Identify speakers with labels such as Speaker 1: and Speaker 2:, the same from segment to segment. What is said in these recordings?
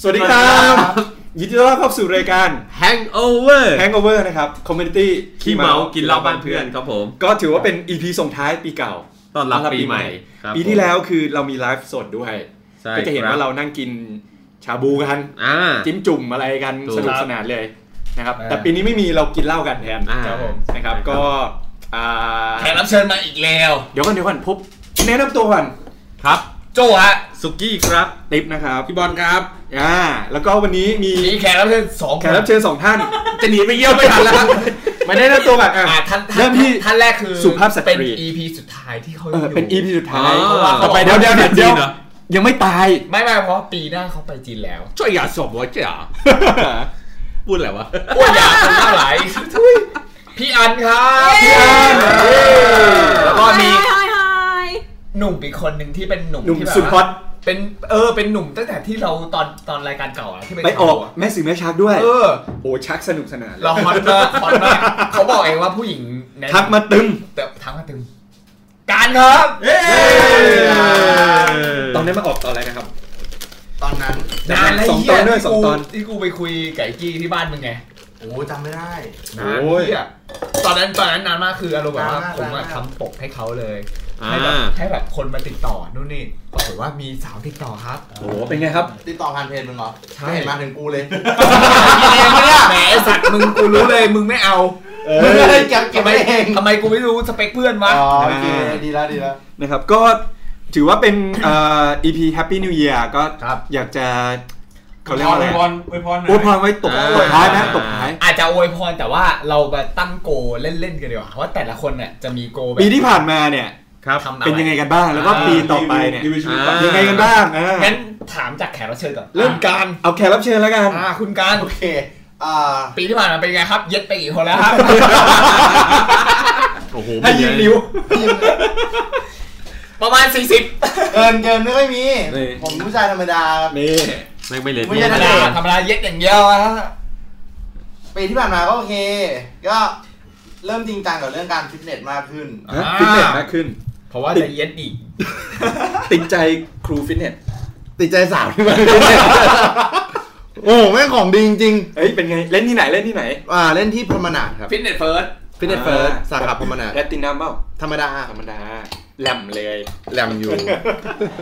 Speaker 1: สวัสดีครับ ยินดีต้อนรับเข้าสู่รายการ
Speaker 2: Hangover
Speaker 1: Hangover นะครับ Community
Speaker 2: ขี้เมากินเหล้าบ้านเพื่อนครับผม
Speaker 1: ก็ถือว่าเป็น EP ส่งท้ายปีเก่า
Speaker 2: ตอนรับปีใหม่ครับ
Speaker 1: ปีที่แล้วคือเรามีไลฟ์สดด้วย
Speaker 2: ใช่
Speaker 1: ก็จะเห็นว่าเรานั่งกินชาบูกัน
Speaker 2: อ่า
Speaker 1: จิ้มจุ่มอะไรกัน
Speaker 2: ถูก
Speaker 1: สนุกสนานเลยนะครับ
Speaker 3: อ่า
Speaker 1: แต่ปีนี้ไม่มีเรากินเหล้ากันแทน
Speaker 2: อ่า
Speaker 3: ครับผม
Speaker 1: นะครับ ก็อ่า
Speaker 3: แขกรับเชิญมาอีกแล้ว
Speaker 1: เดี๋ยวก่อนเดี๋ยวก่อนพบแนะนำตัวก่อน
Speaker 2: ครับ
Speaker 3: โจฮะ
Speaker 2: สุกี้ครับ
Speaker 1: ติ๊บนะครับ
Speaker 3: พี่บอลครับ
Speaker 1: อ่าแล้วก็วันนี้มี
Speaker 3: มีแขกรับเชิญสอง
Speaker 1: แขกรับเชิญสองท่าน จะหนีไปเยี่ยมไม่ทันแล้วครับมาแนะนำตัวก่อนอ่ะ
Speaker 3: อ่าท่าน
Speaker 1: เริ่
Speaker 3: ท่าน
Speaker 1: มที่
Speaker 3: ท่านแรกคือ
Speaker 1: สุภาพสตรี
Speaker 3: เป็น EP สุดท้ายที่เขา
Speaker 1: เออเป็น
Speaker 3: ยู่
Speaker 1: EP สุดท้าย
Speaker 3: เพราะว่า
Speaker 1: ต่
Speaker 3: เขา
Speaker 1: อไปเดี๋ยวเดี๋ยวเดี๋ยวเดี๋ยวยังไม่ตาย
Speaker 3: ไม่ไม่เพราะปีหน้าเขาไปจีนแล้ว
Speaker 2: ช่วยยาสอบวะเจ๋าพูดอะไรวะ
Speaker 3: อ้วนอย ากเป็นเท่าไหร่พี่อันครับ
Speaker 1: พี่อัน
Speaker 3: เย้แล้วก็มี
Speaker 4: ไฮไฮาย
Speaker 3: หนุ่มอีกคนหนึ่งที่เป็นหนุ่ม
Speaker 1: หนุ่ม
Speaker 3: ที่แบบ
Speaker 1: สุดฮอต
Speaker 3: เป็นเออเป็นหนุ่มตั้งแต่ที่เราตอนตอนรายการเก่าอะที่เป็น
Speaker 1: ไปออกแม่สื่อแม่ชักด้วย
Speaker 3: เออ
Speaker 1: โอ้ชักสนุกสนาน
Speaker 3: เราฮอตมากฮอตมากเขาบอกเองว่าผู้หญิงแนะนำ
Speaker 1: ทักมาตึม
Speaker 3: แต่ทั้งมาตึง การครับ
Speaker 1: ตอนนี้มาออกตอนอะไรนะครับ
Speaker 5: ตอนนั้น
Speaker 3: นานแล้ว
Speaker 1: สอง
Speaker 3: เหี้
Speaker 1: ตอนด้วยสองตอน
Speaker 3: ที่กูไปคุยไก่กี้ที่บ้านมึงไง
Speaker 5: โอ้จำไม่ได้
Speaker 3: นานเหี้ยตอนนั้นตอนนั้นนานมากคืออารมณ์แบบว่า
Speaker 5: อ่า
Speaker 3: ผมอะ
Speaker 5: อ่า
Speaker 3: ทำปกให้เขาเลย
Speaker 2: อ่า
Speaker 3: ให้แบบให้แบบคนมาติดต่อนู่นนี่ปรากฏว่ามีสาวติดต่อครับ
Speaker 1: โอ้โหเป็นไงครับ
Speaker 5: ติดต่อผ่านเพจมึงเหรอ
Speaker 3: ใช่
Speaker 5: ไม่เห็นมาถึงกูเลย
Speaker 3: แหมไอ้สัตว์มึงกูรู้เลยมึงไม่เอา
Speaker 1: เอ
Speaker 5: มึง
Speaker 1: อ
Speaker 5: เลยเก็บเก็บ
Speaker 3: ทำไม
Speaker 5: ไว้เอง
Speaker 3: ทำไมกูไม่รู้สเปคเพื่อน
Speaker 5: อ๋
Speaker 3: วะ
Speaker 5: อโอเคดีแล้วดีแล้ว
Speaker 1: นะครับ ก็ถือว่าเป็นเอ่อ EP Happy New Year ก็
Speaker 3: ครับ
Speaker 1: อยากจะเขาเรียกว่าอะไร
Speaker 6: พรอวยพรหน่
Speaker 1: โอ้
Speaker 6: อย
Speaker 1: พรไว้ตก
Speaker 2: อ่า
Speaker 1: ตกท้ายนะตกท้าย
Speaker 3: อาจจะอวยพรแต่ว่าเรามาตั้งโกลเล่นๆกันดีกว่าว่าแต่ละคนน่ะจะมีโกลแบบ
Speaker 1: ปีที่ผ่านมาเนี่ย
Speaker 2: ครับ
Speaker 3: ทำอะร
Speaker 1: เป็นยังไงกันบ้าง แล้วก็
Speaker 3: อ่า
Speaker 1: ปีต่อไปเนี่ย
Speaker 6: รีวิวชีวิตก่อน
Speaker 2: อ่า
Speaker 1: ยังไงกันบ้างอ่า
Speaker 3: งั้นถามจากแขกรับเชิญก่อน
Speaker 1: เริ่มการ เอาแขกรับเชิญแล้วกัน
Speaker 3: อ่าคุณการ
Speaker 5: โอเค อ่า
Speaker 3: ปีที่ผ่านมาเป็นไงครับ เย็ดไปกี่คนแล้ว ครับ
Speaker 2: โอ้โห
Speaker 1: ให้ยืนนิ้ว
Speaker 3: ประมาณ 40
Speaker 5: เกินเกินไม่ค่อยมี
Speaker 1: นี่
Speaker 5: ผมผู้ชายธรรมดาครับ
Speaker 1: นี่
Speaker 2: ไม่ไม่เลย
Speaker 5: ไม่
Speaker 2: ไม่
Speaker 3: ธ
Speaker 5: ใช่
Speaker 3: รรม
Speaker 5: นะ
Speaker 3: ดาธรรมดาเย็ดอย่างเดียวอะ
Speaker 5: ปีที่ผ่านมาก็โอเค ก็เริ่มจริงจังกับเรื่องการฟิตเนสมากขึ้น
Speaker 1: ฮะฟิตเนสมากขึ้ น
Speaker 3: เพราะว่าจะเย็ดอีก
Speaker 1: ติดใจครูฟิตเนส
Speaker 5: ติดใจสาวที่มันโอ้แม่งของดีจริง
Speaker 1: เอ้ย เป็นไง เล่นที่ไหน เล่นที่ไหน
Speaker 5: ๆอ่าเล่นที่พรหมนาดครับ
Speaker 3: ฟิตเนสเฟิร์ส
Speaker 5: ฟิตเนสเฟิร์ส
Speaker 1: อ่า
Speaker 5: สาขาพรหมนาด
Speaker 1: แพลตตินัมเปล่า
Speaker 5: ธรรมดา
Speaker 1: ธรรมดาแหลมเลย
Speaker 5: แหลมอยู่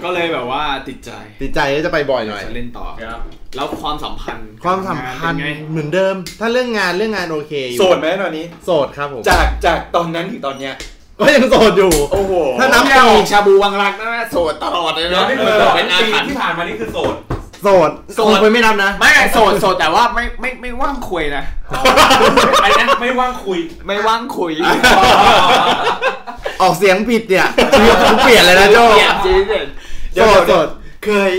Speaker 6: ก็เลยแบบว่าติดใจ
Speaker 5: ติดใจก็จะไปบ่อยหน่อย
Speaker 6: จะเล่นต่อ แล้วความสัมพันธ์
Speaker 5: ความสัมพันธ์
Speaker 6: เป็นไง
Speaker 5: เหมือนเดิม ถ้าเรื่องงานเรื่องงานโอเคอยู่
Speaker 1: โสดไหมตอนนี้
Speaker 5: โสดครับผม
Speaker 1: จากจากตอนนั้นถึงตอนเนี้ย
Speaker 5: ก็ยังโสดอยู่
Speaker 1: โอ้โห
Speaker 5: ถ้านับ
Speaker 6: ไม่เอาออกชาบูวังรักนะโสดตลอดเลยนะ
Speaker 1: ไม่เคยบอก
Speaker 6: เป็นอาถรรพ์ที่ผ่านมานี่คือโสด
Speaker 5: โสด
Speaker 6: โสด
Speaker 5: คงไปไม่นับนะ
Speaker 6: ไม่โสดโสดแต่ว่าไม่ไม่ไม่ว่างคุยนะไอ้นะไม่ว่างคุย
Speaker 3: ไม่ว่างคุย
Speaker 5: ออกเสียงผิดเนี่ยชื่อผมเปลี่ยนเลยนะโจ
Speaker 3: เปลี่ยนจริงเด็ด
Speaker 1: เดี๋ยว
Speaker 5: โสด
Speaker 1: เดี๋
Speaker 5: โส
Speaker 1: ยว
Speaker 5: ด
Speaker 1: เคย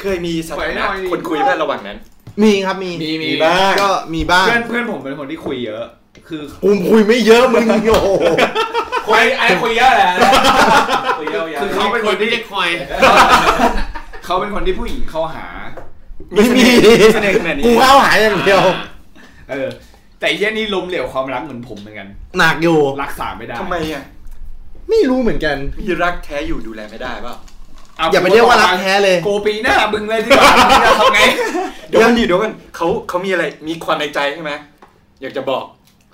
Speaker 1: เคยมีสถานะ
Speaker 6: ไปหน่อยดิ
Speaker 1: คนคุยบ้านระหว่างนั้น
Speaker 5: มีครับมี
Speaker 3: มีมี
Speaker 1: บ้าง
Speaker 5: ก็มีบ้าง
Speaker 6: เพื่อนเพื่อนผมเป็นคนที่คุยเยอะ คือ
Speaker 5: กูคุยไม่เยอะมึงโอ้โห
Speaker 6: คุยไอ้คุยเยอะแหละคุยเยอะๆ
Speaker 2: คือเขาเป็นคนที่จะคอย
Speaker 6: เขาเป็นคนที่ผู้หญิงเข้าหา
Speaker 5: ไม่มี
Speaker 1: เสน่ห์ขนาดนี้
Speaker 5: กูเข้าหายอย่างเดียว
Speaker 6: เออ แต่ไอ้เหี้ยนี่ล้มเหลวความรักเหมือนผมเหมือนกัน
Speaker 5: หนักอยู่
Speaker 6: รักษาไม่ได้
Speaker 1: ทำไมอ่ะ
Speaker 5: ไม่รู้เหมือนกัน
Speaker 1: มีรักแท้อยู่ดูแลไม่ได้เปล่า
Speaker 5: อย่าไปเรียกว่ารักแท้เลย
Speaker 6: โกปีหน้าบึงเลยที่ว่ามึงจะทำไง
Speaker 1: เดี๋ยวกันดิเดี๋ยวกันเขาเขามีอะไร มีความในใจใช่ไหม อยากจะบอก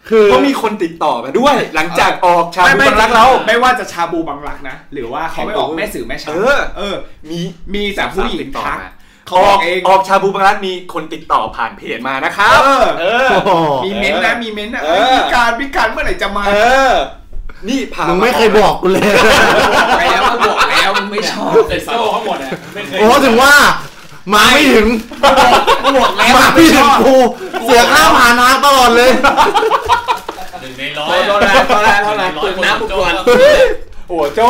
Speaker 5: คือ
Speaker 1: ก็มีคนติดต่อมาด้วย หลังจากออกชา
Speaker 6: ไม่
Speaker 1: บู
Speaker 6: ไม่
Speaker 1: บัง
Speaker 6: รั
Speaker 1: รั
Speaker 6: ก
Speaker 1: ก
Speaker 6: เรา
Speaker 1: เรา
Speaker 6: ไม่ว่าจะชาบูบังรักนะ หรือว่าเขาไม่ออกแม่สื่อแม่ชา
Speaker 1: เออ
Speaker 6: เออ
Speaker 1: มี
Speaker 6: มีแต่ผู้หญิง
Speaker 1: ต่อ
Speaker 6: ทัก
Speaker 1: มา
Speaker 6: เขา
Speaker 1: อ
Speaker 6: อ
Speaker 1: อ
Speaker 6: อก กเอง
Speaker 1: ออกชาบูบังรักมีคนติดต่อผ่านเพจมานะครับ
Speaker 6: เออ
Speaker 1: เออ
Speaker 5: โอ้โห
Speaker 6: มีเม้นต์นะมีเม้นต์นะ
Speaker 1: เออ
Speaker 6: พิการพิการเมื่อไหร่จะมา
Speaker 1: เออ นี่ผ่าน
Speaker 5: มึงไม่เคยบอกกูเลย
Speaker 3: บอกแล้วว่าบอกแล้วมึงไม่ชอบเลยสัต
Speaker 6: โซ่
Speaker 3: ว์
Speaker 6: เขาหมดอ่ะไม่เคย
Speaker 5: โอ้ถึงว่ามาไม่ถึง
Speaker 3: บอกแล้ว
Speaker 5: มาพี่ถึงกูเสียค่าผ่านทางตลอดเลย
Speaker 2: หนึ่งในร้อ
Speaker 3: โท
Speaker 2: ย
Speaker 3: ษโทษนะโทษนะโทษนะปึกน้ำปึกกวน
Speaker 1: โอ้โจ้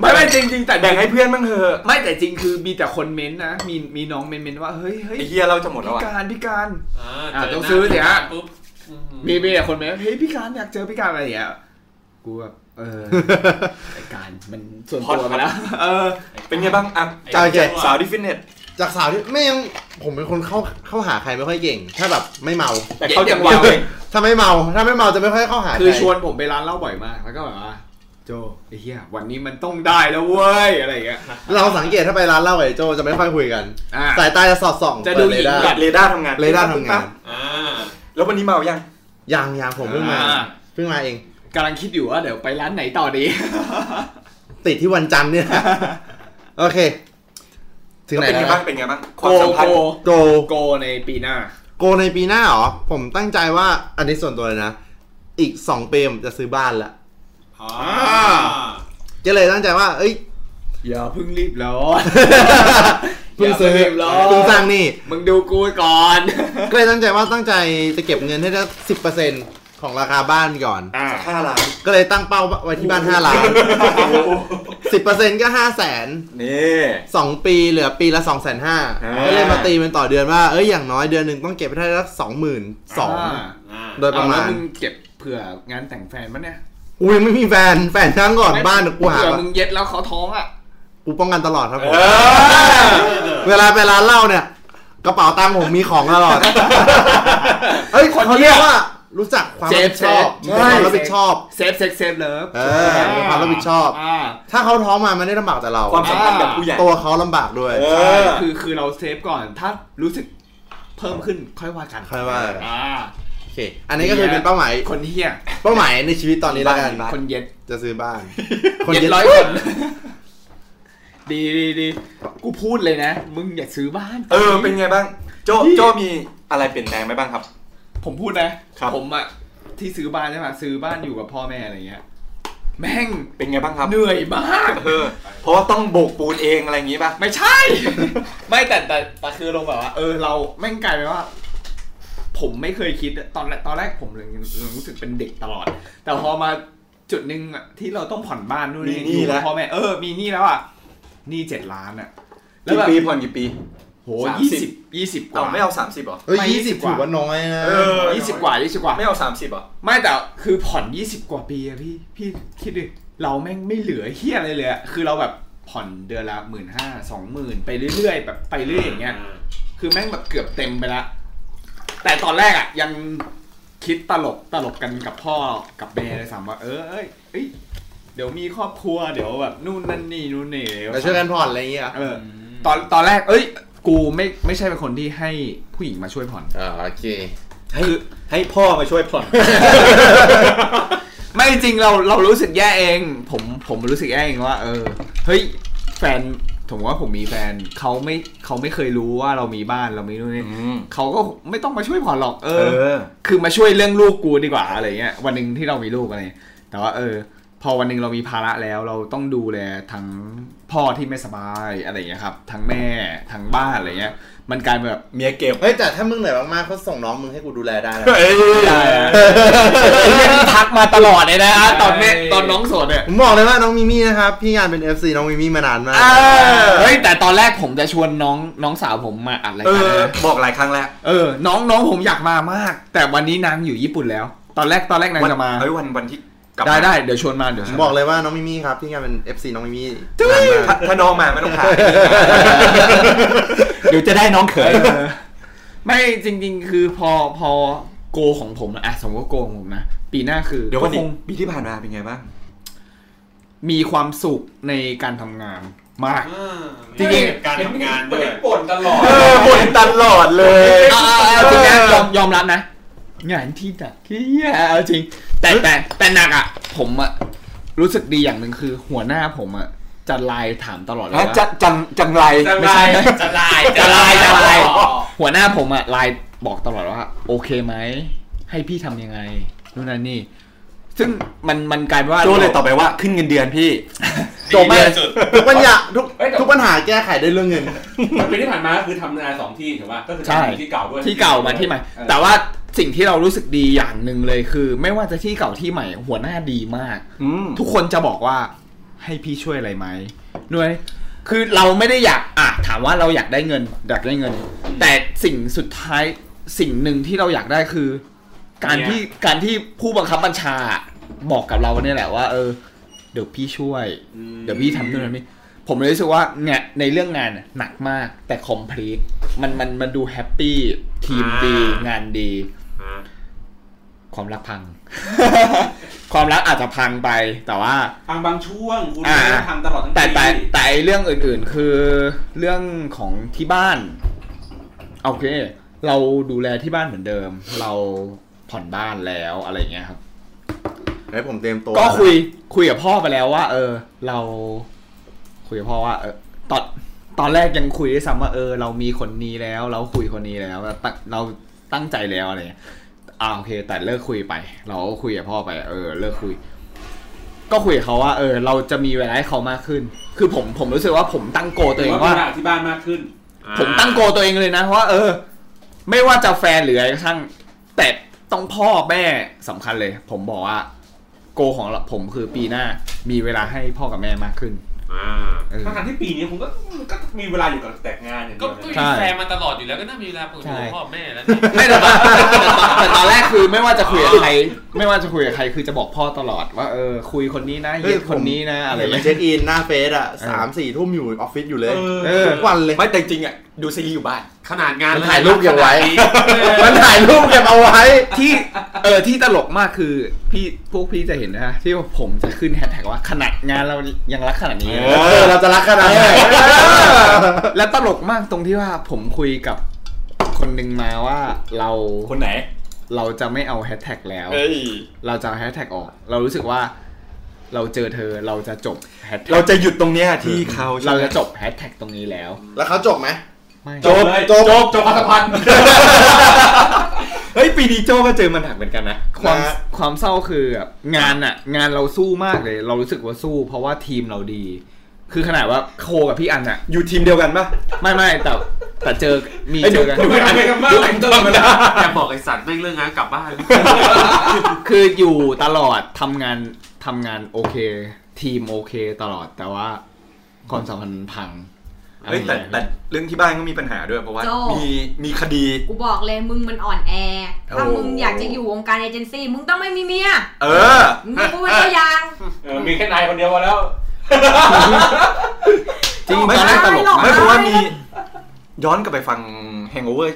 Speaker 6: ไม่ไม่จริงจริงๆแต่
Speaker 1: แบ่งให้เพื่อนบ้างเถอะ
Speaker 6: ไม่แต่จริงคือมีแต่คนเม้นต์นะ มีมีน้องเม้นต์เม้นต์ว่าเฮ้ยเฮ้ย
Speaker 1: ไอ้เฮียเราจะหมดแล้ว
Speaker 6: พิ
Speaker 1: อ่ะ
Speaker 6: การพิการ
Speaker 2: อ่า
Speaker 6: อ่าต้
Speaker 2: ต้
Speaker 6: อ
Speaker 2: อง ง
Speaker 6: ซื้
Speaker 2: ซื้
Speaker 6: อ
Speaker 2: อ
Speaker 6: เดี๋ย
Speaker 2: เดี๋ยว ว
Speaker 6: มีมีแต่คนเม้นต์เฮ้ยพิการอยากเจอพิการอะไรอย่างเงี้ยกูแบบเออไอ้การมันส่วนตัวไปแล้วเออ
Speaker 1: เป็นไงบ้างอ่ะ
Speaker 5: จ้าเจ๊
Speaker 1: สาวที่ฟิตเนส
Speaker 5: จากสาวที่ไม่ยังผมเป็นคนเข้าเข้าหาใครไม่ค่อยเก่ง ถ้าแบบไม่เมา
Speaker 1: แต่เขาจังหวะเอง
Speaker 5: ถ้าไม่เมาถ้าไม่เมาจะไม่ค่อยเข้าหาใร
Speaker 6: คือชวนผมไปร้านเหล้าบ่อยมาก แล้วก็แบบว่า
Speaker 3: โจไอ้เหี้ยวันนี้มันต้องได้แล้วเว้ยอะไรอย่างเงี้ย
Speaker 5: เราสังเกตถ้าไปร้านเหล้าไอ้โจจะไม่ค่อยคุยกัน
Speaker 3: อ่า
Speaker 5: สายตาจะสอดส่อง
Speaker 2: จะดูห
Speaker 5: เปิ
Speaker 2: ญิง
Speaker 5: เรดา
Speaker 1: อยาก
Speaker 5: ร์
Speaker 1: เรดาร์ทำงาน
Speaker 5: เรดาร์ทำงาน
Speaker 2: อ่า
Speaker 1: แล้ววันนี้เมายัง
Speaker 5: ยังยังผมเพิ่งมา
Speaker 3: อ่า
Speaker 5: เพิ่งมาเอง
Speaker 3: กำลังคิดอยู่ว่าเดี๋ยวไปร้านไหนต่อดี
Speaker 5: ติดที่วันจันทร์เนี่ย โอเค ถึงไหน
Speaker 1: เป็น
Speaker 5: แล้
Speaker 1: ไง
Speaker 5: ว
Speaker 1: บ้าง
Speaker 5: นะ
Speaker 1: เป็นไงบ้าง ค
Speaker 3: โก
Speaker 1: วามสัมพัน
Speaker 3: โก
Speaker 1: ธ์
Speaker 5: โก
Speaker 3: โกในปีหน้า
Speaker 5: โกในปีหน้าเหรอ ผมตั้งใจว่าอันนี้ส่วนตัวเลยนะ อีกสองปีผมจะซื้อบ้านละ
Speaker 7: อ๋อ
Speaker 5: ก็เลยตั้งใจว่า เอ้ย
Speaker 3: อย่าเพิ่งรีบร้อน
Speaker 5: เพิ่งซื้อ
Speaker 3: อย่าเพิ่งรีบร้อน
Speaker 5: เพิ่งสร้างหนี่
Speaker 3: มึงดูกูก่อน
Speaker 5: ก็เลยตั้งใจว่าตั้งใจจะเก็บเงินให้ได้สิบเปอร์เซ็นของราคาบ้านก่อน
Speaker 3: อ่า
Speaker 1: ห้าล้าน
Speaker 5: ก็เลยตั้งเป้าไว้ที่บ้านห้าล้านสิบเปอร์เซ็นก็ห้าแสน
Speaker 1: นี่
Speaker 5: สองปีเหลือปีละสองแสนห้า
Speaker 1: อ่า
Speaker 5: ก็เลยมาตีเป็นต่อเดือนว่า เอ้ยอย่างน้อยเดือนหนึ่งต้องเก็บให้ได้สักสองหมื่น สองโดยประมา
Speaker 3: เอ
Speaker 5: ณ
Speaker 3: แล้วงเก็บเผื่องานแต่งแฟนมั้เนี่ย
Speaker 5: กูยังไม่มีแฟนแฟนทั้งก่อนบ้านกูหา
Speaker 3: เผื่อ
Speaker 5: ก่อน
Speaker 3: มึงเย็ดแล้วเขาท้อง อ่ะ
Speaker 5: กูป้องกันตลอดครับผม
Speaker 1: เออ
Speaker 5: เวลาไปร้านเหล้าเนี่ย กระเป๋าตังค์ผมมีของตลอดเฮ้ย
Speaker 3: คน
Speaker 5: เขาเรียกว่า รู้จักความรับผิดชอบ
Speaker 3: เซ
Speaker 5: มี
Speaker 3: ฟเซ
Speaker 5: ค
Speaker 3: ฟ
Speaker 5: วามรับผิดชอบ
Speaker 3: เซฟเซ็กเซฟเลิฟ
Speaker 5: เออมีความรับผิดชอบ
Speaker 3: อ่า
Speaker 5: ถ้าเขาท้องมามันไม่ได้ลำบากแต่เรา
Speaker 1: ความสัมพันธ์กับผู้ใหญ่
Speaker 5: ตัวเขาลำบากด้วย
Speaker 1: เอ
Speaker 3: ใช่คือคือเราเซฟก่อนถ้ารู้สึกเพิ่มขึ้นค่อยว่ากัน
Speaker 5: ค่อยว่ากัน
Speaker 3: อ่า
Speaker 5: โอเค อันนี้ก็คือเป็นเป้าหมาย
Speaker 3: คนเฮีย
Speaker 5: เป้าหมายในชีวิตตอนนี้แล้วกัน
Speaker 3: คนเย็ด
Speaker 5: จะซื้อบ้าน
Speaker 3: เย็ดร้อยคน ดีดีดีกูพูดเลยนะ มึงอย่าซื้อบ้าน
Speaker 1: เออ เป็นไงบ้าง โจ
Speaker 3: พี่
Speaker 1: โจมีอะไรเปลี่ยนแปลงไหมบ้างครับ
Speaker 3: ผมพูดนะครับ ผมอะที่ซื้อบ้านใช่ปะซื้อบ้านอยู่กับพ่อแม่อะไรเงี้ยแม่ง
Speaker 1: เป็นไงบ้างครับ
Speaker 3: เหนื่อยม าก
Speaker 1: เออ เพราะว่าต้องโบกปูนเองอะไรอย่างงี้ป่ะ
Speaker 3: ไม่ใช่ ไม่แต่แต่แต่คือลงแบบว่า เออเราแม่งกลายเป็นว่า ผมไม่เคยคิดอะตอนแรกตอนแรกผมเลยรู้สึกเป็นเด็กตลอด แต่พอมาจุดหนึ่งอะที่เราต้องผ่อนบ้านนู่น
Speaker 1: มีหนี้
Speaker 3: อยู่กับ
Speaker 1: แล้ว
Speaker 3: พ่อแม่เออมีหนี้แล้วอ่ะหนี้เจ็ดล้านอ่ะ แล้ว
Speaker 1: กี่
Speaker 3: แบบ
Speaker 1: ปีผ่อนกี่ปี
Speaker 3: โห
Speaker 1: สาม
Speaker 3: ยี่
Speaker 1: สิ
Speaker 3: สิ
Speaker 1: บ
Speaker 3: บยี่สิบก
Speaker 1: เอา
Speaker 3: ว่า
Speaker 1: ไม่เอา 30หรอ
Speaker 5: เฮ้ย
Speaker 3: ไป
Speaker 5: ยี่สิบ
Speaker 3: 20
Speaker 5: ถือว่าน้อยนะ
Speaker 1: เออ
Speaker 3: ยี่สิบกว่ายี่สิบกว่า
Speaker 1: ไม่เอา 30หรอ
Speaker 3: ไม่แต่คือผ่อนยี่สิบกว่าปีอะพี่พี่คิดดิเราแม่งไม่เหลือเฮียอะไรเลยอะคือเราแบบผ่อนเดือนละหมื่นห้าสองหมื่นไปเรื่อยๆแบบไปเรื่อยอย่างเงี้ย คือแม่งแบบเกือบเต็มไปละ แต่ตอนแรกอ่ะ ยังคิดตลกตลกกันกับพ่อกับแม่เลยซ้ำว่าเออเอ้ยเอ้ย เดี๋ยวมีครอบครัวเดี๋ยวแบบนู่นนั่นนี่นู่นนี่
Speaker 5: แต่ช่วยกันผ่อนอะไรอย่างเงี้ยเหรอ
Speaker 3: เออตอนตอนแรก เอ้ย กูไม่ไม่ใช่เป็นคนที่ให้ผู้หญิงมาช่วยผ่อน
Speaker 5: อ่าโอเค
Speaker 1: ให้ให้พ่อมาช่วยผ่อน
Speaker 3: ไม่จริงเราเรารู้สึกแย่เอง ผมผมรู้สึกแย่เองว่า เออเฮ้ยแฟนผมว่าผมมีแฟนเขาไม่เขาไม่เคยรู้ว่าเรามีบ้านเรามีนู่นนี่
Speaker 1: อืม
Speaker 3: เขาก็ไม่ต้องมาช่วยผ่อนหรอกเอ
Speaker 1: เอ
Speaker 3: อ
Speaker 1: อ
Speaker 3: คือมาช่วยเรื่องลูกกูดีกว่าอะไรเงี้ยวันหนึ่งที่เรามีลูกอะไรเงี้ยแต่ว่าเออ พอวันหนึ่งเรามีภาระแล้วเราต้องดูแลทั้งพ่อที่ไม่สบายอะไรเงี้ยครับทั้งแม่ทั้งบ้านอะไรเงี้ย มันกลายเป็นแบบ
Speaker 1: เมียเก็บ
Speaker 5: เฮ้ย แต่ถ้ามึงเหนื่อยมากๆเขาส่งน้องมึงให้กูดูแลได้นะ
Speaker 1: เอ้ย
Speaker 3: ทักมาตลอดเลยนะตอนแม่ตอนน้องโสดเนี่ย
Speaker 5: ผมบอกเลยว่าน้องมิมี่นะครับ พี่งานเป็น FC น้องมิมี่มานานมาก
Speaker 1: อ
Speaker 3: เฮ้ยแต่ตอนแรกผมจะชวนน้องน้องสาวผมมาอัดราย
Speaker 1: เอ
Speaker 3: การ
Speaker 1: อ
Speaker 3: นะ
Speaker 1: บอกหลายครั้งแล้ว
Speaker 3: เออน้องน้องผมอยากมามาก แต่วันนี้นางอยู่ญี่ปุ่นแล้ว ตอนแรกตอนแรกนางจะมา
Speaker 1: เฮ้ยวันวันที่กลับ
Speaker 3: ได้
Speaker 1: มา
Speaker 3: ได้เดี๋ยวชวนมาเดี๋ยว
Speaker 5: ผ
Speaker 3: ช
Speaker 5: ม
Speaker 3: วน
Speaker 5: บอ
Speaker 3: มาก
Speaker 5: เลยว่าน้องมิมี่ครับ พี่งานเป็น FC น้องมิมี่
Speaker 1: ถ้าถ้าน้องมาไม่ต้องขาย
Speaker 3: เดี๋ยวจะได้น้องเขย ไม่จริง ๆ คือพอพอโกของผมนะอ่ะสมมติว่าโกของผมนะ ปีหน้าคือ
Speaker 1: เดี๋ยววัน
Speaker 3: ก็
Speaker 1: นี้
Speaker 3: คง
Speaker 1: ปีที่ผ่านมาเป็นไงบ้าง
Speaker 3: มีความสุขในการทำงานมาก จริงๆ
Speaker 2: การทำงานด้วย
Speaker 7: บ่นตลอด
Speaker 1: เออบ่นตลอดเลย
Speaker 3: เอาเอาเอาจริงนะยอมยอมรับนะ งานที่หนักเหียเอาจริง แต่แต่แต่หนักอ่ะ ผมอ่ะ รู้สึกดีอย่างหนึ่งคือหัวหน้าผมอ่ะ จะไลน์ถามตลอดเลยว่า
Speaker 1: จะจังจังไร
Speaker 2: จังไร
Speaker 3: จะลายจะลายจะลายหัวหน้าผมอะไลายบอกตลอดว่า โอเคไหม ให้พี่ทำยังไงนู่นนั่นนี่ ซึ่งมันมันกลายเป็นว่า
Speaker 1: โจเลยตอบไปว่าขึ้นเงินเดือนพี่
Speaker 3: จบไหม
Speaker 5: ทุกปัญหาทุก
Speaker 2: เอ้ยแต่
Speaker 5: ทุกปัญหาแก้ไขด้วยเรื่องเงิน
Speaker 2: ปีที่ผ่านมาคือทำงานสองที่ถูกป่ะก็คือ
Speaker 3: ใช่
Speaker 2: ทำที่เก่าด้วย
Speaker 3: ที่เก่ามาที่ใหม่
Speaker 2: เออ
Speaker 3: แต่ว่าสิ่งที่เรารู้สึกดีอย่างหนึ่งเลยคือ ไม่ว่าจะที่เก่าที่ใหม่ หัวหน้าดีมาก
Speaker 1: อืม
Speaker 3: ทุกคนจะบอกว่าให้พี่ช่วยอะไรไหมด้วย คือเราไม่ได้อยากอ่ะถามว่าเราอยากได้เงิน อยากได้เงิน แต่สิ่งสุดท้ายสิ่งหนึ่งที่เราอยากได้คือ การ
Speaker 2: เนี่ย
Speaker 3: ที่การที่ผู้บังคับบัญชาบอกกับเราเนี่ยแหละว่า เออ เดี๋ยวพี่ช่วย เดี๋ยวพี่ทำนู่นทำนี่ผมเลยรู้สึกว่าเนี่ยในเรื่องงานน่ะหนักมากแต่คอมพลีทมันมันมันดูแฮปปี้ทีมดีงานดี
Speaker 2: อ่า
Speaker 3: ความรักพัง ความรักอาจจะพังไปแต่ว่า
Speaker 8: พังบางช่วงคุณ
Speaker 3: อ่า
Speaker 8: ไม่ได้พังตลอดทั้ง
Speaker 3: แต่แต่
Speaker 8: ปี
Speaker 3: แต่ไอ้เรื่องอื่นๆ คือเรื่องของที่บ้านโอเค เราดูแลที่บ้านเหมือนเดิม เราผ่อนบ้านแล้วอะไรอย่างเงี้ยครับ
Speaker 5: ให้ผมเตรียมตัว
Speaker 3: ก็คุยคุยกับพ่อไปแล้วว่า เออ เราคุยกับพ่อว่าเออตอนตอนแรกยังคุยด้วยซ้ำว่าเออ เรามีคนนี้แล้ว เราคุยคนนี้แล้วเราตั้งเราตั้งใจแล้วอะไรเงี้ยอ่าโอเค แต่เลิกคุยไป เราก็คุยกับพ่อไป เออ เลิกคุย ก็คุยกับเขาว่า เออ เราจะมีเวลาให้เขามากขึ้น คือผมผมรู้สึกว่าผมตั้งโกลตัว
Speaker 8: ถื
Speaker 3: เอ
Speaker 8: องว่าเป็น
Speaker 3: ว่า
Speaker 8: อธิบานมากขึ้น
Speaker 3: ผมตั้งโกลตัวเองเลยนะว่า เออ ไม่ว่าจะแฟนหรืออะไรก็ช่างแต่ต้องพ่อแม่สำคัญเลย ผมบอกว่า โกลของเราผมคือปีหน้า มีเวลาให้พ่อกับแม่มากขึ้น
Speaker 8: อ่า
Speaker 3: เออ
Speaker 8: ทั้งๆที่ปีนี้คุณก็ก็มีเวลาอยู่กับแต่งงานอย่าง
Speaker 2: ก็
Speaker 8: เดียว
Speaker 2: ก็
Speaker 8: นะ
Speaker 2: มีแฟนมาตลอดอยู่แล้วก็น่ามีเวลาคุยกับพ่อแม่แล้วนี่
Speaker 3: ไม่แต่ตอนแต่ตอนแรกคือไม่ว่าจะคุยกับใคร ไม่ว่าจะคุยกับใครคือจะบอกพ่อตลอดว่าเออ คุยคนนี้นะเห
Speaker 5: เฮ้
Speaker 3: ยี
Speaker 5: ย
Speaker 3: ยดคนนี้นะอะไร
Speaker 5: เห็นมั
Speaker 3: เงี้ย
Speaker 5: นเช็คอินหน้าเฟซอ่ะสามสี่ทุ่มอยู่ออฟฟิศอยู่เลย
Speaker 3: เออ
Speaker 5: ทุกวันเลย
Speaker 1: ไม่แต่จริงอ่ะดูซีรีส์อยู่บ้าน
Speaker 2: ขนาดงาน
Speaker 5: มันถ่ายรูปเก็บไว้
Speaker 2: ขนาดนี้
Speaker 5: มันถ่ายรูปเก็บเอาไว้
Speaker 3: ที่เออที่ตลกมากคือพี่พวกพี่จะเห็นนะที่ว่าผมจะขึ้นแฮชแท็กว่าขนาดงานเรายังรักขนาดนี้
Speaker 5: เออ เราจะรักขนาดไหน
Speaker 3: แล้วตลกมากตรงที่ว่าผมคุยกับคนหนึ่งมาว่าเรา
Speaker 1: คนไหน
Speaker 3: เราจะไม่เอาแฮชแท็กแล้ว
Speaker 1: เอ้ย
Speaker 3: เราจะเอาแฮชแท็กออก เรารู้สึกว่า เราเจอเธอเราจะจบแฮชแท็
Speaker 1: เรา
Speaker 3: ก
Speaker 1: จะหยุดตรงเนี้ยที่เขาใช่
Speaker 3: เรา
Speaker 1: ไหม
Speaker 3: จะจบแฮชแท็กตรงนี้แล้ว
Speaker 5: แล้วเขาจบไหม
Speaker 3: ไม่
Speaker 5: จบ จบ
Speaker 1: จบความสัมพันธ์ เฮ้ย ปีนี้โจก็เจอมันหนักเหมือนกันนะ
Speaker 3: ความ
Speaker 5: นะ
Speaker 3: ความเศร้าคือแบบงานอะงานเราสู้มากเลย เรารู้สึกว่าสู้ เพราะว่าทีมเราดี คือขนาดว่าโคกับพี่อันอะ
Speaker 1: อยู่ทีมเดียวกันปะ
Speaker 3: ไม่ไม่แต่แต่เจอมี
Speaker 1: เอ้ย
Speaker 3: เจอกัน
Speaker 1: เดี๋ยว
Speaker 8: ไม่ได้กันมากเลยตลอดเวลา
Speaker 2: แต่บอกไอ้สัตว์แม่งเรื่องงานกลับบ้าน
Speaker 3: คืออยู่ตลอดทำงานทำงานโอเค ทีมโอเคตลอดแต่ว่าความสัมพันธ์มันพัง
Speaker 1: เฮ้ยแต่แต่เรื่องที่บ้านก็มีปัญหาด้วยเพราะว่า
Speaker 9: โจ้
Speaker 1: มีมีคดี
Speaker 9: กูบอกเลยมึงมันอ่อนแอ ถ้า
Speaker 1: โอ้
Speaker 9: มึงอยากจะอยู่วงการเอเจนซี่มึงต้องไม่มีเมีย
Speaker 1: เออ
Speaker 9: มึงกูเป็นตัว อย่าง
Speaker 8: เออมีแค่นายคนเดียวพอแล้ว
Speaker 3: จริงตอนแรกตลก
Speaker 1: ไม่
Speaker 3: มาก
Speaker 1: เพราะว่ามีย้อนกลับไปฟัง Hangover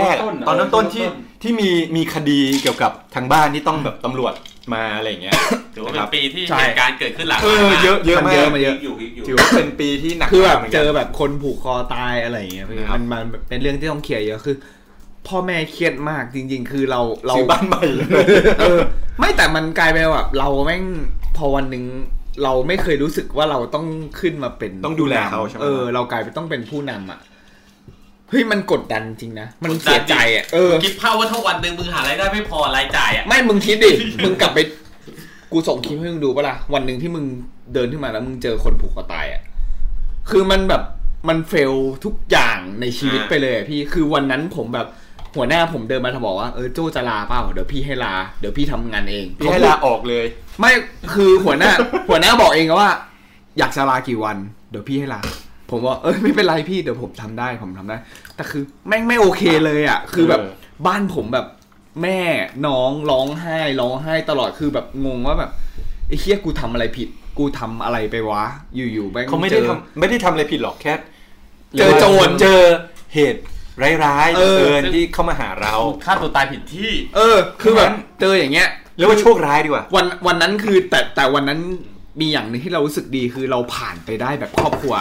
Speaker 1: แรกๆ
Speaker 8: ตอนเริ่มต้น
Speaker 1: อะ
Speaker 8: เหรอ
Speaker 1: ตอนเริ่มต้นที่
Speaker 8: ตอนเริ่มต้น
Speaker 1: ที่มีมีคดีเกี่ยวกับทางบ้านที่ต้องแบบตำรวจมาอะไรอย่างเงี้ย
Speaker 2: ถือว่า
Speaker 1: นะค
Speaker 2: เป็
Speaker 1: น รับ
Speaker 2: ปีที่เหตุการณ์เกิดขึ้นหลัง
Speaker 1: เออเยอะเยอะ
Speaker 3: มัน
Speaker 1: มาก
Speaker 3: เยอะมาเยอะ
Speaker 8: อยู่อยู่
Speaker 1: ถือว่าเป็นปีที่หนัก
Speaker 3: คือแบบ
Speaker 1: หมืน
Speaker 3: เจ
Speaker 1: กัน
Speaker 3: อแบบคนผูกคอตายอะไรอย่างเงี้ยพี่
Speaker 1: นะครับ
Speaker 3: มันมันเป็นเรื่องที่ต้องเคลียร์เยอะคือ พ่อแม่เครียดมากจริง ๆ คือเราเรา
Speaker 1: ซื้อบ้านใหม่เลย
Speaker 3: เออไม่แต่มันกลายเป็นแบบเราแม่งพอวันหนึ่งเราไม่เคยรู้สึกว่าเราต้องขึ้นมาเป็น
Speaker 1: ต้องดูแลเขาใช่ไหม
Speaker 3: เออ เรากลายเป็นต้องเป็นผู้นำอ่ะเฮ้ยมันกดดันจริงนะมันเสียใจอ่ะเออ
Speaker 2: คิดภาพว่าถ้าวันหนึ่งมึงหารายได้ไม่พอรายจ่ายอ่ะ
Speaker 3: ไม่มึงคิดดิ มึงกลับไป กูส่งคลิปให้มึงดูปะล่ะ วันหนึ่งที่มึงเดินขึ้นมาแล้วมึงเจอคนผูกคอตายอ่ะ คือมันแบบมันเฟลทุกอย่างในชีวิต
Speaker 2: อ่า
Speaker 3: ไปเลยอะพี่ คือวันนั้นผมแบบหัวหน้าผมเดินมาถามบอกว่าเออโจจะลาเปล่า เดี๋ยวพี่ให้ลา เดี๋ยวพี่ทำงานเอง
Speaker 1: พี่ให้
Speaker 3: เขพูด
Speaker 1: ลาออกเลย
Speaker 3: ไม่ คือหัวหน้า หัวหน้าบอกเองว่า อยากจะลากี่วัน เดี๋ยวพี่ให้ลา ผมว่าเออไม่เป็นไรพี่เดี๋ยวผมทำได้ผมทำได้ แต่คือแม่งไม่โอเคเลยอ่ะ คือแบบ
Speaker 1: เออ
Speaker 3: บ้านผมแบบแม่น้องร้องไห้ร้องไห้ตลอดคือแบบงงว่าแบบไอ้เฮียกูทำอะไรผิด กูทำอะไรไปวะ อยู่ๆแม่ง
Speaker 1: เขาไม่ได้
Speaker 3: จอ
Speaker 1: ทำไม่ได้ทำอะไรผิดหรอกแค่
Speaker 3: เจอโจร
Speaker 1: เจอเหตุร้ายๆ
Speaker 3: เออ
Speaker 1: เกินที่เข้ามาหาเรา
Speaker 2: ฆ่าตัวตายผิดที่
Speaker 3: เออ คือแบบเจออย่างเงี้ย
Speaker 1: เรียกว่าโชคร้ายดีกว่า
Speaker 3: วันวันนั้นคือแต่แต่วันนั้นมีอย่างหนึงที่เรารู้สึกดีคือเราผ่านไปได้แบบครอบครัว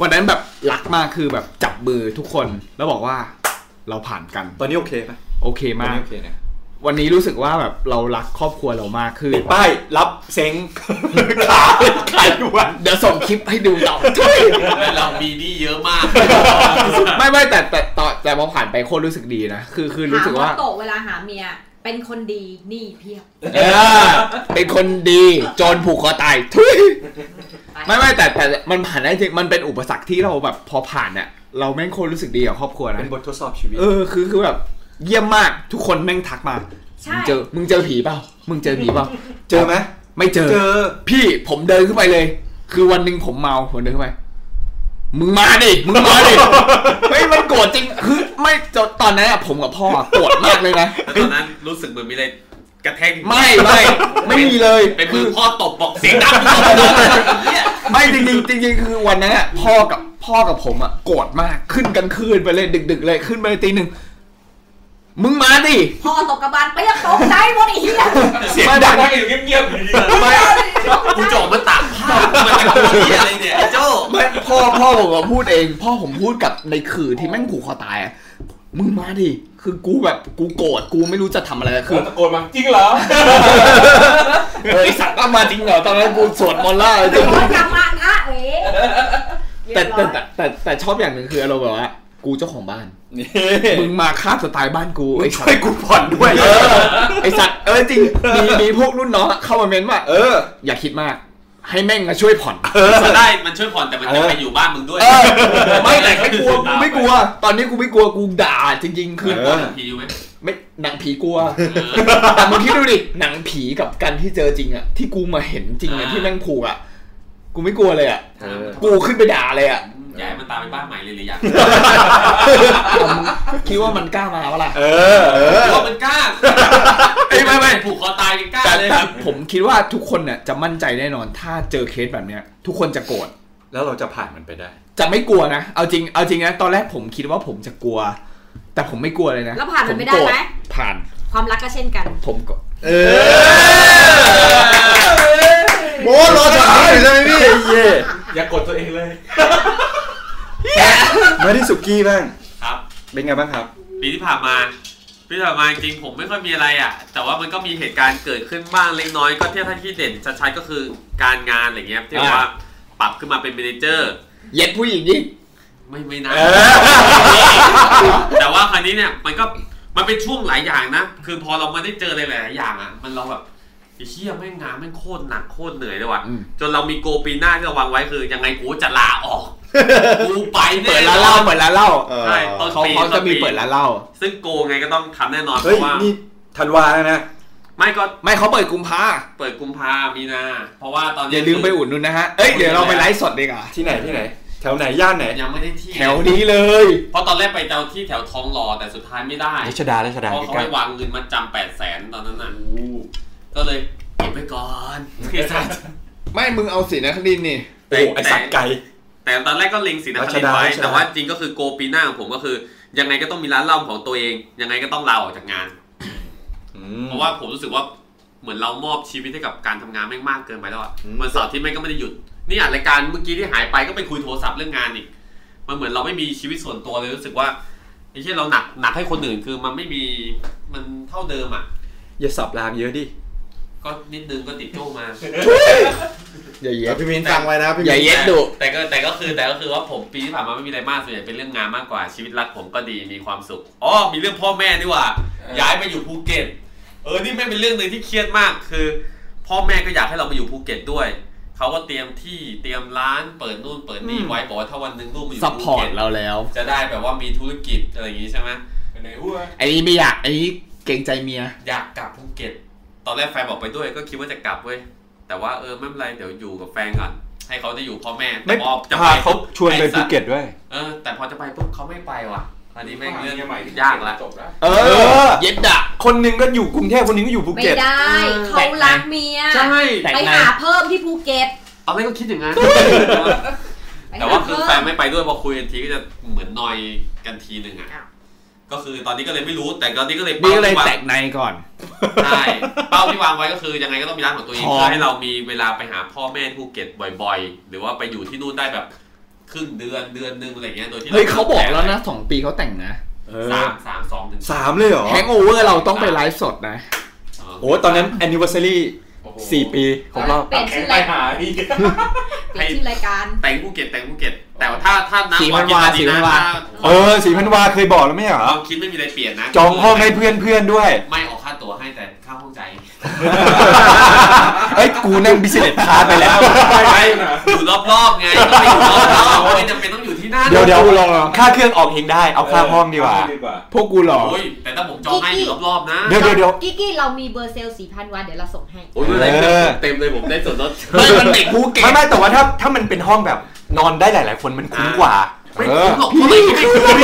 Speaker 3: วันนั้นแบบรักมากคือแบบจับมือทุกคนแล้วบอกว่าเราผ่านกัน
Speaker 1: ตอนนี้โอเคปะ
Speaker 3: โอเค
Speaker 1: ตอน
Speaker 3: มาก
Speaker 1: นี้โอเคนะ
Speaker 3: วันนี้รู้สึกว่าแบบเรารักครอบครัวเรามากขึ้น
Speaker 1: ป้ายรับเซ็ง ขาขายด่วน
Speaker 3: เดี๋ยวส่งคลิปให้ดูต่อ
Speaker 2: เรามีหนี้เยอะมาก
Speaker 3: ไม่ไม่แต่แต่แต่แต่พอผ่านไปโคตรรู้สึกดีนะ คือคือรู้สึกว่า
Speaker 9: หมโตะเวลาหาเมีย เป็นคนดีนี่เพียบ
Speaker 3: เออ เป็นคนดีจนผูกคอตายทุยไม่ไม่แต่แต่มันผ่านได้จริงมันเป็นอุปสรรคที่เราแบบพอผ่านเนี่ยเราแม่งโคตรรู้สึกดีกับครอบครัวนะ
Speaker 1: เป็นบททดสอบชีวิต
Speaker 3: เออคือคือแบบเยี่ยมมากทุกคนแม่งทักมา
Speaker 9: ใช่
Speaker 3: มึงเจอมึงเจอผีเปล่ามึงเจอผีเปล่า
Speaker 1: เจอไหม
Speaker 3: ไม่เจอ
Speaker 1: เจอ
Speaker 3: พี่ผมเดินขึ้นไปเลย คือวันหนึ่งผมเมาผมเดินขึ้นไป มึงมาดิ มึงมาดิ ไม่มันโกรธจริง คือไม่จนตอนนั้นอะผมกับพ่ออะโกรธมากเลยนะ
Speaker 2: แต่ตอนนั้นรู้สึกเหมือนมีอะไรกระแทก
Speaker 3: ไม่ไม่ไม่มีเลย
Speaker 2: เป็น
Speaker 3: คื
Speaker 2: มือ
Speaker 3: อ
Speaker 2: พ่อตบบอกเสียงดัง
Speaker 3: ไม่จริงๆจริงๆคือวันนั้นอะพ่อกับพ่อกับผมอะโกรธมาก ขึ้นกลางคืนไปเลยดึก ๆ เลยขึ้นไปตีหนึ่ง มึงมาดิ
Speaker 10: พ่อตกกระบาลเปรี้ยกตกใจหมดไอ้เหี้ย
Speaker 2: เสียง
Speaker 11: ไม่
Speaker 2: ดัง
Speaker 11: ได้นั่งอยู่เงียบๆอยู่ดีๆ
Speaker 2: ไปกูจะออกมาตากผ้ามันจะทำอะไรเนี่ยไอ้โจ้
Speaker 3: ไม่พ่อพ่อผมก็พูดเอง พ่อผมพูดกับในขื่อที่แม่งผูกคอตายอะมึงมาดิคือกูแบบกูโกรธกูไม่รู้จะทำอะไร
Speaker 11: คื
Speaker 3: คือ อ
Speaker 11: ตะโกนมาจริงเหรอ
Speaker 3: เฮ้ยสัตว์มาจริงเหรอตอนนั้นกูสวดมนต์แล้ว
Speaker 10: โอ้ยกลับมาอ่ะเอ๋
Speaker 3: แต่แต่แต่แต่แต่ชอบอย่างหนึ่งคืออารมณ์แบบว่า กูเจ้าของบ้าน มึงมาฆ่าสไตล์บ้าน กูไอ้สัต
Speaker 4: ช่วย
Speaker 3: ว์
Speaker 4: กูผ่อนด้วย
Speaker 3: เอ อไอ้สัตว์เออจริงมีมีพวกรุ่นน้องเข้ามาเม้นว่า เออ อย่าคิดมาก ให้แม่งมาช่วยผ่อน
Speaker 2: มันได้ มันช่วยผ่อนแต่มันจะไปอยู่บ้านมึงด้วย
Speaker 3: เออไม่แต่ไม่ก ลัวกูไม่กลัว ตอนนี้กูไม่กลัวกูด่าจริง ๆ คือ
Speaker 4: เออ
Speaker 2: ผีอยู่ไหม
Speaker 3: ไม่หนังผีกลัว แต่มึงคิดดูดิหนังผีกับการที่เจอจริงอะที่กูมาเห็นจริงอะที่แม่งผูกอะกูไม่กลัวเลยอะกูขึ้นไปด่าเลย อะ
Speaker 2: อยากให้มันตามไปบ้านใหม่เลยหรือยัง
Speaker 3: คิดว่ามันกล้ามาปะล่ะ
Speaker 4: เออ เออ
Speaker 2: ว่ามันกล้าไอ้ไม่ไม่ผูกคอตายกันกล้า
Speaker 3: แต่
Speaker 2: เลย
Speaker 3: แต่
Speaker 2: ครับ
Speaker 3: ผมคิดว่าทุกคนเนี่ยจะมั่นใจแน่นอน ถ้าเจอเคสแบบเนี้ย ทุกคนจะโกรธ
Speaker 12: แล้วเราจะผ่านมันไปได้
Speaker 3: จะไม่กลัวนะ เอาจริง เอาจริงนะ ตอนแรกผมคิดว่าผมจะกลัว แต่ผมไม่กลัวเลยนะ
Speaker 10: แล้วผ่านมันไม่ได้
Speaker 3: ผโกร
Speaker 10: ไหม
Speaker 3: ธผ่าน
Speaker 10: ความรักก็เช่นกัน
Speaker 3: ผมก็
Speaker 4: เออโอ้รอจอดนี้อยู่ใช่ไหมพี่
Speaker 12: เย่
Speaker 11: อย่ากดตัวเองเลย
Speaker 12: มาที่สุกี้บ้าง
Speaker 2: ครับ
Speaker 12: เป็นไงบ้างครับ
Speaker 2: ปีที่ผ่านมาปีที่ผ่านมาจริงๆผมไม่ค่อยมีอะไรอ่ะ แต่ว่ามันก็มีเหตุการณ์เกิดขึ้นบ้างเล็กน้อยก็เทียบท่าที่เด่นชัดๆก็คือการงานอะไรเงี้ยที่แบบว่าปรับขึ้นมาเป็นเมเนเจอร์
Speaker 3: เหย็ดผู้หญิงยิ่ง
Speaker 2: ไม่ไม่นะแต่ว่าครั้นี้เนี่ยมันก็มันเป็นช่วงหลายอย่างนะ คือพอเรามาได้เจออะไรหลายๆอย่างอ่ะ มันเราแบบไอ้เหี้ยแม่งงานแม่งโคตรหนักโคตรเหนื่อยเลยว่ะ
Speaker 3: อืม
Speaker 2: จนเรามีโกลปีหน้าที่เราวางไว้คือยังไงกูจะลาออก กูไป
Speaker 3: เปิด
Speaker 2: แน่น
Speaker 3: ร้านเห
Speaker 2: อ
Speaker 3: ล้าน เปิดร้านเหล้า
Speaker 4: เออ
Speaker 2: ใช่ต้น
Speaker 3: เขา
Speaker 2: ปี
Speaker 3: เขา
Speaker 2: ต้
Speaker 3: จะ
Speaker 2: น
Speaker 3: มี
Speaker 2: ปี
Speaker 3: เปิดร้านเหล้า
Speaker 2: ซึ่งโกไงก็ต้องทำแน่นอนเพ
Speaker 12: เฮ้ย
Speaker 2: ราะว่า
Speaker 12: นี่ธันวาแล้วนะ
Speaker 2: ไม่ก็
Speaker 3: ไม่เขาเปิดกุมภา
Speaker 2: เปิดกุมภามีนา เพราะว่าตอนนี้
Speaker 3: อย่าลืมไปอุดหนุนนะฮะ เอ้ยเดี๋ยวเราไปไลฟ์สดดีกว่า
Speaker 12: ที่ไหนที่ไหน แถวไหน ย่านไหน
Speaker 2: ยังไม่ได้ที่
Speaker 3: แถวนี้เลย
Speaker 2: เพราะตอนแรกไปเจ้าที่แถวทองหล่อแต่สุดท้ายไม่ได้
Speaker 9: รัชดารัชดา
Speaker 2: เพราะเขา
Speaker 9: ใกล้
Speaker 2: ให้วางเงินมาจำแปดแสนตอนนั้นน่ะก็เลยเก็บไว้ก่อนพี่สัตว์
Speaker 3: ไม่มึงเอาสีนะคดินทร์นี่
Speaker 12: โอ้ไอสัตว์ไก่
Speaker 2: แต่ตอนแรกก็เล็งสินค
Speaker 12: รั
Speaker 2: ริ
Speaker 12: ช
Speaker 2: นท
Speaker 12: ดา
Speaker 2: ร์ไว้
Speaker 12: รัชดา
Speaker 2: แต่ว่าจริงก็คือโกปีหน้าของผมก็คือ ยังไงก็ต้องมีร้านเหล้าของตัวเอง ยังไงก็ต้องลาออกจากงาน
Speaker 12: อืม
Speaker 2: เพราะว่าผมรู้สึกว่าเหมือนเรามอบชีวิตให้กับการทำงานแม่งมากเกินไปแล้วอ่ะวันเสาร์ที่แม่งก็ไม่ได้หยุด นี่อัดรายการเมื่อกี้ที่หายไปก็ไปคุยโทรศัพท์เรื่องงานอีก มันเหมือนเราไม่มีชีวิตส่วนตัวเลยรู้สึกว่าไอ้ที่เราหนักหนักให้คนอื่นคือมันไม่มีมันเท่าเดิมอ่ะ
Speaker 12: อย่าสับรามเยอะดิ
Speaker 2: ก็นิดนึงก็ติดโจ้มา
Speaker 3: อย่าเหย็
Speaker 4: เดี๋ย
Speaker 3: ด
Speaker 4: วพี่มินฟังไว้นะพี่
Speaker 3: อ
Speaker 4: มิ
Speaker 3: ย่าน เหย็ดดุ
Speaker 2: แต่ก็แต่ก็คือแต่ก็คือว่าผมปีที่ผ่านมาไม่มีอะไรมากส่วนใหญ่เป็นเรื่องงานมากกว่าชีวิตรักผมก็ดีมีความสุขอ๋อมีเรื่องพ่อแม่นี่หว่าย้ายไปอยู่ภูเก็ต เออนี่ไม่งเป็นเรื่องหนึ่งที่เครียดมากคือ พ่อแม่ก็อยากให้เราไปอยู่ภูเก็ตด้วยเขาก็เตรียมที่เตรียมร้านเปิดนู่นเปิดนี่ไว้บอกว่าถ้าวันหนึ่งลูกมาอยู่
Speaker 3: ซัพ
Speaker 2: ภู
Speaker 3: พอร์
Speaker 2: เก็
Speaker 3: ต
Speaker 2: ต
Speaker 3: เราแล้ว
Speaker 2: จะได้แบบว่ามีธุรกิจอะไรอย่างงี้ใช่ไหม
Speaker 11: ไปไหนหัว
Speaker 3: ไอ้นี้ไม่อยากไอ้นี้เกรงใจเมีย
Speaker 2: อยากกลับภูเก็ต ตอนแรกแฟนบอกไปด้วยก็คิดว่าจะกลับเว้ยแต่ว่าเออไม่เป็นไรเดี๋ยวอยู่กับแฟนก่อนให้เขาได้อยู่พ่อแม่แต่
Speaker 12: ไม่
Speaker 2: พอจะ
Speaker 12: พา
Speaker 2: ไป
Speaker 12: เขาชวนไป
Speaker 2: อ้สั
Speaker 12: ภู
Speaker 2: ตว์
Speaker 12: เก็ตด้วย
Speaker 2: เออแต่พอจะไปปุ๊บเขาไม่ไปว่ะอันนี้แม่งเรื่อง
Speaker 11: ใหม่
Speaker 2: ยากละ
Speaker 11: จบแล้ว
Speaker 3: เอ
Speaker 12: อ
Speaker 3: เย็ดอะ
Speaker 12: คนหนึ่งก็อยู่กรุงเทพคนหนึงก็อยู่ภู
Speaker 10: ไม่
Speaker 12: เก็ต
Speaker 10: ได้เขารักเมีย
Speaker 2: ใช่
Speaker 10: ไปหาเพิ่มที่ภูเก็ต
Speaker 2: ตอนแรกก็คิดอย่างนั้น
Speaker 10: ไป
Speaker 2: แต่
Speaker 10: ห
Speaker 2: ว่าคือ
Speaker 10: เพิ่
Speaker 2: แฟน
Speaker 10: ม
Speaker 2: ไม่ไปด้วยพอคุยกันทีก็จะเหมือนนอยกันทีหนึ่งอ่ะ
Speaker 10: อ้าว
Speaker 2: ก็คือตอนนี้ก็เลยไม่รู้แต่ตอนนี้ก็เลย
Speaker 3: นี่
Speaker 2: เป้า
Speaker 3: ก็เลย
Speaker 2: ที่วา
Speaker 3: แต
Speaker 2: ง
Speaker 3: กในก่อน
Speaker 2: ใช่เป้าที่วางไว้ก็คือยังไงก็ต้องมีร้านของตัวเอง
Speaker 3: พอ
Speaker 2: เพื่อให้เรามีเวลาไปหาพ่อแม่ที่ภูเก็ตบ่อย ๆ หรือว่าไปอยู่ที่นู่นได้แบบครึ่งเดือนเดือนหนึงอะไรเงี้ยโดยที่
Speaker 3: เฮ้ยเขาบอกแล้วนะสองปีเขาแต่งนะ
Speaker 12: เออ
Speaker 2: สามสามสองถึง
Speaker 12: สามเลยเหรอ
Speaker 3: แฮงโอเวอร์เราต้องไปไลฟ์สดนะ
Speaker 2: เ
Speaker 12: โอ้ตอนนั้น anniversary
Speaker 11: โอ้โห
Speaker 12: สี่ปีครบรอบ
Speaker 10: เปลี่ยน
Speaker 11: แข็
Speaker 10: ชื่
Speaker 11: ง
Speaker 10: อ
Speaker 11: ไป
Speaker 10: ราย
Speaker 11: หาอีก
Speaker 10: เปลี่ยนชื่อรายการ
Speaker 2: แต่งภูเก็ตแต่งภูเก็ต แต่ว่าถ้าถ้านับ
Speaker 3: สีมันวา
Speaker 2: ตอ
Speaker 3: สีมันวา
Speaker 2: ถ้
Speaker 12: เออสีพันวาเคยบอกแล้วไม่ใช่เหรอ
Speaker 2: ความคิดไม่มีอะไรเปลี่ยนนะ
Speaker 12: จองห้องให้เพื่อนเพื่อนๆด้วย
Speaker 2: ไม่ออกค่าตั๋วให้แต่ค่าห้องใจาย
Speaker 12: เอ้ย กูนั่งบิสเนสคลาสไปแล้ว
Speaker 11: ไปไปนะ
Speaker 2: อยู่รอบๆไงก็ไปอยู่รอบๆไม่จำเป็นต้องอยู่ที่นั่น
Speaker 12: เดี๋ยวเดี๋ยวค่าเครื่องออกเองได้ เอาค่าห้องดีกว่า
Speaker 3: พวกกูหลอก
Speaker 2: โอ้ยแต่ถ้าผมจองให้อยู่รอบๆนะ
Speaker 12: เดี๋ยวเดี๋ยวเดี๋ยว
Speaker 10: กิ๊กกี้เรามีเบอร์เซลสี่พันวันเดี๋ยวเราส่งให้
Speaker 2: โอ้ยไม่เป็นไร
Speaker 12: เออ
Speaker 2: เต็มเลยผมได้ส่วนลด
Speaker 3: เฮ้ยมันเด็กภูเก็ต
Speaker 12: ไม่ไม่แต่ว่าถ้าถ้ามันเป็นห้องแบบ นอนได้หลาย ๆ คนมันคุ้มกว่า
Speaker 3: ไม่คุ้มหรอก
Speaker 2: ผมไม่ไม่คุ้ม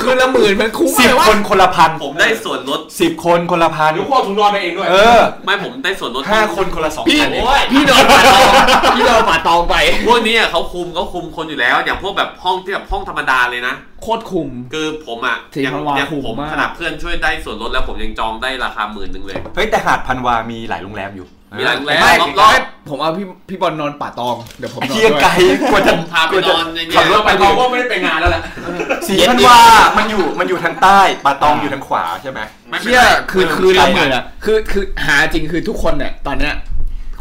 Speaker 3: คืนละหมื่นมันคุ้ม
Speaker 1: สิบ
Speaker 3: ไหมวะ
Speaker 1: คนคนละพัน
Speaker 2: ผมได้ส่วนลด
Speaker 1: สิบคนคนละพัน
Speaker 13: เดี๋ยวพ่อถุงนอนไปเองด้วย
Speaker 1: เออ
Speaker 2: ไม่ผมได้ส่วนลด
Speaker 1: ห้าคนคนละสอง
Speaker 3: พี่
Speaker 1: พันเอง
Speaker 2: โอ้ย
Speaker 3: พี่โดนป่าตองพี่โดนป่าตองไป
Speaker 2: พวกนี้อะเขาคุมเขาคุมคนอยู่แล้ว อย่างพวกแบบห้องที่แบบห้องธรรมดาเลยนะ
Speaker 3: โคตรคุ้ม
Speaker 2: คือผมอ่ะ
Speaker 3: ที่
Speaker 2: ยั
Speaker 3: พันวา
Speaker 2: ยั
Speaker 3: คุ้ม
Speaker 2: ผม
Speaker 3: มาก
Speaker 2: ขนาดเพื่อนช่วยได้ส่วนลดแล้วผมยังจองได้ราคาหมื่นหนึ่งเลย
Speaker 1: เฮ้ยแต่หาดพันวามีหลายโรงแรมอยู่
Speaker 2: มีหลายโรงแรม
Speaker 3: ไม่
Speaker 2: รอบ
Speaker 3: ผมเอาพี่พี่บอลนอนป่าตอง เดี๋ยวผมนอน
Speaker 1: เฮีย
Speaker 3: ด้วย
Speaker 1: ไกลกว่าจะ
Speaker 2: พาไป
Speaker 1: กว่าน จะ
Speaker 2: อนในเนี่
Speaker 1: ขับ
Speaker 2: ย
Speaker 1: รถไป
Speaker 13: แต่
Speaker 1: ดิ
Speaker 13: เขาก็ไม่ได้ไปงานแล้วแหละ
Speaker 1: สีพันวามันอยู่มันอยู่ทางใต้ป่าตองอยู่ทางขวาใช่ไหม
Speaker 2: ไม่เป็น
Speaker 3: เชี่ย
Speaker 2: ไร
Speaker 3: คือ
Speaker 1: ไม่
Speaker 3: คือ
Speaker 1: ไม่
Speaker 3: ละ
Speaker 1: ใช่
Speaker 3: หมื่นอะคือคือหาจริงคือทุกคนเนี่ยตอนเนี้ย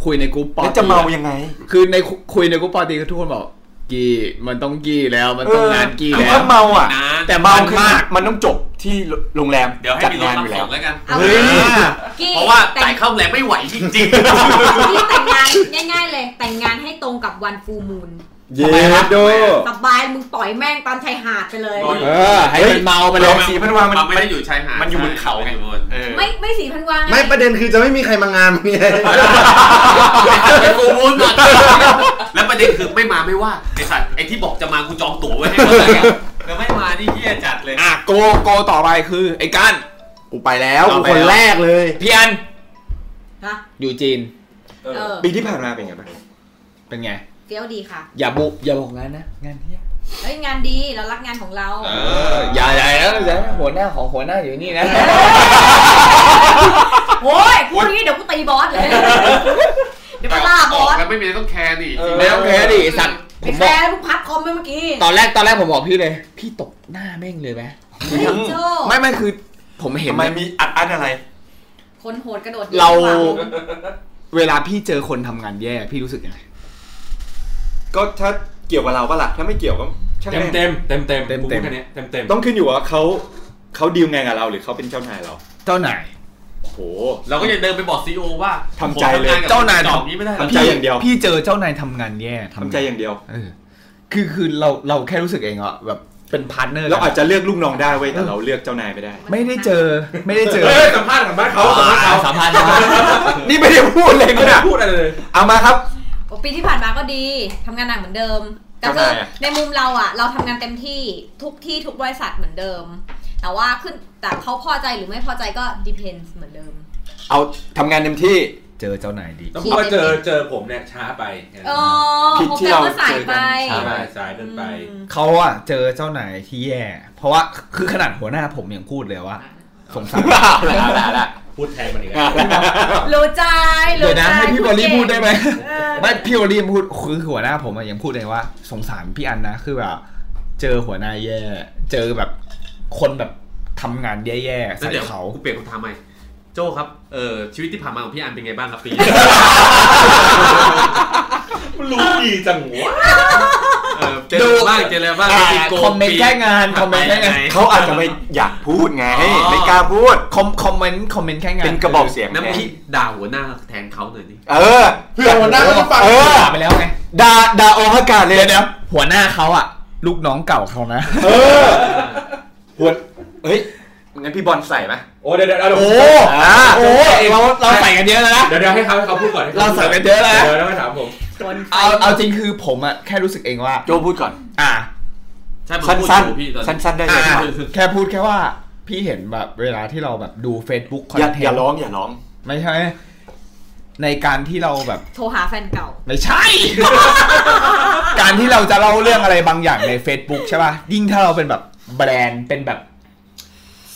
Speaker 3: คุยในกรุ๊ปปอ
Speaker 1: แล้ว
Speaker 3: ตี
Speaker 1: จะเมายังไง
Speaker 3: คือในคุคุยในกรุ๊ปปอตีคือทุกคนบอกกี่มันต้องกี่แล้วมันต้องงานกี่
Speaker 1: เออคื
Speaker 3: แล้ว
Speaker 1: อเมาอ่ะ
Speaker 2: นะ
Speaker 3: แต่
Speaker 1: เมา
Speaker 3: มัน
Speaker 1: คือ
Speaker 3: มาก
Speaker 1: มันต้องจบที่โรงแรม
Speaker 2: เดี๋ยวให้
Speaker 1: จัด
Speaker 2: มีรถ
Speaker 1: งาน
Speaker 2: รั
Speaker 1: อบ ยู่
Speaker 2: ข
Speaker 1: แล้
Speaker 2: อ
Speaker 1: ว
Speaker 2: งแล้วกัน
Speaker 10: เอา
Speaker 1: เฮ้ย
Speaker 2: เพราะว่าจ่ายเข้าโรงแรงไม่ไหวจริง
Speaker 10: ที่แต่งงานง่ายๆเลย แต่งงานให้ตรงกับวันฟูมูล
Speaker 5: เย็ดโด
Speaker 10: สบายมึงปล่อยแม่งตามชายหาดไปเลย
Speaker 13: ปล่อย
Speaker 3: เออให้มันเมา
Speaker 1: เอา
Speaker 3: ไป
Speaker 1: ไป
Speaker 3: เล
Speaker 1: เลย ยสีพันวา
Speaker 2: ๆ
Speaker 1: มัน
Speaker 2: เราไม่ได้อยู่ชายหาด
Speaker 1: มันอยู่บนเขาไง
Speaker 2: ใช่อยู่บน
Speaker 1: เออ
Speaker 10: ไม่ไม่สีพันวาง
Speaker 5: ไม่ประเด็นคือจะไม่มีใครมางานมึงไง
Speaker 2: ไอ้กูมูนก่อนแล้วประเด็นคือไม่มาไม่ว่าไอ้สัตว์ไอ้ที่บอกจะมากูจองตั๋วไว้ให้หมดแล้วเนี่ยแล้วไม่มานี่เหี้ยจัดเลย
Speaker 3: อ่ะโกโกต่อไปคือไอ้กัน
Speaker 5: กูไปแล้วกูคนแรกเลย
Speaker 3: พี่อัน
Speaker 10: ฮะ
Speaker 3: อยู่จีน
Speaker 10: เออ
Speaker 14: ปีที่ผ่านมาเป็นไงบ้าง
Speaker 3: เป็นไง
Speaker 10: เฟี้ยวดีค่ะ
Speaker 3: อย่าบุอย่าบอกงานนะงานเฮีย
Speaker 10: เฮ้ยงานดีเรารักงานของเรา
Speaker 3: อย่าอย่านะอย่านะหัวหน้าของหัวหน้าอยู่นี่นะ
Speaker 10: โอ้ยพูดอย่างนี้เดี๋ยวกูตีบอสเลย เดี๋ยวกูล่าบอส
Speaker 2: แล้วไม่มีอะไรต้องแคร์ดิ
Speaker 3: ไม่ต้องแคร์ดิสัตว์ผ
Speaker 10: ไอ้
Speaker 3: ม
Speaker 10: แค
Speaker 3: บอก
Speaker 10: ร์มึงพับคอมไปเมื่อกี้
Speaker 3: ตอนแรกตอนแรกผมบอกพี่เลย พี่ตบหน้าแม่งเลยไหม
Speaker 10: เฮ้ยโจ้
Speaker 3: ไม่ไม่คือผมเห็น
Speaker 1: ทำไมมีอัดอั้นอะไร
Speaker 10: คนโหดกระโดด
Speaker 3: เรา
Speaker 10: หนีกว่
Speaker 3: เวลาพี่เจอคนทำงานแย่พี่รู้สึกยังไง
Speaker 14: ก็ถ้าเกี่ยวกับเราปะล่ะถ้าไม่เกี่ยวก็ช่าง
Speaker 13: เต็ม
Speaker 14: แม่ง
Speaker 13: เต็มเต็มเต็ม
Speaker 3: เต็ม
Speaker 13: กูพูด
Speaker 3: เต็ม
Speaker 13: แค่นี้เต็มเต็ม
Speaker 14: ต้องขึ้นอยู่ว่าเขาเขาดีลงานกับเราหรือเขาเป็นเจ้านายเรา
Speaker 3: เจ้านาย
Speaker 14: โอ้โห
Speaker 2: เราก็ยังเดินไปบอกซีอีโอว่า
Speaker 14: ทำใจเลย
Speaker 2: ผมกับ
Speaker 3: เจ้านาย
Speaker 2: ดอกนี้ไม่ได้หรอ
Speaker 14: ทำใจอย่างเดียว
Speaker 3: พี่เจอเจ้านายทำงานแย่
Speaker 14: ทำใจอย่างเดียว
Speaker 3: เออคือคือเราเราแค่รู้สึกเองอะแบบเป็นพาร์ทเนอร์
Speaker 14: เราอาจ
Speaker 3: กัน
Speaker 14: จะเลือกลูกน้องได้เว้ยแต่เราเลือกเจ้านายไม่ได้
Speaker 3: ไม่ได้เจอไม่ได้เจอ
Speaker 13: เฮ้ยสัมภาษณ์สัมภาษณ์เขาสัมภาษณ์เขา
Speaker 3: สามพันธ์นะ
Speaker 1: นี่ไม่ได้พูดเลย
Speaker 13: ไม่
Speaker 1: นะ
Speaker 13: ได้
Speaker 1: เนี่ย
Speaker 13: พูดอะไรเลย
Speaker 1: เอามาครับ
Speaker 10: โอ้ปีที่ผ่านมาก็ดี ทำงานหนักเหมือนเดิม แต่คือ
Speaker 14: ทำไงอะ
Speaker 10: ในมุมเราอะเราทำงานเต็มที่ทุกที่ทุกบริษัทเหมือนเดิม แต่ว่าขึ้นแต่เขาพอใจหรือไม่พอใจก็ depends เหมือนเดิม
Speaker 1: เอาทำงานเต็มที่
Speaker 3: เจอเจ้านายดี
Speaker 13: ต้องพูดว่าเจอเจอผมเนี่ยช้าไปแค่นั้น
Speaker 10: เออ
Speaker 1: ผิด
Speaker 10: ผม
Speaker 1: ที่
Speaker 10: แปล
Speaker 1: เรา
Speaker 10: ว่าสายไป
Speaker 1: เจอกัน
Speaker 13: ช้าไปสายเกินไป
Speaker 10: อืม
Speaker 3: เขาอะเจอเจ้านายที่แย่ เพราะว่าคือขนาดหัวหน้าผมยังพูดเลยว่าสงสาร
Speaker 1: เอาละเอาละ
Speaker 13: พูดแทนมันอีกแล้ว
Speaker 10: รู้ใจ
Speaker 3: เดี๋
Speaker 10: รู้
Speaker 3: ยวนะ
Speaker 10: ใจ
Speaker 3: ให้พี่บอลลี่พูดได้ไหม
Speaker 10: เออ
Speaker 3: ไม่พี่โอรีมพูดคือหัวหน้าผมอะยังพูดเลยว่า สงสารพี่อันนะคือแบบเจอหัวหน้าแย่ เจอแบบคนแบบทำงานแย่ๆ
Speaker 2: แล้ว
Speaker 3: ใส่
Speaker 2: เดี๋ยว
Speaker 3: เขา
Speaker 2: กูเปลี่ยนคำถามใหม่ โจ้ครับ เอ่อชีวิตที่ผ่านมาของพี่อันเป็นไงบ้างครับปี
Speaker 13: รู้ดีจังหัวะ
Speaker 2: เออเจออะไรบ้างเจออะไรบ้าง
Speaker 3: อ่า
Speaker 2: ปีโก
Speaker 3: คอมเมนต์
Speaker 2: ปี
Speaker 3: แก้งานคอมเมนต์
Speaker 2: ผ่
Speaker 3: แก้
Speaker 2: ป
Speaker 3: งาน
Speaker 2: หน
Speaker 1: เขาอาจจะไม่อยากพูดไง
Speaker 2: อ๋อ
Speaker 1: ไม่กล้าพูด
Speaker 3: คอมคอมเมนต์คอมเมนต์แก้งาน
Speaker 1: เป็นกระบอกเสียง
Speaker 2: น้ำ
Speaker 1: แท
Speaker 2: พี่
Speaker 1: น
Speaker 2: ด่าหัวหน้าแทนเขาหน่อยดิ
Speaker 1: เออ
Speaker 5: เพื่อนหัวหน้าก็ต้องฟัง
Speaker 1: เออ
Speaker 3: ด่าไปแล้วไง
Speaker 1: ด่าด่าออกอากาศเลย
Speaker 3: เดี๋ยวเดี๋ยวหัวหน้าเขาอะลูกน้องเก่าเขานะ
Speaker 1: เออ
Speaker 14: หัวเฮ้ยงั้นพี่บอลใส่ไหม
Speaker 13: โอ้เดี๋ยวเดี๋ยวเดี๋ยว
Speaker 3: โอ้
Speaker 1: อ่า
Speaker 3: โอ้เราเราใส่กันเยอะแล้วนะ
Speaker 13: เดี๋ยวเดี๋ยวให้เขาให้เขาพูดก่อนให้ข
Speaker 3: เราใส่กันเยอะแล้วนะ
Speaker 13: เดี๋ยวเดี๋ยวมาถามผม
Speaker 3: เอาเอาจริงคือผมอะแค่รู้สึกเองว่า
Speaker 1: โจพูดก่อน
Speaker 3: อ่ะ
Speaker 2: ใช่ผม
Speaker 1: สั
Speaker 2: พูด้
Speaker 1: น
Speaker 2: อยู่พี่ตอ
Speaker 1: ๆ
Speaker 2: นนี้
Speaker 1: สั้นๆได้เลย
Speaker 3: อ่า แค่พูดแค่ว่าพี่เห็นแบบเวลาที่เราแบบดู Facebook คอน
Speaker 1: อย่า
Speaker 3: เท
Speaker 1: อย่าน
Speaker 3: ต์
Speaker 1: ร้องอย่าร้อง
Speaker 3: ไม่ใช่ ในการที่เราแบบ
Speaker 10: โทรหาแฟนเก่า
Speaker 3: ไม่ใช่ การที่เราจะเล่าเรื่องอะไรบางอย่างใน Facebook ใช่ป่ะยิ่งถ้าเราเป็นแบบแบรนด์เป็นแบบ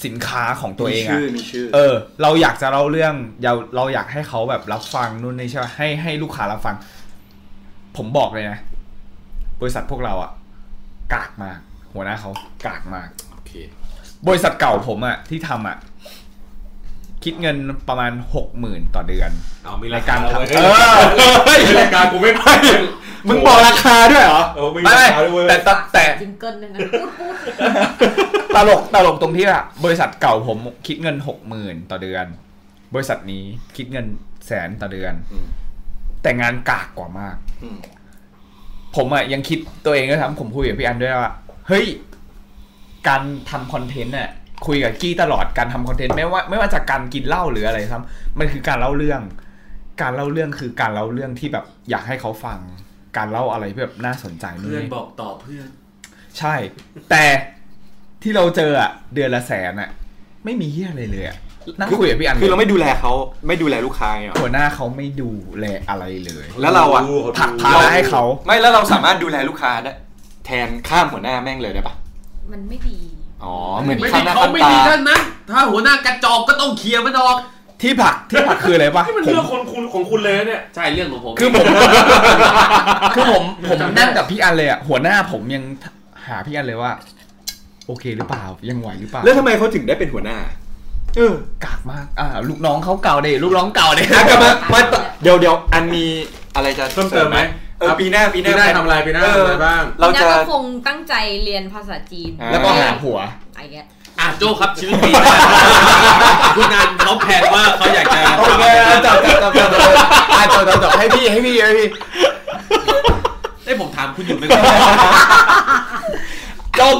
Speaker 3: สินค้าของตัวเองอะ
Speaker 14: ชื่อมีชื่อ
Speaker 3: เออ เราอยากจะเล่าเรื่องเราเราอยากให้เขาแบบรับฟังนู่นนี่ใช่ป่ะให้ให้ลูกค้ารับฟัง ผมบอกเลยนะ บริษัทพวกเราอะกากมาก หัวหน้าเขากากมาก
Speaker 1: โอเค
Speaker 3: บริษัทเก่าผมอะที่ทำอะคิดเงินประมาณหกหมื่นต่อเดือน
Speaker 13: เอามี
Speaker 3: รายการ
Speaker 13: แล้
Speaker 3: ทำ
Speaker 13: วเว้ย
Speaker 3: เอ
Speaker 13: เฮ้ยรายการกูไม่ไป
Speaker 1: มึงบอกราคาด้วยเหรอ
Speaker 13: เออไม่
Speaker 3: ไม่
Speaker 13: รา
Speaker 3: ไม่
Speaker 13: คาด้วยเว้ย
Speaker 3: แต่แต่แต่
Speaker 10: จิงเกิลนึงนะ พูดพูด
Speaker 3: ตลกตลกตรงที่อะบริษัทเก่าผมคิดเงินหกหมื่นต่อเดือน บริษัทนี้คิดเงินแสนต่อเดือน
Speaker 14: อืม
Speaker 3: แต่งานกากกว่ามาก
Speaker 14: อืม
Speaker 3: ผมอะยังคิดตัวเองด้วยทำผมคุยกับพี่อันด้วยว่า เฮ้ย การทำคอนเทนต์น่ะคุยกับกี้ตลอดการทำคอนเทนต์ไม่ว่าไม่ว่าจากการกินเหล้าหรืออะไรครับมันคือการเล่าเรื่อง การเล่าเรื่องคือการเล่าเรื่องที่แบบอยากให้เขาฟัง การเล่าอะไรที่แบบน่าสนใจ
Speaker 2: เพื่อนบอกต่อเพื่อน
Speaker 9: ใช่ แต่ที่เราเจออะเดือนละแสนอะไม่มีเฮียอะไรเลยอะนั่งคุยกับพี่อัน
Speaker 1: คือเราไม่ดูแลเขาไม่ดูแลลูกค้าไงหรอ
Speaker 9: หัวหน้าเขาไม่ดูแลอะไรเลย
Speaker 1: แล้วเราอ่ะ
Speaker 9: ผลักภาระให้เขา
Speaker 1: ไม่แล้วเราสามารถดูแลลูกค้าได้แทนข้ามหัวหน้าแม่งเลยได้ปะ
Speaker 10: มันไม่ดี
Speaker 1: อ๋อเหมือน
Speaker 2: ไม่
Speaker 1: ข้า
Speaker 2: ดี
Speaker 1: มหน้า
Speaker 2: เขา
Speaker 1: ข้าม
Speaker 2: ไม่
Speaker 1: ตา
Speaker 2: ดีท่านนะ ถ้าหัวหน้ากระจอกก็ต้องเคลียร์มันออก
Speaker 9: ที่ผลักที่ผลักคืออะไรปะ
Speaker 11: นี่มัน
Speaker 9: ผม
Speaker 11: เรื่องของคุณของคุณเลยนะเนี่ย
Speaker 2: ใช่เรื่องของผม
Speaker 9: คือผมคือผมผมนั่งกับพี่อันเลยอะหัวหน้าผมยังหาพี่อันเลยว่า โอเคหรือเปล่ายังไหวหรือเปล่า
Speaker 1: แล้วทำไมเขาถึงได้เป็นหัวหน้า เออ
Speaker 9: กากมากอ่าลูกน้องเขาเก่าเด็ลูกน้องเก่าเด็
Speaker 1: อ่ะกลับมามาต่อเดี๋ยวเดี๋ยวอันมีอะไรจะ
Speaker 11: เพิ่มเติมไหม
Speaker 1: เออปีหน้าปีหน้า
Speaker 11: ปีหน้าทำอะไรปีหน้าทำอะไรบ้าง
Speaker 1: เเราจะ
Speaker 10: น่าก็คงตั้งใจเรียนภาษาจีน
Speaker 1: อ่า
Speaker 9: แล้วก็หาหัว
Speaker 10: ไอ้แกส
Speaker 2: อ่ะโจ้ครับชีวิตปีหน้าคุณนันเขาแผนว่าเขาอยากจะ
Speaker 9: โอเคจับจับจับจับจับจับจับให้พี่ให้พี่ให้พี่
Speaker 2: ได้ผมถามคุณอยู่ไหมครับ
Speaker 9: จบ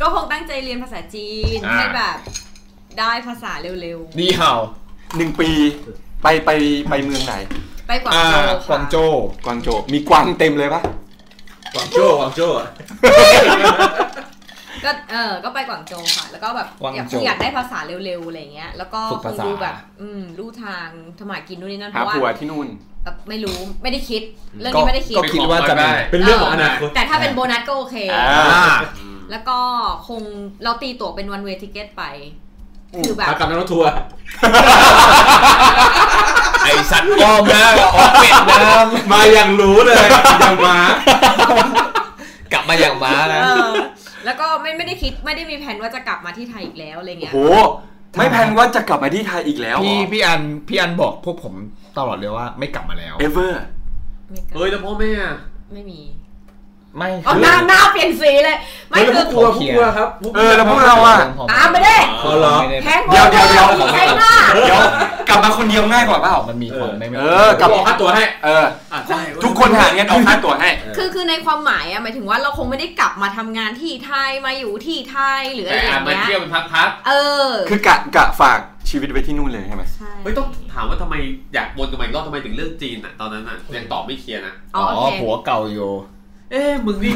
Speaker 10: ก็คงตั้งใจเรียนภาษาจีน
Speaker 2: อ่า
Speaker 10: ให้แบบ ได้ภาษาเร็ว
Speaker 9: นี่เห่า
Speaker 1: หนึ่งปีไปไปไปเมืองไหน
Speaker 10: ๆ ไปกวาง
Speaker 9: อ่า
Speaker 10: โจวค่ะ
Speaker 9: กวางโจว
Speaker 1: กวางโจวมีกวางเต็มเลยปะ
Speaker 11: หวังโจ้หวังโจ้อะ
Speaker 10: ก็เออก็ไปกวางโจวค่ะ แล้วก็แบบอยากคงอยากได้ภาษาเร็วๆอะไรเงี้ย แล้วก็คงดูแบบ อืมรู้ทางทำมาหากินนู่นนี่นั่นเพ
Speaker 1: หา
Speaker 10: ราะว่า
Speaker 1: ผัวที่นู่น
Speaker 10: แบบไม่รู้ไม่ได้คิด เรื่อง
Speaker 9: ก็
Speaker 10: นี้ไม่ได้คิด
Speaker 9: ก็คิดว่าจะมี
Speaker 11: เป็นเรื่องของอนาคต
Speaker 10: แต่ถ้าเป็นโบนัสก็โอเค
Speaker 1: อ่า
Speaker 9: อ่า
Speaker 10: แล้วก็คงเราตีตั๋วเป็น one way ticket ไป คือแบบ
Speaker 11: พากลับนั่งรถทัวร์
Speaker 9: ไอสัตว์อ้อมนะออกเป็ดนะ
Speaker 11: มาอย่างรู้ เลยอย่างมา
Speaker 9: กลับมาอย่างม้านะ
Speaker 10: เออแล้วก็ไม่ไม่ได้คิดไม่ได้มีแผนว่าจะกลับมาที่ไทยอีกแล้วอะไร
Speaker 1: โอ้
Speaker 10: เงี้ย
Speaker 1: โห ไม่แพลนว่าจะกลับมาที่ไทยอีกแล้ว
Speaker 9: พี่พี่อันพี่อันบอกพวกผมตลอดเลยว่าไม่กลับมาแล้ว
Speaker 1: เอเวอร์
Speaker 10: ไม่กลับ
Speaker 2: เฮ้ย แล้วพ่อแม่อะ
Speaker 10: ไม่มี
Speaker 9: ไม่
Speaker 10: อ๋อหน้าหน้าเปลี่ยนสีเลย ไม่
Speaker 11: แล้ว
Speaker 10: คื
Speaker 11: พว
Speaker 10: อก
Speaker 11: กลัวพวกกลัวครับพวกก
Speaker 1: เอ
Speaker 11: ลัว
Speaker 1: อ แล้วพวกเราอ่ะ
Speaker 10: ตามไปเด้
Speaker 11: อ๋อเหรอ
Speaker 10: แพงกว่าเดิมอีกใช่หน้า
Speaker 1: เดี๋ยวกลับมาคนเดียวง่ายกว่าเปล่า
Speaker 9: มันมีความไม่ไม่
Speaker 1: เออ กลับ
Speaker 11: บอกค่าตัวให้
Speaker 1: เออ
Speaker 2: อ่ะได้เว้ย
Speaker 1: ทุกคนหาเงินออกค่าตั๋วให้
Speaker 10: คือคือในความหมายอะหมายถึงว่าเราคงไม่ได้กลับมาทำงานที่ไทยมาอยู่ที่ไทยหรืออะ
Speaker 2: แต่
Speaker 10: ไรอ
Speaker 2: อ่ะมา
Speaker 10: ย่างเงี้
Speaker 2: เที่ยวยเป็นพัก
Speaker 10: เออ
Speaker 1: คือกะกะฝากชีวิตไว้ที่นู่นเลยใช่ไหม
Speaker 10: ใช่
Speaker 2: ๆ เฮ้ย ต้องถามว่าทำไมอยากวนกันมาอีกรอบทำไมถึงเลือกจีนอ่ะ ตอนนั้นอ่ะยังตอบไม่เคลียร์นะ
Speaker 10: อ๋
Speaker 9: อ๋อ
Speaker 10: อโอเค
Speaker 9: หัวเก่าอยู่
Speaker 2: เอ๊ะมึงนี่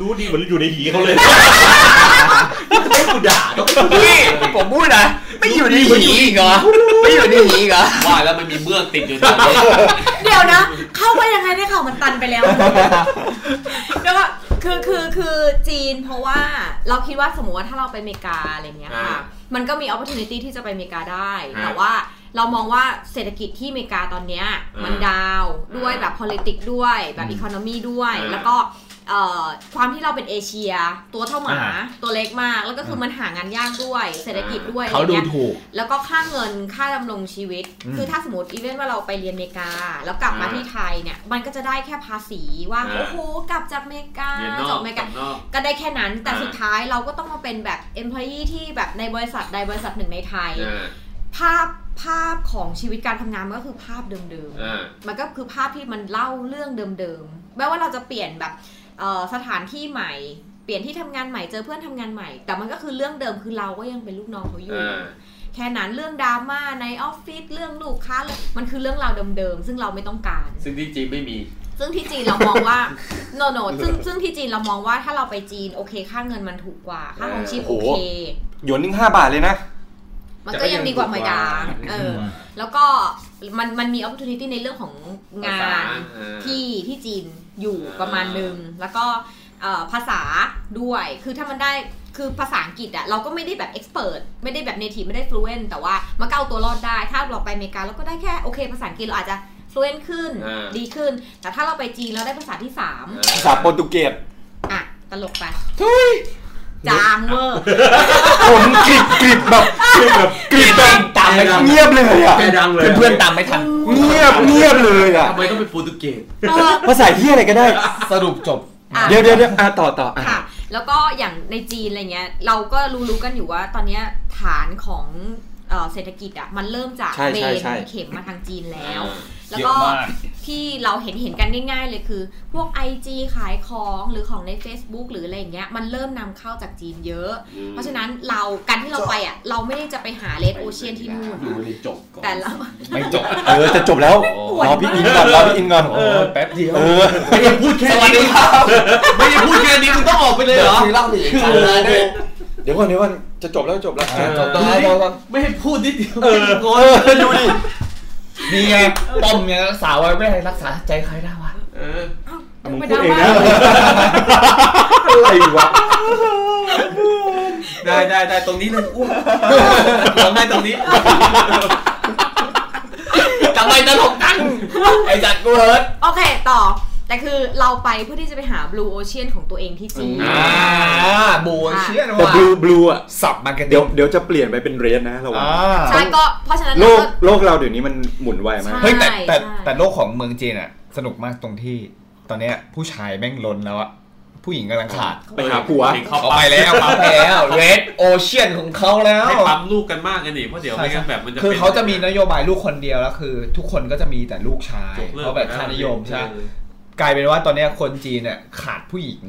Speaker 11: รู้ดีเหมือนอยู่ในหีเขาเลย ให้กูด่าเนอะ
Speaker 9: พี่ผมพูดนะไม่อยู่ในหีอีกเหรอไม่อยู่ในหีอีกเหรอ
Speaker 2: ว่าแล้วมันมีเมือกติดอยู่ตรงนี้
Speaker 10: เดี๋ยวนะ เข้าไปยังไงได้ข่าวมันตันไปแล้ว แล้วก็คือคือคือจีนเพราะว่าเราคิดว่าสมมติว่าถ้าเราไปอเมริกาอะไรเงี้ย
Speaker 2: อ่า
Speaker 10: ค่ะ มันก็มี opportunity ที่จะไปอเมริกาได้
Speaker 2: ฮะ
Speaker 10: แต่ว่าเรามองว่าเศรษฐกิจที่อเมริกาตอนเนี้ยมันดาวน์ด้วยแบบ politics ด้วยแบบ economy ด้วย
Speaker 2: อ่า
Speaker 10: แล้วก็เอ่อความที่เราเป็นเอเชีย ตัวเท่าหมาตัวเล็กมาก แล้วก็คือมันหางานยากด้วย เศรษฐกิจด้วยอะไร
Speaker 9: เขาดู
Speaker 10: เงี้ย
Speaker 9: ถูก
Speaker 10: แล้วก็ค่าเงินค่าดำรงชีวิต
Speaker 9: อืม
Speaker 10: คือถ้าสมมติอีเวนต์ว่าเราไปเรียนอเมริกา แล้วกลับมา
Speaker 2: อ่า
Speaker 10: ที่ไทยเนี่ย มันก็จะได้แค่ภาษีว่า
Speaker 2: อ่า
Speaker 10: โอ้โห กลับจากอเมริกา
Speaker 2: เรียนน
Speaker 10: จ
Speaker 2: อบ ก
Speaker 10: อเมริกา
Speaker 2: จบนอก
Speaker 10: ก็ได้แค่นั้น แต่
Speaker 2: อ่า
Speaker 10: สุดท้ายเราก็ต้องมาเป็นแบบ employee ที่แบบในบริษัทใดบริษัทหนึ่งในไทย
Speaker 2: อ่า
Speaker 10: ภาพภาพของชีวิตการทำงานมันก็คือภาพเดิม
Speaker 2: อ่า
Speaker 10: ๆ มันก็คือภาพที่มันเล่าเรื่องเดิมๆ แม้ว่าเราจะเปลี่ยนแบบเอ่อสถานที่ใหม่ เปลี่ยนที่ทำงานใหม่ เจอเพื่อนทำงานใหม่ แต่มันก็คือเรื่องเดิมคือเราก็ยังเป็นลูกน้องเขาอยู่
Speaker 2: อ่า
Speaker 10: แค่นั้นเรื่องดราม่าในออฟฟิศเรื่องลูกค้าเลยมันคือเรื่องราวเดิมๆ ซึ่งเราไม่ต้องการ
Speaker 2: ซึ่งที่จีนไม่มี
Speaker 10: ซึ่งที่จีนเรามองว่า โนโนซึ่งซึ่งที่จีนเรามองว่าถ้าเราไปจีนโอเค ค่าเงินมันถูกกว่า ค่าของชีพโอ
Speaker 1: โอ้โห
Speaker 10: เค
Speaker 1: หยวนหนึ่งห้าบาทเลยนะ
Speaker 10: มันก็ยังดีกว่าอเมริกาเออ
Speaker 9: อืม
Speaker 10: แล้วก็มันมันมี opportunity ในเรื่องของงา
Speaker 2: ภาษาน เออ
Speaker 10: ที่ที่จีนอยู่ประมาณหนึ่งแล้วก็เอ่อภาษาด้วยคือถ้ามันได้คือภาษาอังกฤษอะเราก็ไม่ได้แบบ expert ไม่ได้แบบ native ไม่ได้ fluent แต่ว่ามันก็เอาตัวรอดได้ ถ้าเราไปอเมริกาเราก็ได้แค่โอเคภาษาอังกฤษเราอาจจะ fluent ขึ้น
Speaker 2: เออ
Speaker 10: ดีขึ้น แต่ถ้าเราไปจีนเราได้ภาษาที่สาม
Speaker 2: อ่า
Speaker 1: ภาษาโปรตุเกส
Speaker 10: อ่ะ ตลกไปจางเวอร์
Speaker 1: ผมกริบกริบแบบกริบแบบ
Speaker 9: ตามไม่ทัน
Speaker 1: เงียบเลยอ่ะ
Speaker 11: แกดังเลย
Speaker 9: เพื่อนๆตามไม่ทัน
Speaker 1: เงียบเงียบเลยอ่ะ
Speaker 2: ทำไมต้องเป็นโปรตุเกส
Speaker 10: เออ
Speaker 1: ภาษาเฮียอะไรก็ได้
Speaker 9: สรุปจบ
Speaker 10: อ่ะ
Speaker 1: เดี๋ยวเดี๋ยวเดี๋ยวอ่ะต่อต่ออ่ะ
Speaker 10: ค่ะ แล้วก็อย่างในจีนอะไรเงี้ย เราก็รู้รู้ๆกันอยู่ว่าตอนเนี้ยฐานของเอ่อเศรษฐกิจอ่ะ มันเริ่มจาก
Speaker 1: ใช่
Speaker 10: เบ
Speaker 1: ใช่ใช่
Speaker 10: นเข็มมาทางจีนแล้ว แล้ว
Speaker 9: เย
Speaker 10: ก็
Speaker 9: อะมาก
Speaker 10: ที่เราเห็นเห็นๆกันง่ายๆเลยคือ พวก IG ขายของหรือของใน Facebook หรืออะไรอย่างเงี้ย มันเริ่มนำเข้าจากจีนเยอะ เพราะฉะนั้นเราการที่เราไปอ่ะ เราไม่ได้จะไปหาเลดโอเชียนที่นู่น
Speaker 11: ดูเลยจบก่อน
Speaker 10: แต่เรา
Speaker 9: ไม่จบ
Speaker 1: เออจะจบแล้ว
Speaker 10: โอ้โห วด
Speaker 1: รอพี่อินก่อนรอพี่อินก่อนโอ้ยแป๊บเดียวเออ
Speaker 15: ไม่ได้พูดแค่นี้ไม่ได้พูดแค่นี้มึงต้องออกไปเลยเหรอ
Speaker 16: เล่าดิ
Speaker 15: คือ
Speaker 1: เดี๋ยวก่อนเดี๋ยวก่อนจะจบแล้วจะจบแล้ว
Speaker 16: จบตอนแรกเราก็
Speaker 15: ไม่ให้พูดนิดเดียวงง
Speaker 1: ดูดิ
Speaker 17: นี่ไงป้อมเนี่ยสาวไว้ไม่ให้รักษาใจใครได้วะ
Speaker 15: เออ
Speaker 10: มึงพูดเองนะ
Speaker 1: อะไรวะ
Speaker 15: ได้ได้ได้ตรงนี้เลยอ้วนร้องไห้ตรงนี้
Speaker 17: ทำไมตลกจังไอ้จัดกูเฮิร์ต
Speaker 10: โอเคต่อ แต่คือเราไปเพื่อที่จะไปหา blue ocean ของตัวเองที่จีน
Speaker 17: อ่าบูเชียน
Speaker 1: แต่
Speaker 17: ว่ะ
Speaker 1: บลูบลูอ่ะ
Speaker 3: สับมาร์เก็ต
Speaker 1: เดี๋ยวเดี๋ยวจะเปลี่ยนไปเป็นเรดนะระวัง
Speaker 3: อ่า
Speaker 10: ใช่ก็เพราะฉะนั้น
Speaker 1: โล
Speaker 10: เรา
Speaker 1: ก
Speaker 10: ก็
Speaker 1: โลกเราเดี๋ยวนี้มันหมุนไวมาก
Speaker 10: ใช่
Speaker 3: เฮ้ยแต่แต่
Speaker 10: ใช่
Speaker 3: แต่โลกของเมืองจีนอ่ะ สนุกมากตรงที่ ตอนเนี้ยผู้ชายแม่งล้นแล้วอะผู้หญิงกำลังขาด
Speaker 1: ไปหาผัว
Speaker 3: ออกไปแล้วปั๊บแล้วเร ดโอเชียนของเขาแล้ว
Speaker 15: ให้ปั๊มลูกกันมากกันดิเพราะเดี๋ยวไม่งั้นแบบมันจะ
Speaker 3: คือ
Speaker 15: ป็น
Speaker 3: เขาจะมีนโยบายลูกคนเดียวแล้วคือ ทุกคนก็จะมีแต่ลูกชาย
Speaker 15: ยกเลิก
Speaker 3: เพราะแบบค่านิยมใช่
Speaker 15: เออ
Speaker 3: กลายเป็นว่าตอนเนี้ยคนจีนเนี่ยขาดผู้หญิง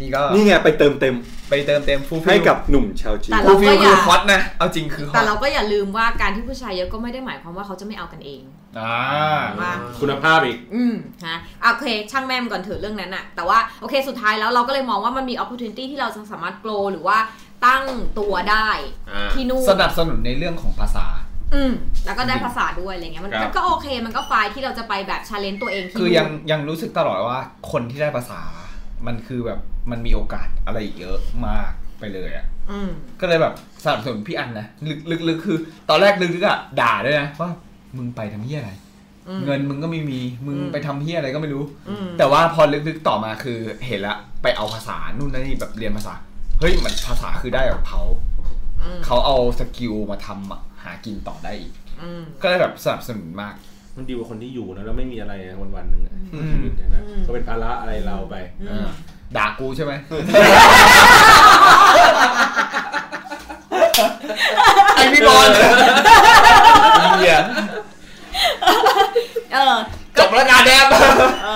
Speaker 3: นี่ก็
Speaker 1: นี่ไงไปเติมเต็ม
Speaker 3: ไปเติมเต็มฟูลฟิล
Speaker 1: ให้กับหนุ่มชาวจีน
Speaker 10: แต่
Speaker 3: ฟู
Speaker 10: เรา
Speaker 3: ลฟิล
Speaker 10: ก็อ
Speaker 3: คื
Speaker 10: ย่า
Speaker 3: อฮอตนะ เอาจริงคือฮ
Speaker 10: แต่
Speaker 3: อต
Speaker 10: เราก็อย่าลืมว่าการที่ผู้ชายเยอะก็ไม่ได้หมายความว่าเขาจะไม่เอากันเอง
Speaker 3: อ่า
Speaker 10: ว่า
Speaker 2: คุณภาพอีก
Speaker 10: อืมฮะอ่ะโอเค ช่างแม่มก่อนเถอะเรื่องนั้นอะแต่ว่าโอเคสุดท้ายแล้วเราก็เลยมองว่ามันมี opportunity ที่เราจะสามารถโกลหรือว่าตั้งตัวได้ที่นู่น
Speaker 3: สนับสนุนในเรื่องของภาษา
Speaker 10: อืมแล้วก็ได้ภาษาด้วยอะไรเงี้ยมัน
Speaker 3: ครับ
Speaker 10: มันก็โอเคมันก็ไฟล์ที่เราจะไปแบบชาเลนจ์ตัวเองที่
Speaker 3: คือยัง
Speaker 10: นู่น
Speaker 3: ยังรู้สึกตลอดว่าคนที่ได้ภาษา มันคือแบบมันมีโอกาสอะไรเยอะมากไปเลยอ่ะ
Speaker 10: อืม
Speaker 3: ก็เลยแบบสนับสนุนพี่อันนะลึกลึกลึกคือ ตอนแรกลึกๆอ่ะด่าด้วยนะว่ามึงไปทำเหี้ยอะไร
Speaker 10: อืม
Speaker 3: เงินมึงก็ไม่มีมึง
Speaker 10: อืม
Speaker 3: ไปทำเฮียอะไรก็ไม่รู้
Speaker 10: อืม
Speaker 3: แต่ว่าพอลึกๆต่อมาคือเห็นละไปเอาภาษานู่นนั่นนี่แบบเรียนภาษา เฮ้ยมันภาษาคือได้แบบเขา
Speaker 10: อืม
Speaker 3: เขาเอาสกิลมาทำหากินต่อได้อีก
Speaker 10: อืม
Speaker 3: ก็เลยแบบสนับสนุนมาก
Speaker 2: มันดีกว่าคนที่อยู่นะแล้วไม่มีอะไรวันวันๆหนึ่งอะ
Speaker 3: อืม
Speaker 2: ชีวิตเนี่ยนะ
Speaker 10: อืม
Speaker 2: ก็เป็นภาระอะไรเราไป
Speaker 3: เออด่ากูใช่ ไหม
Speaker 17: ไอ้พี่บอล
Speaker 3: เฮีย
Speaker 10: เออ
Speaker 17: จบแล้วงานแดม
Speaker 10: เอ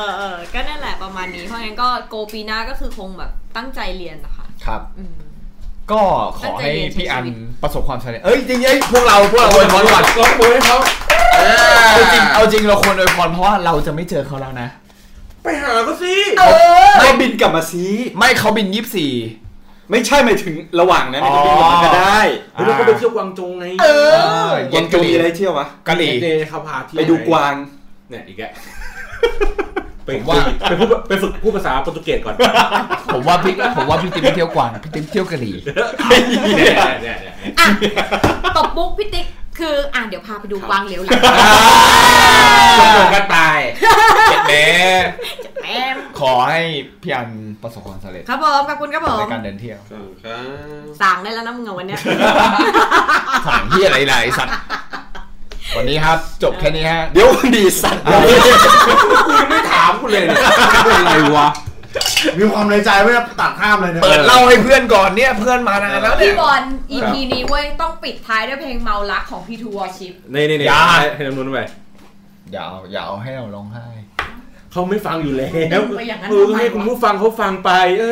Speaker 10: อเออก็นั่นแหละประมาณนี้ เพราะงั้นก็โกปีหน้าก็คือคงแบบตั้งใจเรียนนะคะ
Speaker 3: ครับ
Speaker 10: อืม
Speaker 3: ก็ขอให้พี่อันประสบความสำเร็จเอ้ยจริงๆเอ้ยพวกเราพวกเราอวยพรก่อน
Speaker 17: ก็คุยให้เขา
Speaker 3: เอาจริงเอาจริงเราควรอวยพรเพราะว่าเราจะไม่เจอเขาแล้วนะ
Speaker 2: ไปหาก็สิ
Speaker 1: ไม่บินกลับมาซี
Speaker 3: ไม่เขาบินยี่สิบสี่
Speaker 1: ไม่ใช่หมายถึงระหว่างนั้นจะบินกลับมาก็ได้
Speaker 2: เฮ้ยแล้วก็ไปเที่ยวกวางจงไง
Speaker 1: กวางโจวมีอะไรเที่ยววะ
Speaker 3: กะหรี่
Speaker 2: เดย์เขาพาเที่ยว
Speaker 1: ไปดูกวาง
Speaker 2: เนี่ยอีกแกไป
Speaker 3: ผมว่า
Speaker 2: ว่าไปพูดไปฝึกพูดภาษาโปรตุเกสก่อน
Speaker 3: ผมว่าพี่ผมว่าพี่ติ๊มเที่ยวกวางพี่ติ๊มเที่ยวกะหรี่
Speaker 2: เนี่ยเนี่ยเนี่ย
Speaker 10: อ่ะ ตบมุกพี่ติ๊กคืออ่ะเดี๋ยวพาไปดูกวางเหลียวหลัง
Speaker 17: จบกันไป
Speaker 3: เจ็ดเมตร
Speaker 10: แอม
Speaker 3: ขอให้พี่อันประสบความสำเร็จ
Speaker 10: ครับผมขอบคุณครับผม
Speaker 3: ในการเดินเที่ยว
Speaker 10: สั่งได้แล้วนะมึงอะวันเนี้ย
Speaker 3: ถางที่อะไรๆไอ้สัตว์ วันนี้ครับ จบแค่นี้ฮะ
Speaker 1: เดี๋ยวดีสัตว์
Speaker 2: ไม่ถามคุณเลยเนี่ย
Speaker 1: อะไรวะ
Speaker 5: มีความในใจไว้นะตัดข้ามเลยเนี่ย
Speaker 3: เปิดเล่าให้เพื่อนก่อนเนี่ย เพื่อนมานานแล้วเนี่
Speaker 10: พี่
Speaker 3: ย
Speaker 10: บอล EP นี้เว้ย ต้องปิดท้ายด้วยเพลงเมารักของพี่ทัวร์ชิป
Speaker 2: นี่นี่นี่
Speaker 3: อย่า
Speaker 2: ให้น้ำนุ่นไป
Speaker 3: อย่าเอาอย่าเอาให้เราร้องไห้
Speaker 2: เขาไม่ฟังอยู่แล้ว
Speaker 10: ไปอย่างนั้น
Speaker 2: เออ
Speaker 10: ทำไมวะ
Speaker 2: ให้คุณผู้ฟังเขาฟังไป เอ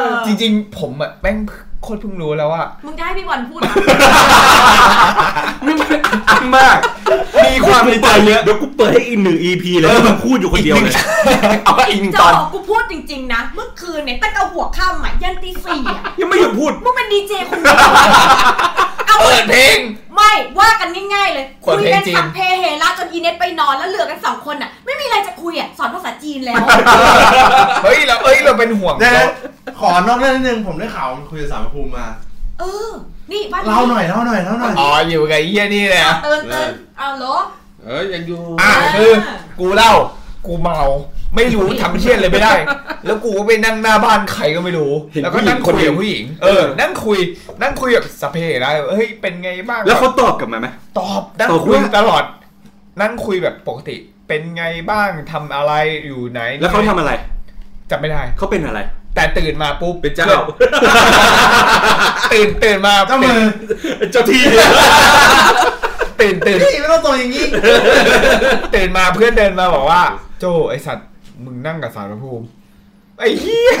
Speaker 2: อ
Speaker 3: จริงๆ ผมอะแม่งโคตรเพิ่งรู้แล้วว่า
Speaker 10: มึงได้พี่บอลพูดนะ
Speaker 1: อันมาก มีความในใจเยอะ
Speaker 2: เดี๋ยวกูเปิดให้อีกหนึ่ง EP เลยที่มันพูดอยู่คนเดี ยวเลย
Speaker 1: เอาอีกหนึ่ง
Speaker 10: จะ
Speaker 1: ตอน
Speaker 10: บอกกูพูดจริง ๆ นะ เมื่อคืนเนี่ยตั้งแต่หัวค่ำอ่ะยันตีสี่อ่ะ
Speaker 2: ยังไม่หยุดพูด
Speaker 10: มึงเป็นดีเจคนเดียวเอา
Speaker 3: เปิดเพลง
Speaker 10: ไม่ว่ากันง่ายๆเลย
Speaker 3: เปิด
Speaker 10: คุย
Speaker 3: เพลง
Speaker 10: กัน
Speaker 3: จีน
Speaker 10: สัพเพเฮระจนอีเน็ตไปนอนแล้วเหลือกันสองคนอ่ะ ไม่มีอะไรจะคุยอ่ะ สอนภาษาจีนแล้ว
Speaker 3: เฮ้ยเราเอ้ยเราเป็นห่วง
Speaker 5: เดี๋ยว
Speaker 3: เรา
Speaker 5: นะขอนอกเรื่องนิดนึง ผมได้ข่าวมันคุยกับสามภูมิมา
Speaker 10: เออ นี่บ้าน
Speaker 5: เล่าหน่อยเล่าหน่อยเล่าหน่อย
Speaker 3: อ๋ออยู่กับไอ้เฮียนี่แหละ
Speaker 10: เตือนเตือนเอาเหรอ
Speaker 17: เอ้ยยังอยู่
Speaker 3: อ่ะคือกูเล่า กูเมา ไม่รู้ทำเชี่ยอะไรไม่ได้ แล้วกูก็ไปนั่งหน้าบ้านใครก็ไม่รู้
Speaker 1: เห็น
Speaker 3: แล้วก็นั่ง
Speaker 1: ผู้
Speaker 3: คุ
Speaker 1: หญิงคน
Speaker 3: ยกับ
Speaker 1: เดียว
Speaker 3: ผู้หญิง เออ นั่งคุย นั่งคุยกับสพเพนะเฮ้ย เป็นไงบ้าง
Speaker 1: แล้วเขาตอบกลับมาไหม
Speaker 3: ตอบ นั่ง
Speaker 1: ตอบ
Speaker 3: คุย
Speaker 1: ว่า
Speaker 3: ตลอด นั่งคุยแบบปกติ เป็นไงบ้าง ทำอะไร อยู่ไหน
Speaker 1: แล้วเขาทำอะไร
Speaker 3: จำไม่ได้
Speaker 1: เขาเป็นอะไร
Speaker 3: แต่ตื่นมาปุ๊บ
Speaker 2: เป็นเจ้า
Speaker 3: ตื่นตื่นมา
Speaker 5: เจ้ามือ
Speaker 2: เจ้าที่
Speaker 3: ตื่นตื่น
Speaker 5: พี่ไม่ต้องตรงอย่างนี้
Speaker 3: ตื่นมาเพื่อนเดินมาบอกว่า โจไอสัตว์ มึงนั่งกับสารพระภูมิ ไอ้เหี้ย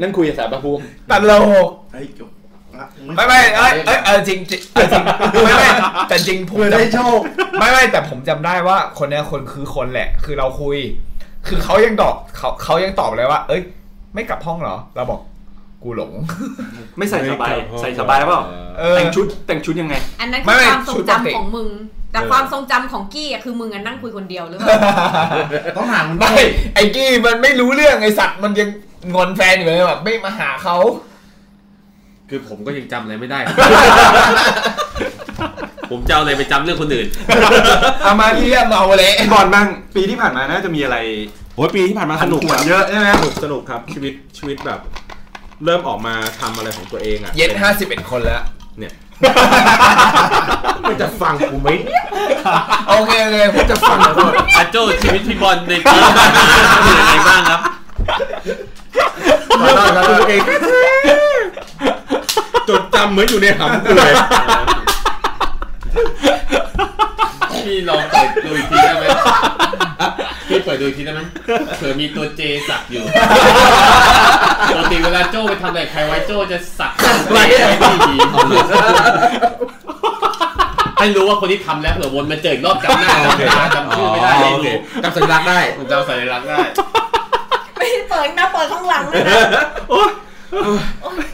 Speaker 1: นั่นคุยกับสารพระภูมิ
Speaker 3: ตลก
Speaker 5: ไอ้ยจบ
Speaker 3: ไม่ไม่เอ้ยเอ้ยเออจริงจริงเออจริงไม่ไม่แต่จริงผมได้โชคไม่ไม่แต่ผมจำได้ว่าคนเนี้ยคนคือคนแหละ คือเราคุย คือเขายังตอบเขาเขายังตอบเลยว่า เอ้ย ไม่กลับห้องเหรอ เราบอกกูหลง
Speaker 1: ไม่ใส่สบายใส่สบายเปล่า
Speaker 3: เออ
Speaker 1: แต่งชุดแต่งชุดยังไง
Speaker 10: อันนั้น
Speaker 3: ไม่
Speaker 10: คือ
Speaker 3: ไม่
Speaker 10: ความทรง
Speaker 3: ชุดปกติ
Speaker 10: จำของมึง แต่ความทรงจำของกี้อะคือมึงอะนั่งคุยคนเดียวหรือเปล่า
Speaker 18: ต้องถามคุณ
Speaker 3: ไม่ไอ้กี้มันไม่รู้เรื่องไอ้สัตว์มันยังงอนแฟนอยู่เลยแบบไม่มาหาเขา
Speaker 2: คือผมก็ยังจำอะไรไม่ได้ ผมจะเอาอะไรไปจำเรื่องคนอื่น
Speaker 3: เอามาที่เรื่องเมาเลย
Speaker 1: บอลบ้างปีที่ผ่านมาน่าจะมีอะไร
Speaker 11: โอ้ยปีที่ผ่านมาสนุก
Speaker 1: หว
Speaker 11: ครั
Speaker 1: น
Speaker 11: บ
Speaker 1: เยอะใช่ไหม
Speaker 11: สนุกสนุกครับชีวิตชีวิตแบบ เริ่มออกมาทำอะไรของตัวเองอ่ะ
Speaker 3: เย็นห้าสิบเอ็ดคนแล้ว
Speaker 11: มันจะฟังกูไหม
Speaker 3: โอเคโอเคผมจะฟังแล้วด้วย
Speaker 2: อาโจชีวิตพี่บอลในปีบ้านเป็นยังไงบ้างครับ
Speaker 11: เริ่มของตัวเองจดจำเหมือนอยู่ในหำกูเลย
Speaker 2: พี่ลองเปิดดูอีกทีได้ไหมพี่เปิดดูอีกทีได้ไหมเผื่อมีตัวเจสัก อยู่ปกติเวลาโจ้ไปทำอะไรใครไว้โจ้จะสักไว้ไว้ที่ดีให้รู้ว่าคนที่ทำแล้วเผื่อวนมาเจออีกรอบจำหน้าจำตาจำชื่อไม่ได้ให้รู้
Speaker 11: จำสัญลักษณ์ได้
Speaker 2: ผมจำสัญลักษณ์ได้
Speaker 10: ไม่ได้เปิดนะเปิดข้างหลังเลยนะ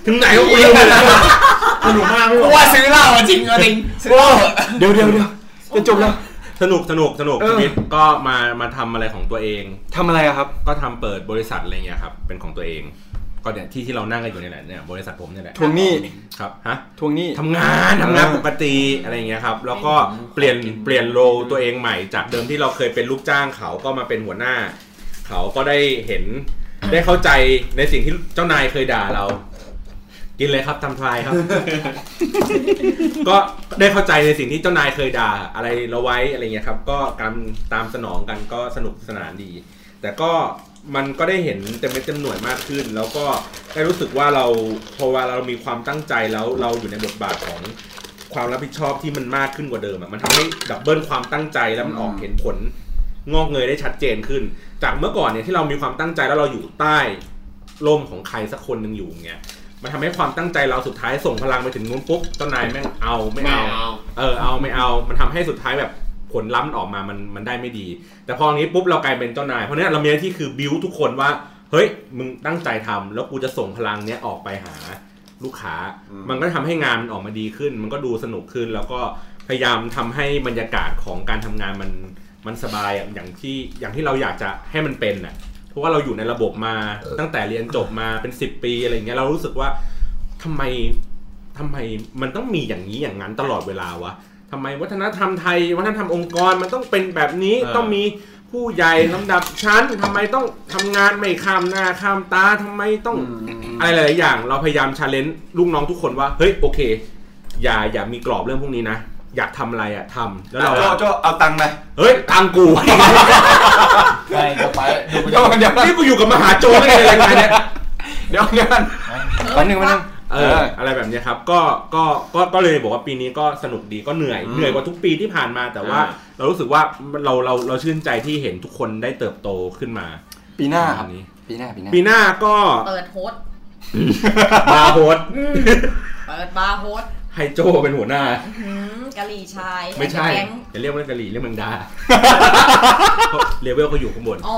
Speaker 11: ถึงไหนก็กูลืมเลยนะสนุกมากไม่
Speaker 3: กู
Speaker 11: ไหว
Speaker 3: ว่าซื้อเหล้าอะจริงอะจริงซื้อเหล้าอะ
Speaker 1: เดี๋ยวเดี๋ยวเดี๋ยวจะจบแล้ว
Speaker 11: สนุกสนุกสนุกชีวิตก็มามาทำอะไรของตัวเอง
Speaker 1: ทำอะไรอะครับ
Speaker 11: ก็ทำเปิดบริษัทอะไรเงี้ยครับ เป็นของตัวเอง ก็เนี่ยที่ที่เรานั่งกันอยู่เนี่ยแหละเนี่ยบริษัทผมเนี่ยแหละ
Speaker 1: ทวงหนี้
Speaker 11: ครับฮะ
Speaker 1: ทวงหนี้
Speaker 11: ทำงานทำงาน
Speaker 1: เออ
Speaker 11: ปกติอะไรเงี้ยครับ แล้วก็เปลี่ยนเปลี่ยนโรลตัวเองใหม่ จากเดิมที่เราเคยเป็นลูกจ้างเขาก็มาเป็นหัวหน้า เขาก็ได้เห็นได้เข้าใจในสิ่งที่เจ้านายเคยด่าเรา กินเลยครับทำทรายครับ ก็ได้เข้าใจในสิ่งที่เจ้านายเคยด่าอะไรเราไว้อะไรเงี้ยครับ ก็การตามสนองกันก็สนุกสนานดี แต่ก็มันก็ได้เห็นเต็มเม็ดเต็มหน่วยมากขึ้น แล้วก็ได้รู้สึกว่าเราพอเวลาเรามีความตั้งใจแล้วเราอยู่ในบทบาทของความรับผิดชอบที่มันมากขึ้นกว่าเดิมอะมันทำให้ดับเบิลความตั้งใจแล้วมันออกเห็นผลงอกเงยได้ชัดเจนขึ้น จากเมื่อก่อนเนี่ยที่เรามีความตั้งใจแล้วเราอยู่ใต้ร่มของใครสักคนหนึ่งอยู่เงี้ยมันทำให้ความตั้งใจเราสุดท้ายส่งพลังไปถึงนู้นปุ๊บเจ้านายแม่งเอาไม่เอา เออเอาไม่เอามันทำให้สุดท้ายแบบผลลัพธ์ออกมามันมันได้ไม่ดี แต่พออย่างนี้ปุ๊บเรากลายเป็นเจ้านาย เพราะเนี้ยเรามีหน้าที่คือบิวทุกคนว่า เฮ้ย มึงตั้งใจทำแล้วกูจะส่งพลังเนี้ยออกไปหาลูกค้า มันก็ทำให้งานมันออกมาดีขึ้น มันก็ดูสนุกขึ้น แล้วก็พยายามทำให้บรรยากาศของการทำงานมันมันสบายอะอย่างที่อย่างที่เราอยากจะให้มันเป็นน่ะเพราะว่าเราอยู่ในระบบมาตั้งแต่เรียนจบมาเป็น 10 ปีอะไรอย่างเงี้ยเรารู้สึกว่าทำไม ทำไมมันต้องมีอย่างนี้อย่างนั้นตลอดเวลาวะทำไมวัฒนธรรมไทย วัฒนธรรมองค์กรมันต้องเป็นแบบนี้
Speaker 2: เออ
Speaker 11: ต้องมีผู้ใหญ่ลำดับชั้นทำไมต้องทำงานไม่ข้ามหน้าข้ามตาทำไมต้องอะไรหลายๆอย่าง เราพยายามชาเลนจ์ลูกน้องทุกคนว่า เฮ้ยโอเค อย่าอย่ามีกรอบเรื่องพวกนี้นะ อยากทำอะไรอะทำแล้วเรา
Speaker 1: โจโจเอาตังค์ไหม
Speaker 11: เฮ้ยตังกู
Speaker 19: ไปก็ไปดูไป
Speaker 1: เดี๋ยวเดี๋ยว
Speaker 11: นี่กูอยู่กับมหาโจรได้ไงรายการเนี้ย
Speaker 1: เดี๋ยวเดี๋ยวกันแป๊บนึงแป๊บนึง
Speaker 11: เอ
Speaker 1: เอ
Speaker 11: อ
Speaker 1: ออ
Speaker 11: อะไรแบบเนี้ยครับก็ก็ก็ก็เลยบอกว่าปีนี้ก็สนุกดีก็เหนื่อยเหนื่อยกว่าทุกปีที่ผ่านมาแต่ว่า
Speaker 2: อ่า
Speaker 11: เรารู้สึกว่าเราเราเราชื่นใจที่เห็นทุกคนได้เติบโตขึ้นมา
Speaker 1: ปีหน้าครับ
Speaker 11: อันนี้
Speaker 1: ปีหน้าปีหน้า
Speaker 11: ปีหน้าก็
Speaker 10: เปิดโฮสต์
Speaker 11: บาร์โฮส
Speaker 10: เปิดบาร์โฮสต์
Speaker 11: ไฮโจเป็นหัวหน้า
Speaker 10: หืมกะหรี่ชาย
Speaker 11: ไม่ใช่
Speaker 10: แก๊ง
Speaker 11: จะเรียกว่ากะหรี่เรียกแมง ดาเพราะเลเวลเขาอยู่ข้างบน
Speaker 10: อ๋อ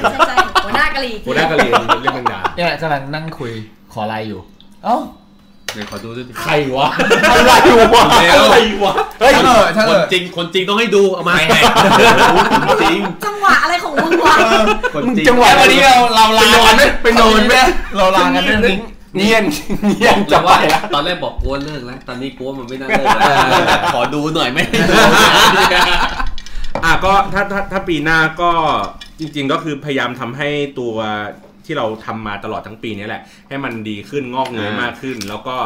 Speaker 10: ใช่ใช่ใช่หัวหน้ากะหรี่
Speaker 11: หัวหน้ากะหรี่เรียกแมงดา
Speaker 3: เนี่ยกำลังนั่งคุยขอไลน์อยู่ เอ้า
Speaker 2: เดี๋ยวขอดูด้วยดิ
Speaker 11: ใครวะ
Speaker 1: อะไรวะ
Speaker 11: อะไรวะ
Speaker 3: เฮ้ยเออช่าง
Speaker 2: ค
Speaker 3: เถ
Speaker 2: น
Speaker 3: อะ
Speaker 2: จริง คนจริงต้องให้ดูเอามาจริง
Speaker 10: จังหวะอะไรของมึงวะ
Speaker 11: คนจริง
Speaker 3: จังหวะวันนี้เราเราลากันไหมไปนอนไหมเราลากันเรื่องนี้
Speaker 1: เนียนเนียน
Speaker 2: จะ
Speaker 1: จะ
Speaker 2: ว่า
Speaker 1: ว่าละ
Speaker 2: ตอนแรกบอกกลัวเลิกแล้ว ตอนนี้กลัวมันไม่น่าเลิกแล้วขอดูหน่อยไหม
Speaker 11: อ่ะก็ถ้าถ้าถ้าปีหน้าก็จริง ๆ ก็คือพยายามทำให้ตัวที่เราทำมาตลอดทั้งปีเนี้แหละ ให้มันดีขึ้นงอกเงย
Speaker 2: อ่าม
Speaker 11: มากขึ้น แล้วก็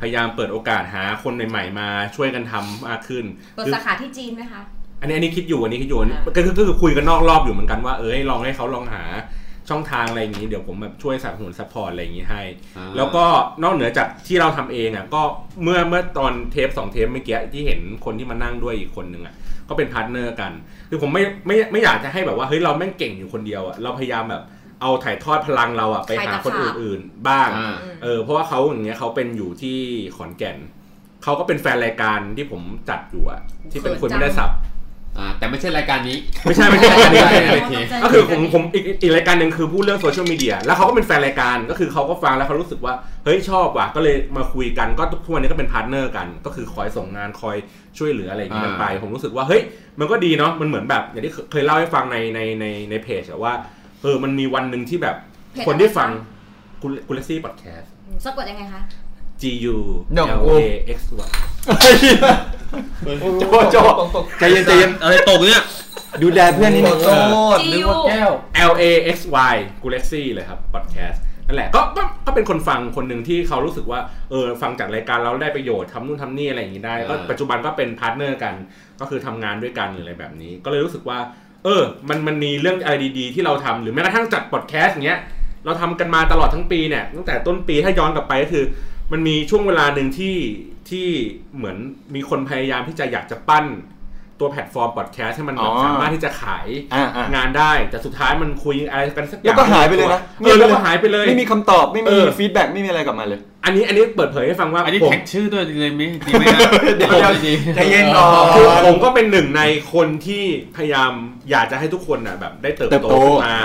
Speaker 11: พยายามเปิดโอกาสหาคนใหม่ๆมาช่วยกันทำมากขึ้น
Speaker 10: เปิด
Speaker 11: คือ
Speaker 10: สาขาที่จีนไหมคะ
Speaker 11: อันนี้อันนี้คิดอยู่อันนี้คิดอยู่อันนี้
Speaker 10: อ่า
Speaker 11: ก็คือก็คือคุยกันนอกรอบอยู่เหมือนกันว่าเออให้ลองให้เขาลองหาช่องทางอะไรอย่างนี้เดี๋ยวผมแบบช่วยสนับสนุนซัพพอร์ตอะไรอย่างนี้ให้ แล้วก็นอกเหนือจากที่เราทำเองอ่ะก็เมื่อเมื่อตอนเทปสองเทปเมื่อกี้ที่เห็นคนที่มานั่งด้วยอีกคนนึงอ่ะก็เป็นพาร์ทเนอร์กัน คือผมไม่ไม่ไม่อยากจะให้แบบว่าเฮ้ยเราแม่งเก่งอยู่คนเดียวอ่ะเราพยายามแบบ เอาถ่ายทอดพลังเราอะไปหาคนอื่นๆบ้าง
Speaker 20: อ่า
Speaker 11: เออเพราะว่าเขาอย่างเงี้ยเขาเป็นอยู่ที่ขอนแก่น เขาก็เป็นแฟนรายการที่ผมจัดอยู่อะที่เป็นคนไม่ได้สับ
Speaker 20: อ่าแต่ไม่ใช่รายการนี้
Speaker 11: ไม่ใช่ไม่ใช่รายการนี้
Speaker 20: โอเค
Speaker 11: ก็คือผมผมอีกอีกรายการหนึ่งคือพูดเรื่องโซเชียลมีเดียแล้วเขาก็เป็นแฟนรายการก็คือเขาก็ฟังแล้วเขารู้สึกว่าเฮ้ยชอบว่ะก็เลยมาคุยกันก็ทุกวันนี้ก็เป็นพาร์ทเนอร์กัน ก็คือคอยส่งงานคอยช่วยเหลืออะไรอย่างนี้กันไป ผมรู้สึกว่าเฮ้ยมันก็ดีเนาะมันเหมือนแบบอย่างที่เคยเล่าให้ฟังในในในในเพจอะว่าเออมันมีวันหนึ่งที่แบบ
Speaker 10: เพจ
Speaker 11: คนที่ฟังกูกูเลซี่พอดแคสต์
Speaker 10: สะกดยังไงคะ
Speaker 11: G U
Speaker 20: หน่อง
Speaker 11: L
Speaker 20: กู
Speaker 11: A X Y
Speaker 20: โจโจ
Speaker 9: ใจเย็นใจเย็น
Speaker 2: อะไรตกเนี่ย
Speaker 9: ดูแลเพื่อนนิดนึง
Speaker 10: G U
Speaker 11: L A X Y กูเล็กซี่เลยครับพอดแคสต์นั่นแหละก็ก็ก็เป็นคนฟังคนหนึ่งที่เขารู้สึกว่าเออฟังจากรายการเราได้ประโยชน์ทำนู่นทำนี่อะไรอย่างนี้ได้ก็
Speaker 20: อ่า
Speaker 11: ปัจจุบันก็เป็นพาร์ทเนอร์กัน ก็คือทำงานด้วยกันหรืออะไรแบบนี้ ก็เลยรู้สึกว่า เออ มันมันมีเรื่องอะไรดีๆ ที่เราทำหรือแม้กระทั่งจัดพอดแคสต์อย่างเงี้ย เราทำกันมาตลอดทั้งปีเนี่ยตั้งแต่ต้นปีถ้าย้อนกลับไปก็คือ มันมีช่วงเวลาหนึ่งที่ที่เหมือนมีคนพยายามที่จะอยากจะปั้นตัวแพลตฟอร์มพอดแคสต์ให้มันแบบ
Speaker 1: อ๋อ
Speaker 11: สามารถที่จะขาย
Speaker 1: อ่าอ่าง
Speaker 11: านได้แต่สุดท้ายมันคุยอะไรกันสักอ
Speaker 1: แล้
Speaker 11: ย่าว ง
Speaker 1: ก็หายไปเลยนะ
Speaker 11: เออแล้วก็หายไปเลย
Speaker 1: ไม่มีคำตอบไม่
Speaker 11: เอ
Speaker 1: มี
Speaker 11: อ
Speaker 1: ฟีดแบ็กไม่มีอะไรกลับมาเลย
Speaker 11: อันนี้อันนี้เปิดเผยให้ฟังว่า
Speaker 2: อันนี้
Speaker 11: ผม
Speaker 2: แท็กชื่อด้วยเลยมั้ยดีไหมฮะ
Speaker 1: เดี๋ยว
Speaker 2: ผมดี
Speaker 1: ใจเย็นก่อ
Speaker 11: คือน ผมก็เป็นหนึ่งในคนที่พยายามอยากจะให้ทุกคนอ่ะแบบได้เติบ
Speaker 1: เติบ
Speaker 11: โต
Speaker 1: โต
Speaker 11: ขึ้นมา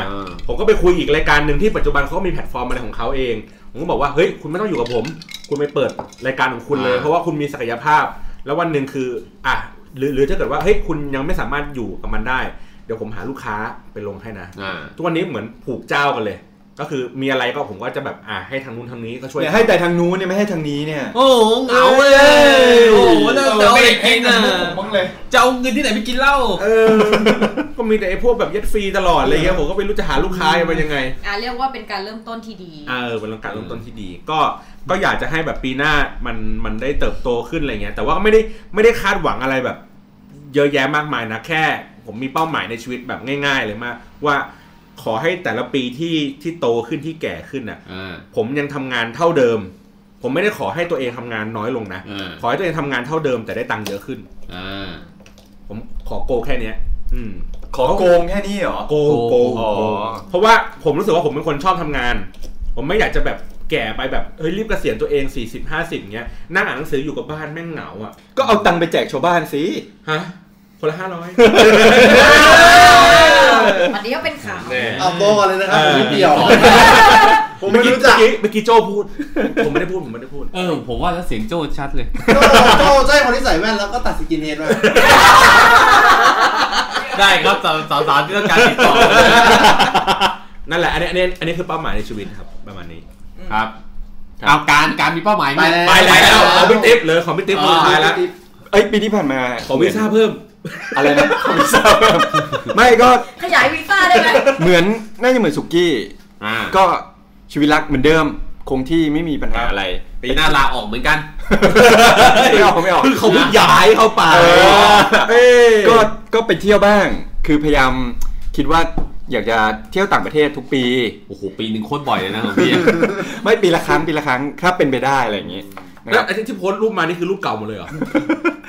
Speaker 11: ผมก็ไปคุยอีกรายการหนึ่งที่ปัจจุบันเขาก็มีแพลตฟอร์มอะไรของเขาเอง ผมก็บอกว่าเฮ้ยคุณไม่ต้องอยู่กับผม คุณไปเปิดรายการของคุณเลย
Speaker 20: อ่า
Speaker 11: เพราะว่าคุณมีศักยภาพ แล้ววันหนึ่งคืออ่ะหรือหรือถ้าเกิดว่าเฮ้ยคุณยังไม่สามารถอยู่กับมันได้ เดี๋ยวผมหาลูกค้าไปลงให้นะ
Speaker 20: อ่า
Speaker 11: ทุกวันนี้เหมือนผูกเจ้ากันเลย ก็คือมีอะไรก็ผมก็จะแบบอ่าให้ทางนู้นทางนี้ก็ช่วย
Speaker 1: เนี่ยให้แต่ทางนู้นเนี่ยไม่ให้ทางนี้เนี่ย
Speaker 2: โอ้โหเหงาเลยโอ้โหเลิกเอาไปกินอ่ะ
Speaker 20: บ้างเลย
Speaker 2: จะเอาเงินที่ไหนไปกินเหล้า
Speaker 11: เออ ก็มีแต่ไอ้พวกแบบยัดฟรีตลอดอะไรเงี้ยผมก็ไม่รู้จะหาลูกค้ามันยังไง
Speaker 10: อ่าเรียกว่าเป็นการเริ่มต้นที่ดี
Speaker 11: อ่าเออเป็นการเริ่มต้นที่ดี ก็ก็อยากจะให้แบบปีหน้ามันมันได้เติบโตขึ้นอะไรเงี้ยแต่ว่าก็ไม่ได้ไม่ได้คาดหวังอะไรแบบ เยอะแยะมากมายนะแค่ ผมมีเป้าหมายในชีวิตแบบง่าย ๆ เลยมากว่าขอให้แต่ละปีที่ที่โตขึ้นที่แก่ขึ้นน่ะ
Speaker 20: อ่า
Speaker 11: ผมยังทำงานเท่าเดิม ผมไม่ได้ขอให้ตัวเองทำงานน้อยลงนะ
Speaker 20: อ่า
Speaker 11: ขอให้ตัวเองทำงานเท่าเดิมแต่ได้ตังค์เยอะขึ้น
Speaker 20: อ่า
Speaker 11: ผมขอโกแค่เนี้ย อืม
Speaker 1: ขอโกงแค่นี้เหรอ
Speaker 11: โกโก
Speaker 1: อ๋อ
Speaker 11: โกเพราะว่าผมรู้สึกว่าผมเป็นคนชอบทำงาน ผมไม่อยากจะแบบแก่ไปแบบเฮ้ยรีบเกษียณตัวเอง 40 50เงี้ยนั่งอ่านหนังสืออยู่กับบ้านแม่งเหงาอ่ะ
Speaker 1: ก็เอาตังค์ไปแจกชาวบ้านสิ
Speaker 11: ฮะคนละห้า ร้อย
Speaker 10: วันนี้ก็เป็นข่าว
Speaker 5: เอาโตก่อนเลยนะครับ
Speaker 11: เอ
Speaker 5: ผม
Speaker 11: อ
Speaker 5: ไม่เกี่ยว ผม
Speaker 11: เมื่
Speaker 5: ไม่
Speaker 11: อกี้
Speaker 5: รู้จัก
Speaker 11: เมื่อกี้เมื่อกี้โจพูด ผมไม่ได้พูดผมไม่ได้พูด
Speaker 2: เออ ผมว่าแล้วเสียงโจ้ชัดเลย
Speaker 5: โจโจ้ใช่คนที่ใส่แว่นแล้วก็ตัดสกินเฮดไว้
Speaker 2: ได้ครับสาวสาวสาวที่ต้องการติดต่อ
Speaker 11: นั่นแหละอันนี้อันนี้อันนี้คือเป้าหมายในชีวิตครับประมาณนี้
Speaker 20: ครับเอาการการมีเป้าหมายไหม
Speaker 11: ไปแล้วขอพี่ติ๊บเลยขอพี่ติ๊บคนสุดท้ายแล้ว
Speaker 1: เอ้ยปีที่ผ่านมา
Speaker 11: ขอวีซ่าเพิ่ม
Speaker 1: อะไรนะขอวีซ่าเพิ่มไม่ก็
Speaker 10: ขยายวีซ่าได้ไหม
Speaker 1: เหมือนน่าจะเหมือนสุกี้
Speaker 20: อ่า
Speaker 1: ก็ชีวิตรักเหมือนเดิม คงที่ไม่มีปัญหาอะไร
Speaker 20: ปีหน้าลาออกเหมือนกัน
Speaker 1: ไม่ออกไม่ออก
Speaker 11: คือเขาเพิ่งย้ายเข้าไป
Speaker 1: เออ
Speaker 11: เอ้ย
Speaker 1: ก็ก็ไปเที่ยวบ้าง คือพยายามคิดว่าอยากจะเที่ยวต่างประเทศทุกปี
Speaker 20: โอ้โห ปีหนึ่งโคตรบ่อยเลยนะของพี่
Speaker 1: ไม่ปีละครั้งปีละครั้งถ้าเป็นไปได้อะไรอย่างนี้นะครั
Speaker 11: แล้ว
Speaker 1: บ
Speaker 11: ไอ้ที่โพสต์รูปมานี่คือรูปเก่าหม ดเลยเหรอ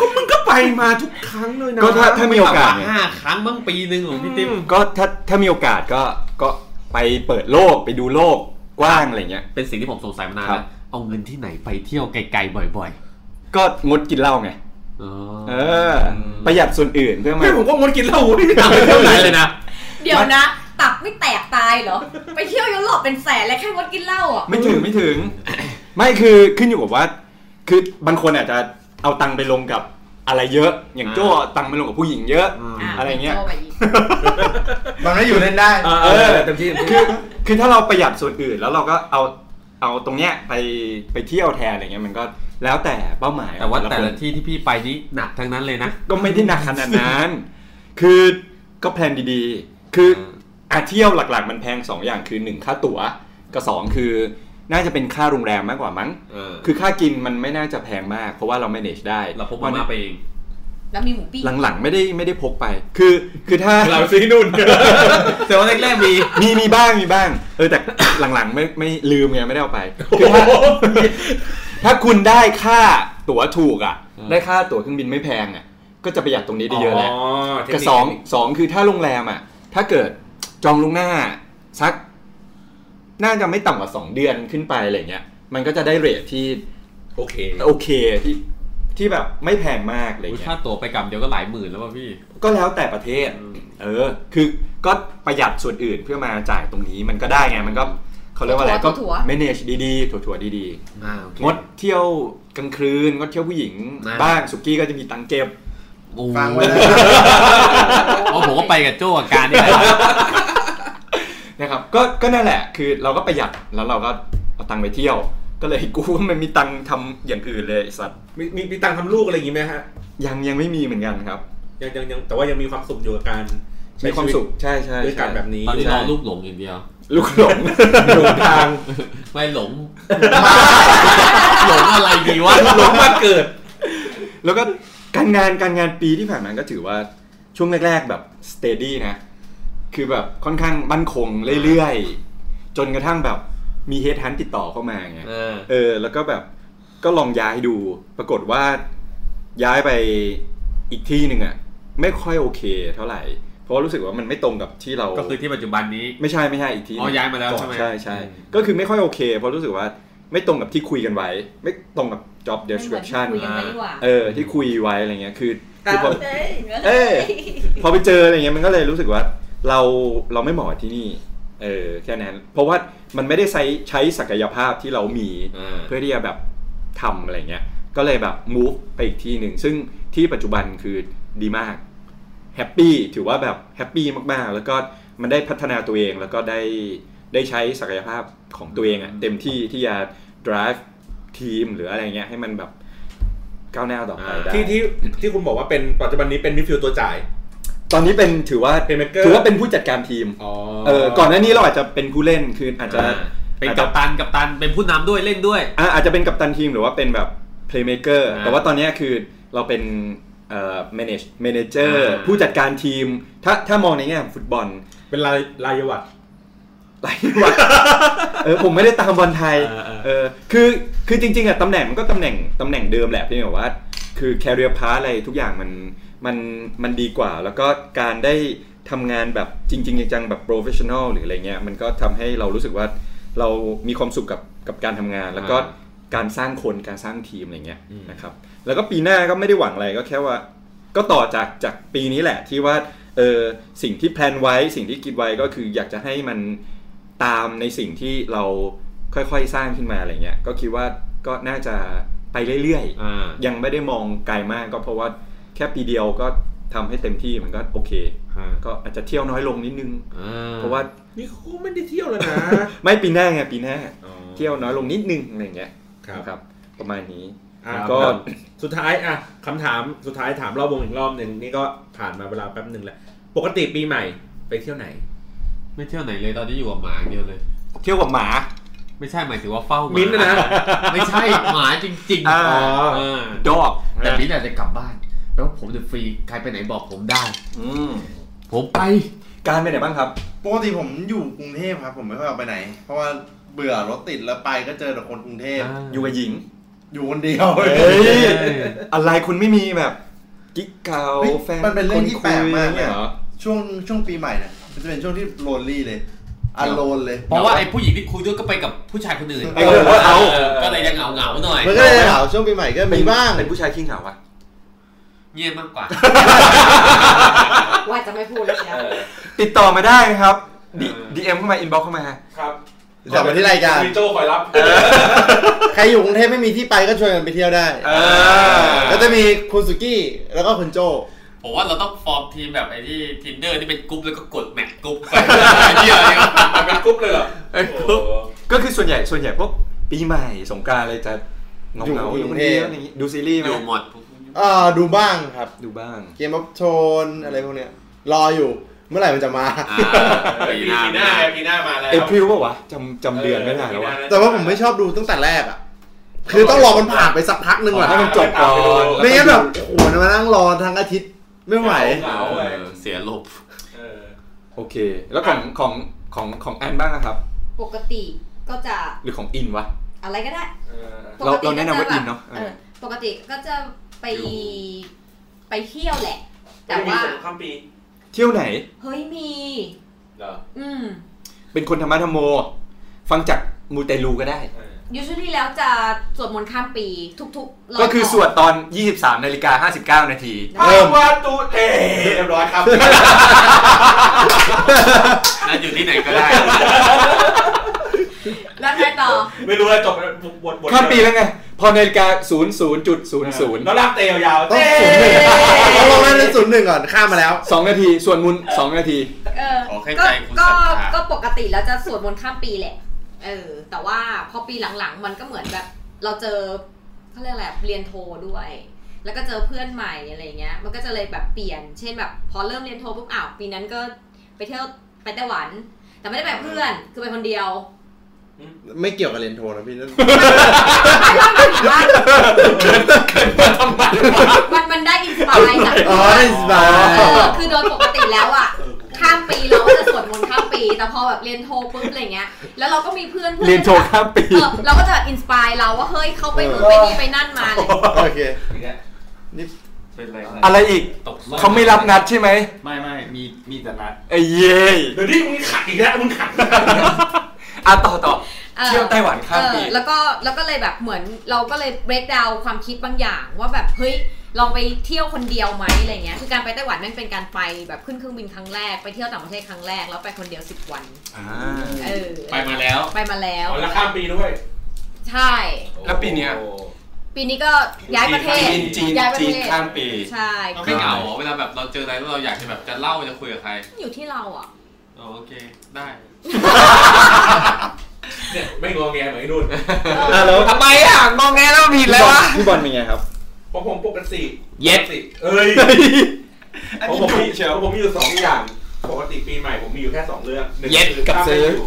Speaker 11: ก็มึงก็ไปมาทุกครั้งเลยนะ
Speaker 1: ก็ถ้าถ้ามีโอกาสเนี่ย
Speaker 2: ห้าครั้งบ้างปีหนึ่งของพี่ติ๊บ
Speaker 1: ก็ถ้าถ้ามีโอกาสก็ก็ไปเปิดโลกไปดูโลกกว้างอะไรอย่างเงี้ย
Speaker 20: เป็นสิ่งที่ผมสงสัยมานาน
Speaker 1: ครับ
Speaker 20: แล้วเอาเงินที่ไหนไปเที่ยวไกลๆบ่อย
Speaker 1: ก็งดกินเหล้าไง
Speaker 20: ๆ อ๋อ
Speaker 1: เออ ประหยัดส่วนอื่นเพื่อมา
Speaker 11: ไม่ผมก็งดกินเหล้าที่ตามไปเที่ยวไหนเลยนะ
Speaker 10: เดี๋ยวนะ ตับไม่แตกตายเหรอ ไปเที่ยวยุโรปเป็นแสนและแค่งดกินเหล้าอ่ะ
Speaker 1: ไม่ถึงไม่ถึง ไม่คือขึ้นอยู่กับว่า คือบางคนอาจจะเอาตังค์ไปลงกับอะไรเยอะ อย่างโจ้เอาตังค์ไปลงกับผู้หญิงเยอะ อะไรเงี้ย
Speaker 10: โไปอีก
Speaker 5: มันไม่อยู่เล่นได้
Speaker 11: เออเออเต็มที่เต็มที่
Speaker 1: คือคือถ้าเราประหยัดส่วนอื่นแล้วเราก็เอาเอาตรงเนี้ยไปไปเที่ยวแทนอะไรเงี้ยมันก็แล้วแต่เป้าหมาย
Speaker 20: แต่ว่า
Speaker 1: ของ
Speaker 20: แต่
Speaker 1: ค
Speaker 20: ละ
Speaker 1: น
Speaker 20: ที่ที่พี่ไปนี่หนักทั้งนั้นเลยนะ
Speaker 1: ก็ไม่ได้หนักขนาดนั้น คือก็แพลนดีๆ คืออาเที่ยวหลักๆ มันแพงสองอย่างคือหนึ่งค่าตั๋วกับสองคือน่าจะเป็นค่าโรงแรมมากกว่ามั้ง
Speaker 20: เออ
Speaker 1: คือค่ากินมันไม่น่าจะแพงมาก เพราะว่าเรา manage ได้
Speaker 20: เราพกมาม่าไปเอง
Speaker 10: แล้วมีหมูปิ้ง
Speaker 1: หลังๆไม่ได้ไม่ได้พกไป คือคือถ้า
Speaker 11: เราไปซื้อที่นู่น
Speaker 20: แต่ว่าแรกๆมี
Speaker 1: มีมีบ้างมีบ้าง เออแต่ หลังๆไม่ไม่ลืมไงไม่ได้เอาไปคือถ้า ถ้าคุณได้ค่าตั๋วถูกอ่ะ ได้ค่าตั๋วเครื่องบินไม่แพงอ่ะก็จะประหยัดตรงนี้ได้เยอะแล้วกับสองสองคือถ้าโรงแรมอ่ะ ถ้าเกิดจองล่วงหน้าสัก น่าจะไม่ต่ำกว่า 2 เดือนขึ้นไปอะไรเงี้ยมันก็จะได้เรทที่
Speaker 11: โอเค
Speaker 1: โอเคที่ที่แบบไม่แพงมากอะไร
Speaker 2: อุ๊ย
Speaker 1: เงี้ย
Speaker 2: ค่าตั๋วไปกลับเดียวก็หลายหมื่นแล้วป่ะพี่
Speaker 1: ก็แล้วแต่ประเทศ เออ คือก็ประหยัดส่วนอื่นเพื่อมาจ่ายตรงนี้มันก็ได้ไง มันก็เขาเรียกว่าอะไร
Speaker 10: ถั่วๆ
Speaker 1: ก็
Speaker 10: ถั่วๆ
Speaker 1: manage ดีๆ ถั่วๆดี
Speaker 2: อ่าโอเค
Speaker 1: ๆ งดเที่ยวกลางคืน งดเที่ยวผู้หญิง
Speaker 2: อ่า
Speaker 1: บ้างสุกี้ก็จะมีตังค์เก็บ
Speaker 5: ฟังไว้เลยนะ
Speaker 2: เพราะผมก็ไปกับโจ้กับการนี่แหละ
Speaker 1: นะครับ ก็ก็นั่นแหละ คือเราก็ประหยัด แล้วเราก็เอาตังค์ไปเที่ยว ก็เลย กูว่ามันมีตังค์ทำอย่างอื่นเลยไอ้สัตว์
Speaker 11: มีมีมีตังค์ทำลูกอะไรอย่างงี้ไหมฮะ
Speaker 1: ยังยังไม่มีเหมือนกันครับ
Speaker 11: ยังยังยังแต่ว่ายังมีความสุขอยู่กับการใช้
Speaker 1: มีความ
Speaker 11: ชีต
Speaker 1: สุข ใช่ใช่
Speaker 11: ด้วยกัน
Speaker 1: ใช่
Speaker 11: แบบนี้
Speaker 2: ตอนนี้ร
Speaker 11: ใช่
Speaker 2: อลูกหลงอย่างเดียว
Speaker 1: ลูกหล ง
Speaker 11: หลงทาง
Speaker 2: ไม่หลง หลงอะไรดีวะ
Speaker 11: หลงมานเกิด
Speaker 1: แล้วก็การงานการงานปีที่ผ่านมาก็ถือว่าช่วงแรกๆแบบสเตดี้นะ คือแบบค่อนข้างมั่นคงเรื่อยๆ จนกระทั่งแบบมีเฮดฮันติดต่อเข้ามาไง
Speaker 2: เออ
Speaker 1: เออ แล้วก็แบบก็ลองย้ายดู ปรากฏว่าย้ายไปอีกที่หนึ่งอะไม่ค่อยโอเคเท่าไหร่ เพราะรู้สึกว่ามันไม่ตรงกับที่เรา
Speaker 2: ก็คือที่ปัจจุบันนี้
Speaker 1: ไม่ใช่ไม่ใช่อีกที
Speaker 2: อ๋อย้ายมาแล้ว
Speaker 1: ก่อน
Speaker 2: ใช่ไหม
Speaker 1: ใช่ใช่
Speaker 2: อืม
Speaker 1: ก็คือไม่ค่อยโอเคเพราะรู้สึกว่าไม่ตรงกับที่คุยกันไว้ ไม่ตรงกับ job
Speaker 10: ไม่เหมือนที่
Speaker 1: description
Speaker 10: คุยกันไว้ดีกว่า
Speaker 1: เออที่คุยไว้อะไรเงี้ยคือคือพอ
Speaker 10: เอ้ย
Speaker 1: เออพอไปเจออะไรเงี้ยมันก็เลยรู้สึกว่า เราเราไม่เหมาะกับที่นี่เออแค่นั้น เพราะว่ามันไม่ได้ใช้ใช้ศักยภาพที่เรามี
Speaker 2: อ่า
Speaker 1: เพื่อที่จะแบบทำอะไรเงี้ย ก็เลยแบบ move ไปอีกที่หนึ่ง ซึ่งที่ปัจจุบันคือดีมาก แฮปปี้ ถือว่าแบบแฮปปี้มากๆ แล้วก็มันได้พัฒนาตัวเอง แล้วก็ได้ได้ใช้ศักยภาพของตัวเองอะเต็มที่ที่จะ drive ทีมหรืออะไรเงี้ย ให้มันแบบก้าวหน้าต่อไป
Speaker 2: อ่า
Speaker 1: ได้
Speaker 11: ที่ที่ที่คุณบอกว่าเป็นปัจจุบันนี้เป็นมิดฟิลด์ตัวจ่าย
Speaker 1: ตอนนี้เป็นถือว่า
Speaker 11: Playmaker
Speaker 1: ถือว่าเป็นผู้จัดการทีมเออก่อนหน้านี้เราอาจจะเป็นผู้เล่นคืออาจจะ
Speaker 2: อ่าเป็น
Speaker 1: อาจจะ
Speaker 2: กัปตันกัปตันเป็นผู้นำด้วยเล่นด้วย
Speaker 1: อ่ะอาจจะเป็นกัปตันทีมหรือว่าเป็นแบบ playmaker
Speaker 2: อ่า
Speaker 1: แต่ว่าตอนเนี้ยคือเราเป็นเอ่อ manage manager
Speaker 2: อ่า
Speaker 1: ผู้จัดการทีม ถ้าถ้ามองในแง่ของฟุตบอล
Speaker 11: เป็นรายรายวัต
Speaker 1: หลายวัน เออผมไม่ได้ตามบอลไทย
Speaker 11: อ่าอ่า
Speaker 1: เออคือคือจริงๆอ่ะตำแหน่งมันก็ตำแหน่งตำแหน่งเดิมแหละเพียงแต่ว่า คือ career path อะไรทุกอย่างมันมันมันดีกว่า แล้วก็การได้ทำงานแบบจริง ๆ จังๆแบบ professional หรืออะไรเงี้ยมันก็ทำให้เรารู้สึกว่าเรามีความสุขกับกับการทำงานแล้วก็
Speaker 2: อ่า
Speaker 1: การสร้างคนการสร้างทีมอะไรเงี้ยนะครับแล้วก็ปีหน้าก็ไม่ได้หวังอะไรก็แค่ว่า ก็ต่อจากจากปีนี้แหละที่ว่าเออสิ่งที่แพลนไว้สิ่งที่คิดไว้ก็คืออยากจะให้มันตามในสิ่งที่เราค่อยๆสร้างขึ้นมาอะไรเงี้ยก็คิดว่าก็น่าจะไปเรื่อย
Speaker 2: อ่า
Speaker 1: ๆ ยังไม่ได้มองไกลมากก็เพราะว่าแค่ปีเดียวก็ทำให้เต็มที่มันก็โอเค
Speaker 2: อ่า
Speaker 1: ก็อาจจะเที่ยวน้อยลงนิดนึง
Speaker 2: อ่
Speaker 1: เพราะว่า
Speaker 11: นี่เขาไม่ได้เที่ยวแล้วนะ
Speaker 1: ไม่ปีหน้าไงปีหน้า
Speaker 11: อ๋อ
Speaker 1: เที่ยวน้อยลงนิดนึงอะไรเงี้ย
Speaker 11: ครับ
Speaker 1: นะประมาณนี้
Speaker 11: อ่ะ
Speaker 1: ครับ
Speaker 11: ก็สุดท้ายอ่ะคำถามสุดท้ายถามรอบวงอีกรอบหนึ่งนี่ก็ผ่านมาเวลาแป๊บหนึ่งแล้ว ปกติปีใหม่ไปเที่ยวไหน
Speaker 2: ไม่เที่ยวไหนเลยตอนนี้อยู่กับหมาอย่างเดียวเลย
Speaker 1: เที่ยวกับหมา
Speaker 2: ไม่ใช่หมายถึงว่าเฝ้าหมา
Speaker 11: มิ้นท์นะนะ
Speaker 2: ไม่ใช่หมาจริงๆ
Speaker 1: อ่า
Speaker 2: เออ
Speaker 1: ดอก
Speaker 2: แต่มิ้นท์อาจจะกลับบ้านแล้วผมจะฟรีใครไปไหนบอกผมได้ ผมไป
Speaker 1: การเป็นไหนบ้างครับ
Speaker 5: ปกติผมอยู่กรุงเทพครับ ผมไม่ค่อยออกไปไหน เพราะว่าเบื่อรถติดแล้วไปก็เจอแต่คนกรุงเทพ
Speaker 2: อ่า
Speaker 1: อยู่กับหญิง
Speaker 5: อยู่คนเดียว
Speaker 1: เฮ้ย อะไรคุณไม่มีแบบ กิ๊กเกา
Speaker 5: เฮ้ย
Speaker 1: แฟน
Speaker 5: มันเป็นเรื่องที่แปลกมากเลย
Speaker 1: เนี่ยเหรอ
Speaker 5: ช่วงช่วงปีใหม่เนี่ยมันจะเป็นช่วงที่โลนลี่เลยอโลนเลย
Speaker 2: เพราะว่าไอ้ผู้หญิงที่คุยด้วยก็ไปกับผู้ชายคนอื่น
Speaker 1: ไอ้คนอื่นก็เอา
Speaker 2: ก็เลยยังเหงาเหงาๆหน่อย
Speaker 5: มันก็เลยเหงาช่วงปีใหม่ก็มีบ้าง
Speaker 1: เป็นผู้ชายขี้เหงาอ่ะ
Speaker 2: เงียบมากกว่า
Speaker 10: ว่าจะไม่พูดแล้วนะ
Speaker 1: ติดต่อมาได้นะครับดีเอ็มเข้ามา อินบ็อกเข้ามา
Speaker 11: ครับ
Speaker 5: กลับมาที่รายการ
Speaker 11: มีโจ้คอยรับ
Speaker 5: ใครอยู่กรุงเทพไม่มีที่ไปก็ชวนกันไปเที่ยวได้
Speaker 1: เออ
Speaker 5: ก็จะมีคุณสุกี้แล้วก็คุณโจ
Speaker 2: ผมว่าเราต้องฟอร์มทีมแบบไอ้ที่ทินเดอร์ที่เป็นกรุ๊ปแล้วก็กดแมทกรุ๊ปไปไอ้เหี้ยเนี่ย
Speaker 11: เป็นกรุ๊ปเลยเหรอ
Speaker 1: เป็นกรุ๊ป ก็คือส่วนใหญ่ส่วนใหญ่พวกปีใหม่สงกรารอะไรจะเหงา
Speaker 5: อยู่
Speaker 1: เงา
Speaker 5: อยู่
Speaker 1: คน
Speaker 5: เท
Speaker 1: เดี
Speaker 5: พ
Speaker 1: ยวอะไรอย่างงี้ดูซีรีส์ไหม
Speaker 2: อยู่หมด
Speaker 5: อ่าดูบ้างครับ
Speaker 1: ดูบ้าง
Speaker 5: เกมออฟโทนอะไรพวกเนี้ย รออยู่ เมื่อไหร่มันจะมา
Speaker 2: อ่าปีหน้า
Speaker 11: ปีหน้าปีหน้ามาแล้ว
Speaker 1: เอพิลป่าวะจำจำเดือนไม่ได้แล้ววะ
Speaker 5: แต่ว่าผมไม่ชอบดูตั้งแต่แรกอ่ะ คือต้องรอมันผ่านไปสักพักหนึ่งก่อน
Speaker 1: ให้มันจบก่อน
Speaker 5: ไม่งั้นแบบโอ้โหมานั่งรอทั้งอาทิตย์ไม่ไหว
Speaker 2: เออเสียลบ
Speaker 11: เออ
Speaker 1: โอเค แล้วของของของของแอนบ้างอะครับ
Speaker 10: ปกติก็จะ
Speaker 1: หรือของอินวะ
Speaker 10: อะไรก็ได้ป
Speaker 1: เรา
Speaker 10: กติ
Speaker 1: เราแนะนำว่า
Speaker 10: ก็จ
Speaker 1: อินเนอะ
Speaker 10: แบบออปกติก็จะไปไปเที่ยวแหละ แต่
Speaker 11: ไม่มี
Speaker 10: ว่า
Speaker 11: สงครามปี
Speaker 1: เที่ยวไหน
Speaker 10: เฮ้ยมี
Speaker 11: เหรอ
Speaker 10: อืม
Speaker 1: เป็นคนธรรมะธรรมโม ฟังจากมูเตลูก็ได้
Speaker 10: usually แล้วจะสวดมนต์ข้ามปีทุกๆร้ย
Speaker 1: ก็คือสวดตอน 23นาฬิกา59 นาทีเริ่ม
Speaker 21: ว่าตูเตเรียบร้อยครับ
Speaker 2: แล้วอยู่ที่ไหนก็ได้
Speaker 10: แล้วไงต่อ
Speaker 21: ไม่รู้แล้วจบหมดหมด
Speaker 1: ข้ามปีแล้วไง พอนาฬิกา
Speaker 21: แล้
Speaker 1: 00.00
Speaker 21: วลากเตยาวๆ
Speaker 5: ต้อ
Speaker 21: เต้
Speaker 5: งศูนย์หนึ่งต้องลงมาในศูนย์หนึ่งก่อนข้ามมาแล้ว
Speaker 1: 2 นาที ส่วนมุน 2 นาที
Speaker 10: เออ
Speaker 2: ขอให้
Speaker 10: ก็
Speaker 2: ใจคุณ
Speaker 10: ก็
Speaker 2: ศรัทธา
Speaker 10: ก็ปกติแล้วจะสวดมนต์ข้ามปีแหละ เออ แต่ว่าพอปีหลังๆ มันก็เหมือนแบบ เราเจอเขาเรียกอะไรอะเรียนโทด้วย แล้วก็เจอเพื่อนใหม่อะไรเงี้ย มันก็จะเลยแบบเปลี่ยน เช่นแบบ พอเริ่มเรียนโทปุ๊บอ้าวปีนั้นก็ไปเที่ยวไปไต้หวัน แต่ไม่ได้ไปกับเพื่อน คือไปคนเดียว
Speaker 5: ไม่เกี่ยวกับเรียนโท นะพี่นั่น
Speaker 10: ไม่ต้องไปถึงว่ามันมันได้อินสปายจาก
Speaker 5: อ๋อ
Speaker 10: เพื่อน
Speaker 5: ได้สบาย
Speaker 10: เออคือโดยปกติแล้วอ่ะ ข้ามปีเราก็จะสวดมนต์ข้ามปี แต่พอแบบเรียนโทปุ๊บอะไรเงี้ย แล้วเราก็มีเพื่อนพื่อ
Speaker 1: เรียนโทข้ามปี
Speaker 10: เออเราก็จะแบบอินสปายเราว่าเฮ้ยเขาไปนู่นไปนี่ไปนั่นมาอะไรเงี้ย
Speaker 5: โอเค
Speaker 21: เป็นไร
Speaker 1: อะไรอีก
Speaker 2: ตกรอบ
Speaker 1: เขาไม่รับนัดใช่ไหม
Speaker 22: ไม่ไม่มีมีแต่นัด
Speaker 1: ไอ้เย้ย
Speaker 21: เดี๋ยวนี้มึงขัดอีกแล้วมึงขัด
Speaker 1: อ่ะต่อต่อ
Speaker 10: ออ
Speaker 1: เที่ยวไต้หวันข้ามปี
Speaker 10: เออแล้วก็แล้วก็เลยแบบเหมือนเราก็เลยเบรกดาวความคิดบางอย่าง ว่าแบบเฮ้ยลองไปเที่ยวคนเดียวไหมอะไรเงี้ย คือการไปไต้หวันนั่นเป็นการไปแบบขึ้นเครื่องบินครั้งแรกไปเที่ยวต่างประเทศครั้งแรกแล้วไปคนเดียวสิบวันเออ
Speaker 2: ไปมาแล้ว
Speaker 10: ไปมาแล้ว
Speaker 21: แล้วข้ามปีด้วย
Speaker 10: ใช่
Speaker 1: แล้วปีเนี้ย
Speaker 10: ปีนี้ก็ย้ายประเทศ
Speaker 1: จีนจีน
Speaker 10: ย้ายประ
Speaker 1: จี
Speaker 10: เท
Speaker 1: น
Speaker 10: ศ
Speaker 1: ข้ามปี
Speaker 10: ใช่
Speaker 2: เราไม่เหงาเหรอเวลาแบบเราเจออะไรแล้วเราอยากจะแบบจะเล่าจะคุยกับใคร
Speaker 10: อยู่ที่เราอ่ะ
Speaker 2: อ๋อโอเคได้
Speaker 11: ไม่งอแงเหมือนไอ้นุ่น
Speaker 1: ทำไมอ่ะมองแงแล้วผิดแล้ววะ
Speaker 5: พี่บอลเป็นไงครับ
Speaker 11: เพราะผมปกติ
Speaker 1: เย็ด
Speaker 11: ปกติเอ้ย
Speaker 21: อัน
Speaker 11: เพราะ
Speaker 21: นี้
Speaker 11: ผม
Speaker 21: ดุ
Speaker 11: มีเชียวผมมีอยู่สองอย่าง ปกติปีใหม่ผมมีอยู่แค่สองเรื่องหนึ่ง
Speaker 1: เย็ด
Speaker 11: คือ
Speaker 1: กับ
Speaker 11: ข้าม
Speaker 1: ซื้อ
Speaker 11: ไม่ ยู่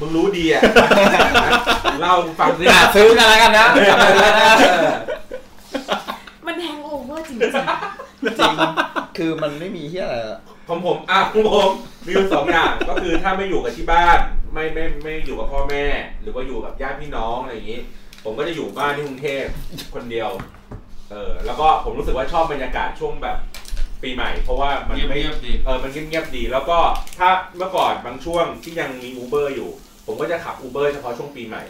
Speaker 11: มึงรู้ดี อ่ะ เล่าฟังสิ
Speaker 1: อ่ะซื้อกันแล้วกันนะ
Speaker 10: มันแฮงโอเวอร์จริง
Speaker 3: คือมันไม่มีที่อะไรอะ
Speaker 11: ผมผมอ่ะผมผมมีอยู่สองอย่าง ก็คือถ้าไม่อยู่กับที่บ้าน ไม่ไม่ไม่อยู่กับพ่อแม่ หรือว่าอยู่กับญาติพี่น้องอะไรอย่างนี้ ผมก็จะอยู่บ้านที่กรุงเทพคนเดียว เออ แล้วก็ผมรู้สึกว่าชอบบรรยากาศช่วงแบบ ปีใหม่ เพราะว่ามัน
Speaker 2: เงียบ
Speaker 11: ไม่
Speaker 2: เงียบๆดี
Speaker 11: เออ มันเงียบๆดี แล้วก็ถ้าเมื่อก่อนบางช่วงที่ยังมีอูเบอร์อยู่ ผมก็จะขับอูเบอร์เฉพาะช่วงปีใหม่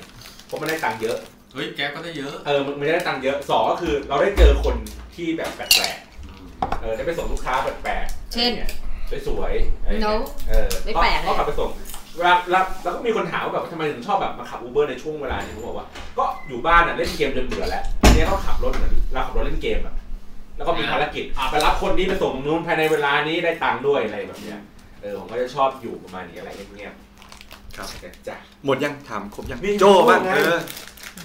Speaker 11: เพราะมันได้ตังค์เยอะ
Speaker 2: เฮ้ยแก๊ปก็ได้เยอะ
Speaker 11: เออ มันมันได้ตังค์เยอะสองก็คือเราได้เจอคนที่แบบแปลกๆ เออ ได้ไปส่งลูกค้าแปลกๆ
Speaker 10: เช่น
Speaker 11: ไปสวยๆอะไรเงี้ย
Speaker 10: No
Speaker 11: เออ
Speaker 10: ไม่แปลกเลย
Speaker 11: ก็ขับไปส่งเวลาแล้วแล้วก็มีคนถามว่าแบบทำไมถึงชอบแบบมาขับอูเบอร์ในช่วงเวลานี้ผมบอกว่า ก็อยู่บ้านอ่ะเล่นเกมจนเบื่อแล้วทีนี้ก็ขับรถเหมือนเราขับรถเล่นเกมอ่ะ แล้วก็มีภารกิจอ่ะไปรับคนนี้ไปส่งนู้นภายในเวลานี้ได้ตังค์ด้วยอะไรแบบเนี้ย เออ ผมก็จะชอบอยู่ประมาณนี้อะไรเงียบๆ
Speaker 1: ครับ
Speaker 11: จ้ะ
Speaker 1: หมดยังถามครบยัง
Speaker 11: นี่
Speaker 1: โจ้บ้างเออ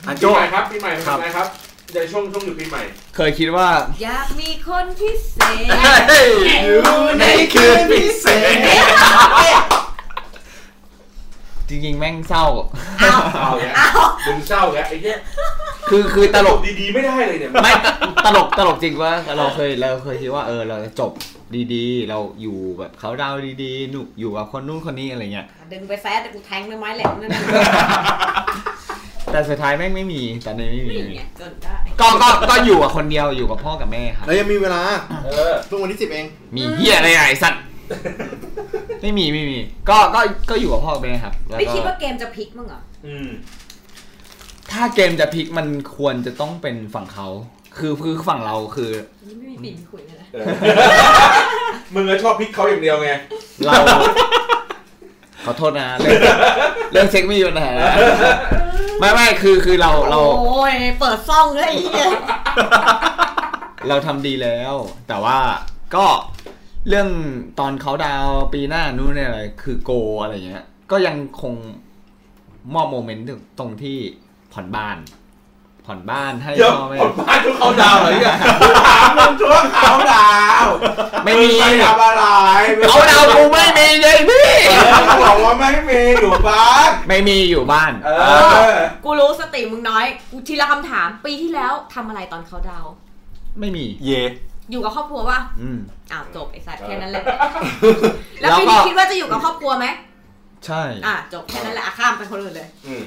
Speaker 1: อ่ะ
Speaker 11: ปี
Speaker 1: โจ้
Speaker 11: ใหม่ครับปีใหม่
Speaker 1: ครั
Speaker 11: ทำ
Speaker 1: บ
Speaker 11: อะไรครับในช่วงช่วงหยุดปีใหม่
Speaker 3: เคยคิดว่า
Speaker 10: ๆอยากมีคนพิเศษ
Speaker 1: เฮ้ยอยู่ในคืนพิเศษ
Speaker 3: จริงๆ แม่งเศร้า
Speaker 11: เอาเนี่ยดึงเศร้าแล้วไอ้เนี่ย
Speaker 3: คือคือตลก
Speaker 11: ดีๆไม่ได้เลยเนี่ย
Speaker 3: ไม่ตตลกตลกจริงว่าเราเคยเราเคยคิดว่าเออเราจะจบดีๆ เราอยู่แบบเขาดาวน์ดีๆหนุกอยู่กับคนนู้นคนนี้อะไรเงี้ย
Speaker 10: ดึงไปแซ่แต่กูแทงด้วยไม้แหลมนั่นน่ะ
Speaker 3: แต่สุดท้ายแม่งไม่มีตอนนี้ไม่มี
Speaker 10: นี่ไงจนได้
Speaker 3: ก็ก็ก็อยู่กับคนเดียวอยู่กับพ่อกับแม่ครับ
Speaker 5: แล้วยังมีเวลา
Speaker 11: เออ
Speaker 5: เพิ่งวันที่สิบเอง
Speaker 3: มีเฮียอะไรอ่ะไอ้สัตว์ไม่มีไม่มีก็ก็ก็อยู่กับพ่อกับแม่ครับแล้ว
Speaker 10: ไม่
Speaker 3: ก็
Speaker 10: คิดว่าเกมจะพลิกมั้งเหรอ
Speaker 11: อืม
Speaker 3: ถ้าเกมจะพลิกมันควรจะต้องเป็นฝั่งเขาคือคือฝั่งเราคือ
Speaker 10: นี่ไม่มีปีมีคุยเลยนะ
Speaker 11: เออมึงก็ชอบพริกเขาอย่างเดียวไง
Speaker 3: เรา ขอโทษนะ เรื่องเรื่องเช็คไม่มีปัญหานะไม่ไม่คือคือเราเรา
Speaker 10: โอ้ยเปิดซ่องเลยไอ้เหี้ย
Speaker 3: เราทำดีแล้ว แต่ว่าก็เรื่องตอนเขาดาวน์ปีหน้านู้นเนี่ยอะไรคือโกอะไรเงี้ย ก็ยังคงมอบโมเมนต์ตรงที่ผ่อนบ้าน ผ่อนบ้านให้
Speaker 11: เดี๋ยว
Speaker 3: พ่อแม่
Speaker 11: คนบ้านทุกเขาดาวน์เหรอเนี่ยถามมึงทุกเขาดาวน์
Speaker 3: ไม่มี
Speaker 11: งไปทำอะไร
Speaker 3: เขาดาวน์กูไม่มีเลยพี่
Speaker 11: เออเขาบอกว่าไม่มีอยู่บ้าน
Speaker 3: ไม่มีอยู่บ้าน
Speaker 11: เออ
Speaker 10: กูรู้สติมึงน้อยกูทีละคำถาม ปีที่แล้วทำอะไรตอนเขาดาวน์
Speaker 3: ไม่มี
Speaker 1: เย่
Speaker 10: อยู่กับครอบครัวป่ะ
Speaker 3: อืม
Speaker 10: อ้าวจบไอ้สัตว์แค่นั้นแหละ
Speaker 3: แล้
Speaker 10: แล้ว
Speaker 3: วก็
Speaker 10: พี่นี่คิดว่าจะอยู่กับครอบครัวไหม
Speaker 3: ใช่
Speaker 10: อ่ะจบแค่นั้นแหละอ่ะข้ามไปคนอื่นเลย
Speaker 11: อืม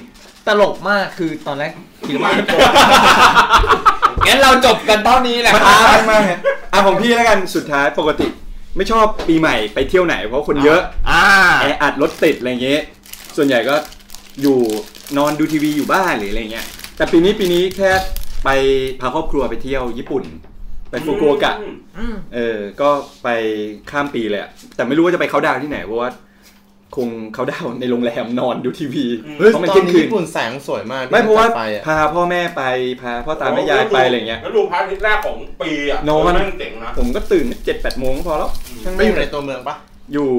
Speaker 3: ตลกมากคือตอนแรก คิดว่า งั้นเราจบกันเท่านี้แหละค
Speaker 1: มา
Speaker 3: รับ
Speaker 1: มาอ่ะของพี่แล้วกันสุดท้ายปกติ ไม่ชอบปีใหม่ไปเที่ยวไหน เพราะคนเยอะ
Speaker 23: อ่า
Speaker 1: แออัดรถติดอะไรเงี้ยส่วนใหญ่ก็อยู่นอนดูทีวีอยู่บ้านหรืออะไรเงี้ยแต่ปีนี้ปีนี้แค่ไปพาครอบครัวไปเที่ยวญี่ปุ่น ไปฟุกุโอกะ
Speaker 10: อืม
Speaker 1: เออ ก็ไปข้ามปีเลยอะแต่ไม่รู้ว่าจะไปเขาน์ดาวน์ที่ไหน เพราะว่าคงเขาน์ดาวน์ในโรงแรมนอนดูทีวี
Speaker 23: เฮ้ย
Speaker 1: ต้องไป
Speaker 5: ตอ
Speaker 1: เที่ย
Speaker 5: น
Speaker 1: ง
Speaker 5: นี้
Speaker 1: คืน
Speaker 5: ญี่ปุ่นแสงสวยมาก
Speaker 1: ไม่เพราะว่า
Speaker 5: ไปอะ
Speaker 1: พาพ่อแม่ไปพาพ่อตาแม่ยายไปอะไรเงี้ย
Speaker 11: แล้วดูพาร์ททิตย์แรกของปีอ่ะ
Speaker 1: นอน
Speaker 11: เนั่งเจ๋งนะ
Speaker 1: ผมก็ตื่นเจ็ดแปดโมงก็พอแล้วช่าง
Speaker 5: ไป
Speaker 1: แม่
Speaker 5: อง ยู่ในตัวเมืองปะ
Speaker 1: อยู่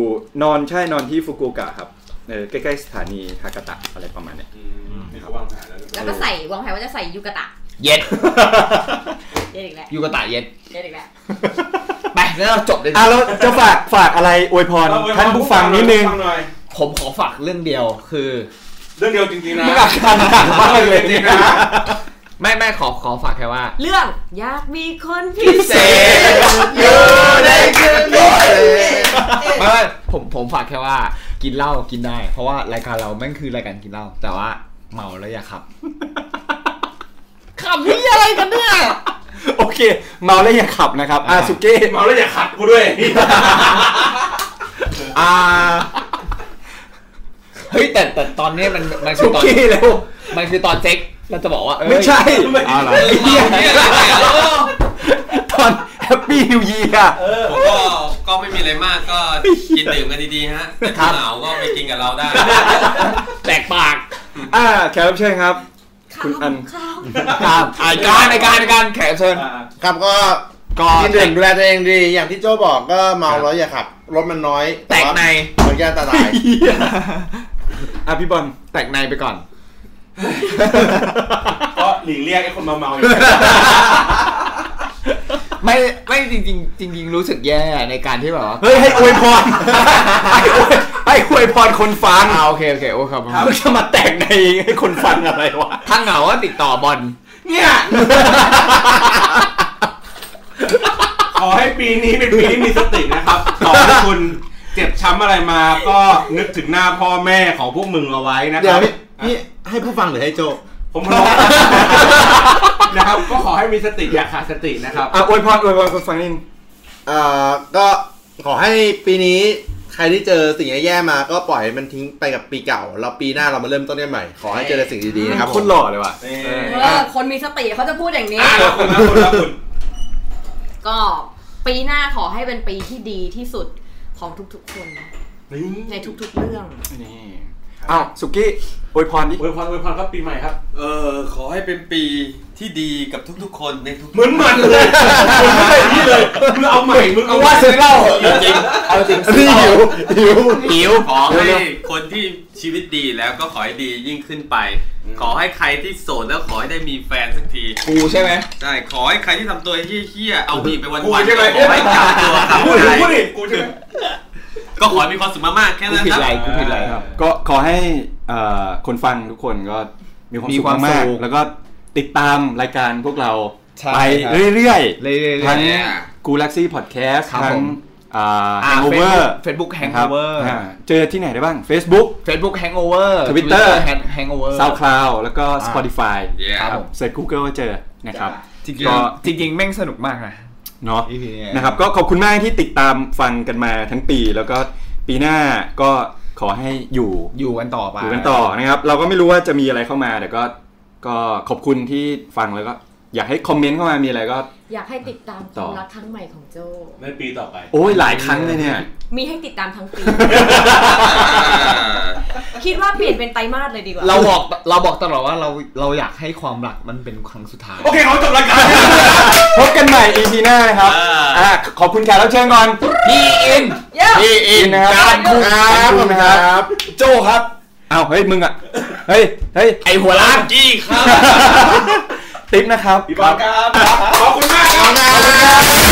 Speaker 1: นอนใช่นอนที่ฟุกุโอกะครับเออใกล้ๆสถานีฮากาตะอะไรประมาณเนี้ย
Speaker 11: อืมนี่เขาวางแผนแล้วด้วย
Speaker 10: แล้วก็ใส่วางแผนว่าจะใส่ยูกะตะ
Speaker 3: เย็ด
Speaker 10: เย็นอีกแล้ว
Speaker 3: ยูกะตะเย็ด
Speaker 10: เย็นอีกแล้ว
Speaker 3: ไปแล้วเราจบเลย
Speaker 1: อ่ะแล้วจะฝากฝากอะไรอวยพรท่านผู้ฟังนิดนึง
Speaker 11: ฟัหอย
Speaker 3: ผมขอฝากเรื่องเดียวคือ
Speaker 11: เรื่องเดียวจริงๆนะ
Speaker 1: มึงอ่ะอ่านอ่านมากเลย
Speaker 11: จริงๆนะ
Speaker 3: ไม่ไม่ขอขอฝากแค่ว่า
Speaker 10: เรื่องอยากมีคนพิเศษ
Speaker 5: อยู่ในคืนนี้
Speaker 3: ไม่ไม่ผมผมฝากแค่ว่ากินเหล้ากินได้ เพราะว่ารายการเราแม่งคือรายการกินเหล้าแต่ว่าเมาแล้วอย่าขับ ขับนี่อะไรกันเนี่ย
Speaker 1: โอเค เมาแล้วอย่าขับนะครับอาสุเก้
Speaker 11: เมาแล้วอย่าขัดกูด้วย
Speaker 1: อา
Speaker 3: เฮ้ยแต่แต่ตอนเนี้ยมันมันคื
Speaker 1: สุ
Speaker 3: อตอน
Speaker 1: เก้แล้ว
Speaker 3: มันคือตอนเจ๊กเราจะบอกว่าเอ้ย
Speaker 1: ไม่ใช่
Speaker 23: เอาล่ะ
Speaker 3: เหี้ย
Speaker 1: ตอนแฮปปี้นิว e ยีร์
Speaker 2: ผมก็ก็ไม่มีอะไรมากก็กินดื่มกันดีๆฮะแต่ถ้าเหงาก็ไปกินกับเราได้
Speaker 3: แตกปาก
Speaker 1: อ่าแขกรับเชิญครับ คุณอัน
Speaker 3: ครับไอการไอการไอการแขกรับเชิญ
Speaker 5: ครับก็
Speaker 3: ก่อน
Speaker 5: กินดื่มดูแลตัวเองดี อย่างที่โจบอกก็เมาแล้วอย่าขับ รถมันน้อย
Speaker 3: แตก
Speaker 5: ว่า
Speaker 3: ใน
Speaker 5: มันก็อันตราย
Speaker 1: อ่ะพี่บอล
Speaker 3: แตกในไป ก่อน
Speaker 11: ก็หลีกเลี่ยงไอ้คนเมาๆอยู่
Speaker 3: ไม่ไม่จริงจริงๆจริง ๆ รู้สึกแย่ในการที่แบบว่า
Speaker 1: เฮ้ย ให้อวยพ รให้อวยให้อวยพรคนฟัง
Speaker 3: อ่าโอเคโอเคโอ้ครับ
Speaker 1: มึงจะมาแตกในให้คนฟังอะไรวะ
Speaker 3: ถ้าเหงาก็ติดต่อบอล
Speaker 11: เนี่ยขอให้ปีนี้เป็นปีที่มีสตินะครับต่อให้คุณเจ็บช้ำอะไรมาก็นึกถึงหน้าพ่อแม่ของพวกมึงเอาไว้นะค
Speaker 5: เดี๋ย
Speaker 11: รั
Speaker 5: ว
Speaker 11: บ
Speaker 5: พี่นี่ให้ผู้ฟังหรือให้โจ
Speaker 11: ผมร้อง นะครับ ก็ขอให้มีสติอย่าขาดสตินะครับ
Speaker 1: อ่ะอวยพรอวยพรคนฟังนิดนึง
Speaker 5: เอ่อก็ขอให้ปีนี้ใครที่เจอสิ่งแย่ๆมาก็ปล่อยให้มันทิ้งไปกับปีเก่า แล้วปีหน้าเรามาเริ่มต้นกันใหม่ ขอให้เจอแต่สิ่งดีๆนะครับ
Speaker 1: คนหล่อเลยว่ะ
Speaker 10: เออคนมีสติเขาจะพูดอย่างนี้
Speaker 11: อ่ะแล้วคุณนะคุณนะคุณ
Speaker 10: ก็ปีหน้าขอให้เป็นปีที่ดีที่สุดของทุกๆคน ในทุกๆเรื่อง
Speaker 1: อ้าวสุกี้อวยพรดิ
Speaker 11: อวยพรอวยพรครับปีใหม่ครับ
Speaker 2: เออ ขอให้เป็นปีที่ดีกับทุกๆ คนในทุก
Speaker 11: เหมือนมันเลยมึงไม่ใช่อย่างนี้เลยมึงเอาใหม่มึงเอาว่าซื้อเหล้าจริง
Speaker 3: เอาจริง
Speaker 5: นี่หิวหิว
Speaker 3: หิว
Speaker 2: ขอให้คนที่ชีวิตดีแล้วก็ขอให้ดียิ่งขึ้นไป ขอให้ใครที่โสดแล้วขอให้ได้มีแฟนสักที
Speaker 3: กูใช่ไหม
Speaker 2: ใช่ขอให้ใครที่ทำตัวเหี้ยๆเอาดีไปวัน
Speaker 11: กู
Speaker 2: วัน
Speaker 11: ใช่ไหม
Speaker 2: ขอให้จับตัวครับ
Speaker 11: พูดดิพูดดิกูใช่ไหม
Speaker 2: ก็ขอให้มีความสุขมากๆแค่
Speaker 3: กู
Speaker 2: นั้น
Speaker 3: ผิด
Speaker 2: ครับ
Speaker 3: อะไรกูผิดอะไรครับ
Speaker 1: ก็ขอให้เอ่อคนฟังทุกคนก็มีความ
Speaker 3: มี
Speaker 1: สุข
Speaker 3: ความ
Speaker 1: มาก
Speaker 3: สุข
Speaker 1: ๆแล้วก็ติดตามรายการพวกเรา
Speaker 3: ใช่
Speaker 1: ไป
Speaker 3: ครับ
Speaker 1: เรื่อย
Speaker 3: เรื่อย
Speaker 1: ๆ
Speaker 3: ๆ
Speaker 1: ทั้ง
Speaker 3: เนี่ย
Speaker 1: กูลักซี่พอดแคสต์
Speaker 3: ครับ
Speaker 1: ทั้ง
Speaker 3: ผม
Speaker 1: แฮงโอเวอร์
Speaker 3: เฟซบุ๊กแฮงโอเวอร์
Speaker 1: เจอที่ไหนได้บ้าง Facebook
Speaker 3: เฟซบุ๊กแฮงโอเวอร์
Speaker 1: Twitter
Speaker 3: แฮงโอเวอร์
Speaker 1: SoundCloud แล้วก็
Speaker 3: อ่า
Speaker 1: Spotify
Speaker 2: เย้
Speaker 1: ครับ
Speaker 3: ครับผม
Speaker 1: เสิร์ช Google ก็เจอนะครับ
Speaker 3: จริง
Speaker 1: ก็
Speaker 3: ๆจริงๆแม่งสนุกมากนะ
Speaker 1: เนาะ
Speaker 3: EP เนี่ย
Speaker 1: นะครับก็ขอบคุณมากที่ติดตามฟังกันมาทั้งปี แล้วก็ปีหน้าก็ขอให้อยู่
Speaker 3: อยู่กันต่อไป
Speaker 1: อยู่กันต่อนะครับ เราก็ไม่รู้ว่าจะมีอะไรเข้ามา แต่ก็ก็ขอบคุณที่ฟังแล้วก็ อยากให้คอมเมนต์เข้ามามีอะไรก็
Speaker 10: อยากให้ติดตามค
Speaker 1: ต่อ
Speaker 10: วามรักครั้งใหม่ของโจ
Speaker 11: ในปีต่อไป
Speaker 1: โอ้ยหลายครั้งเลยเนี่ย
Speaker 10: มีให้ติดตามทั้ง ปี คิดว่าเปลี่ยนเป็นไตรมาสเลยดีกว่า
Speaker 3: เราบอกเราบอกตลอดว่าเราเราอยากให้ความรักมันเป็นครั้งสุดท้าย
Speaker 11: โอเคเขาจบรายการ
Speaker 1: พบกันใหม่ EP หน้านะครับ
Speaker 2: อ่า
Speaker 1: อ่ะขอบคุณแขกรับเชิญก่อน
Speaker 3: พี่อิน
Speaker 1: พี่อินนะครับ
Speaker 3: การคุก
Speaker 1: ขอบคุณนะครับ โจครับอ้าวเฮ้ยมึงอ่ะเฮ้ยเฮ้ย
Speaker 3: ไอหัวล้าน
Speaker 2: จี้ครับ
Speaker 1: ติ๊บนะครับ
Speaker 11: พี่บอลครับ ขอบคุณมากค
Speaker 1: ข
Speaker 11: รับ
Speaker 1: อบคุณครับ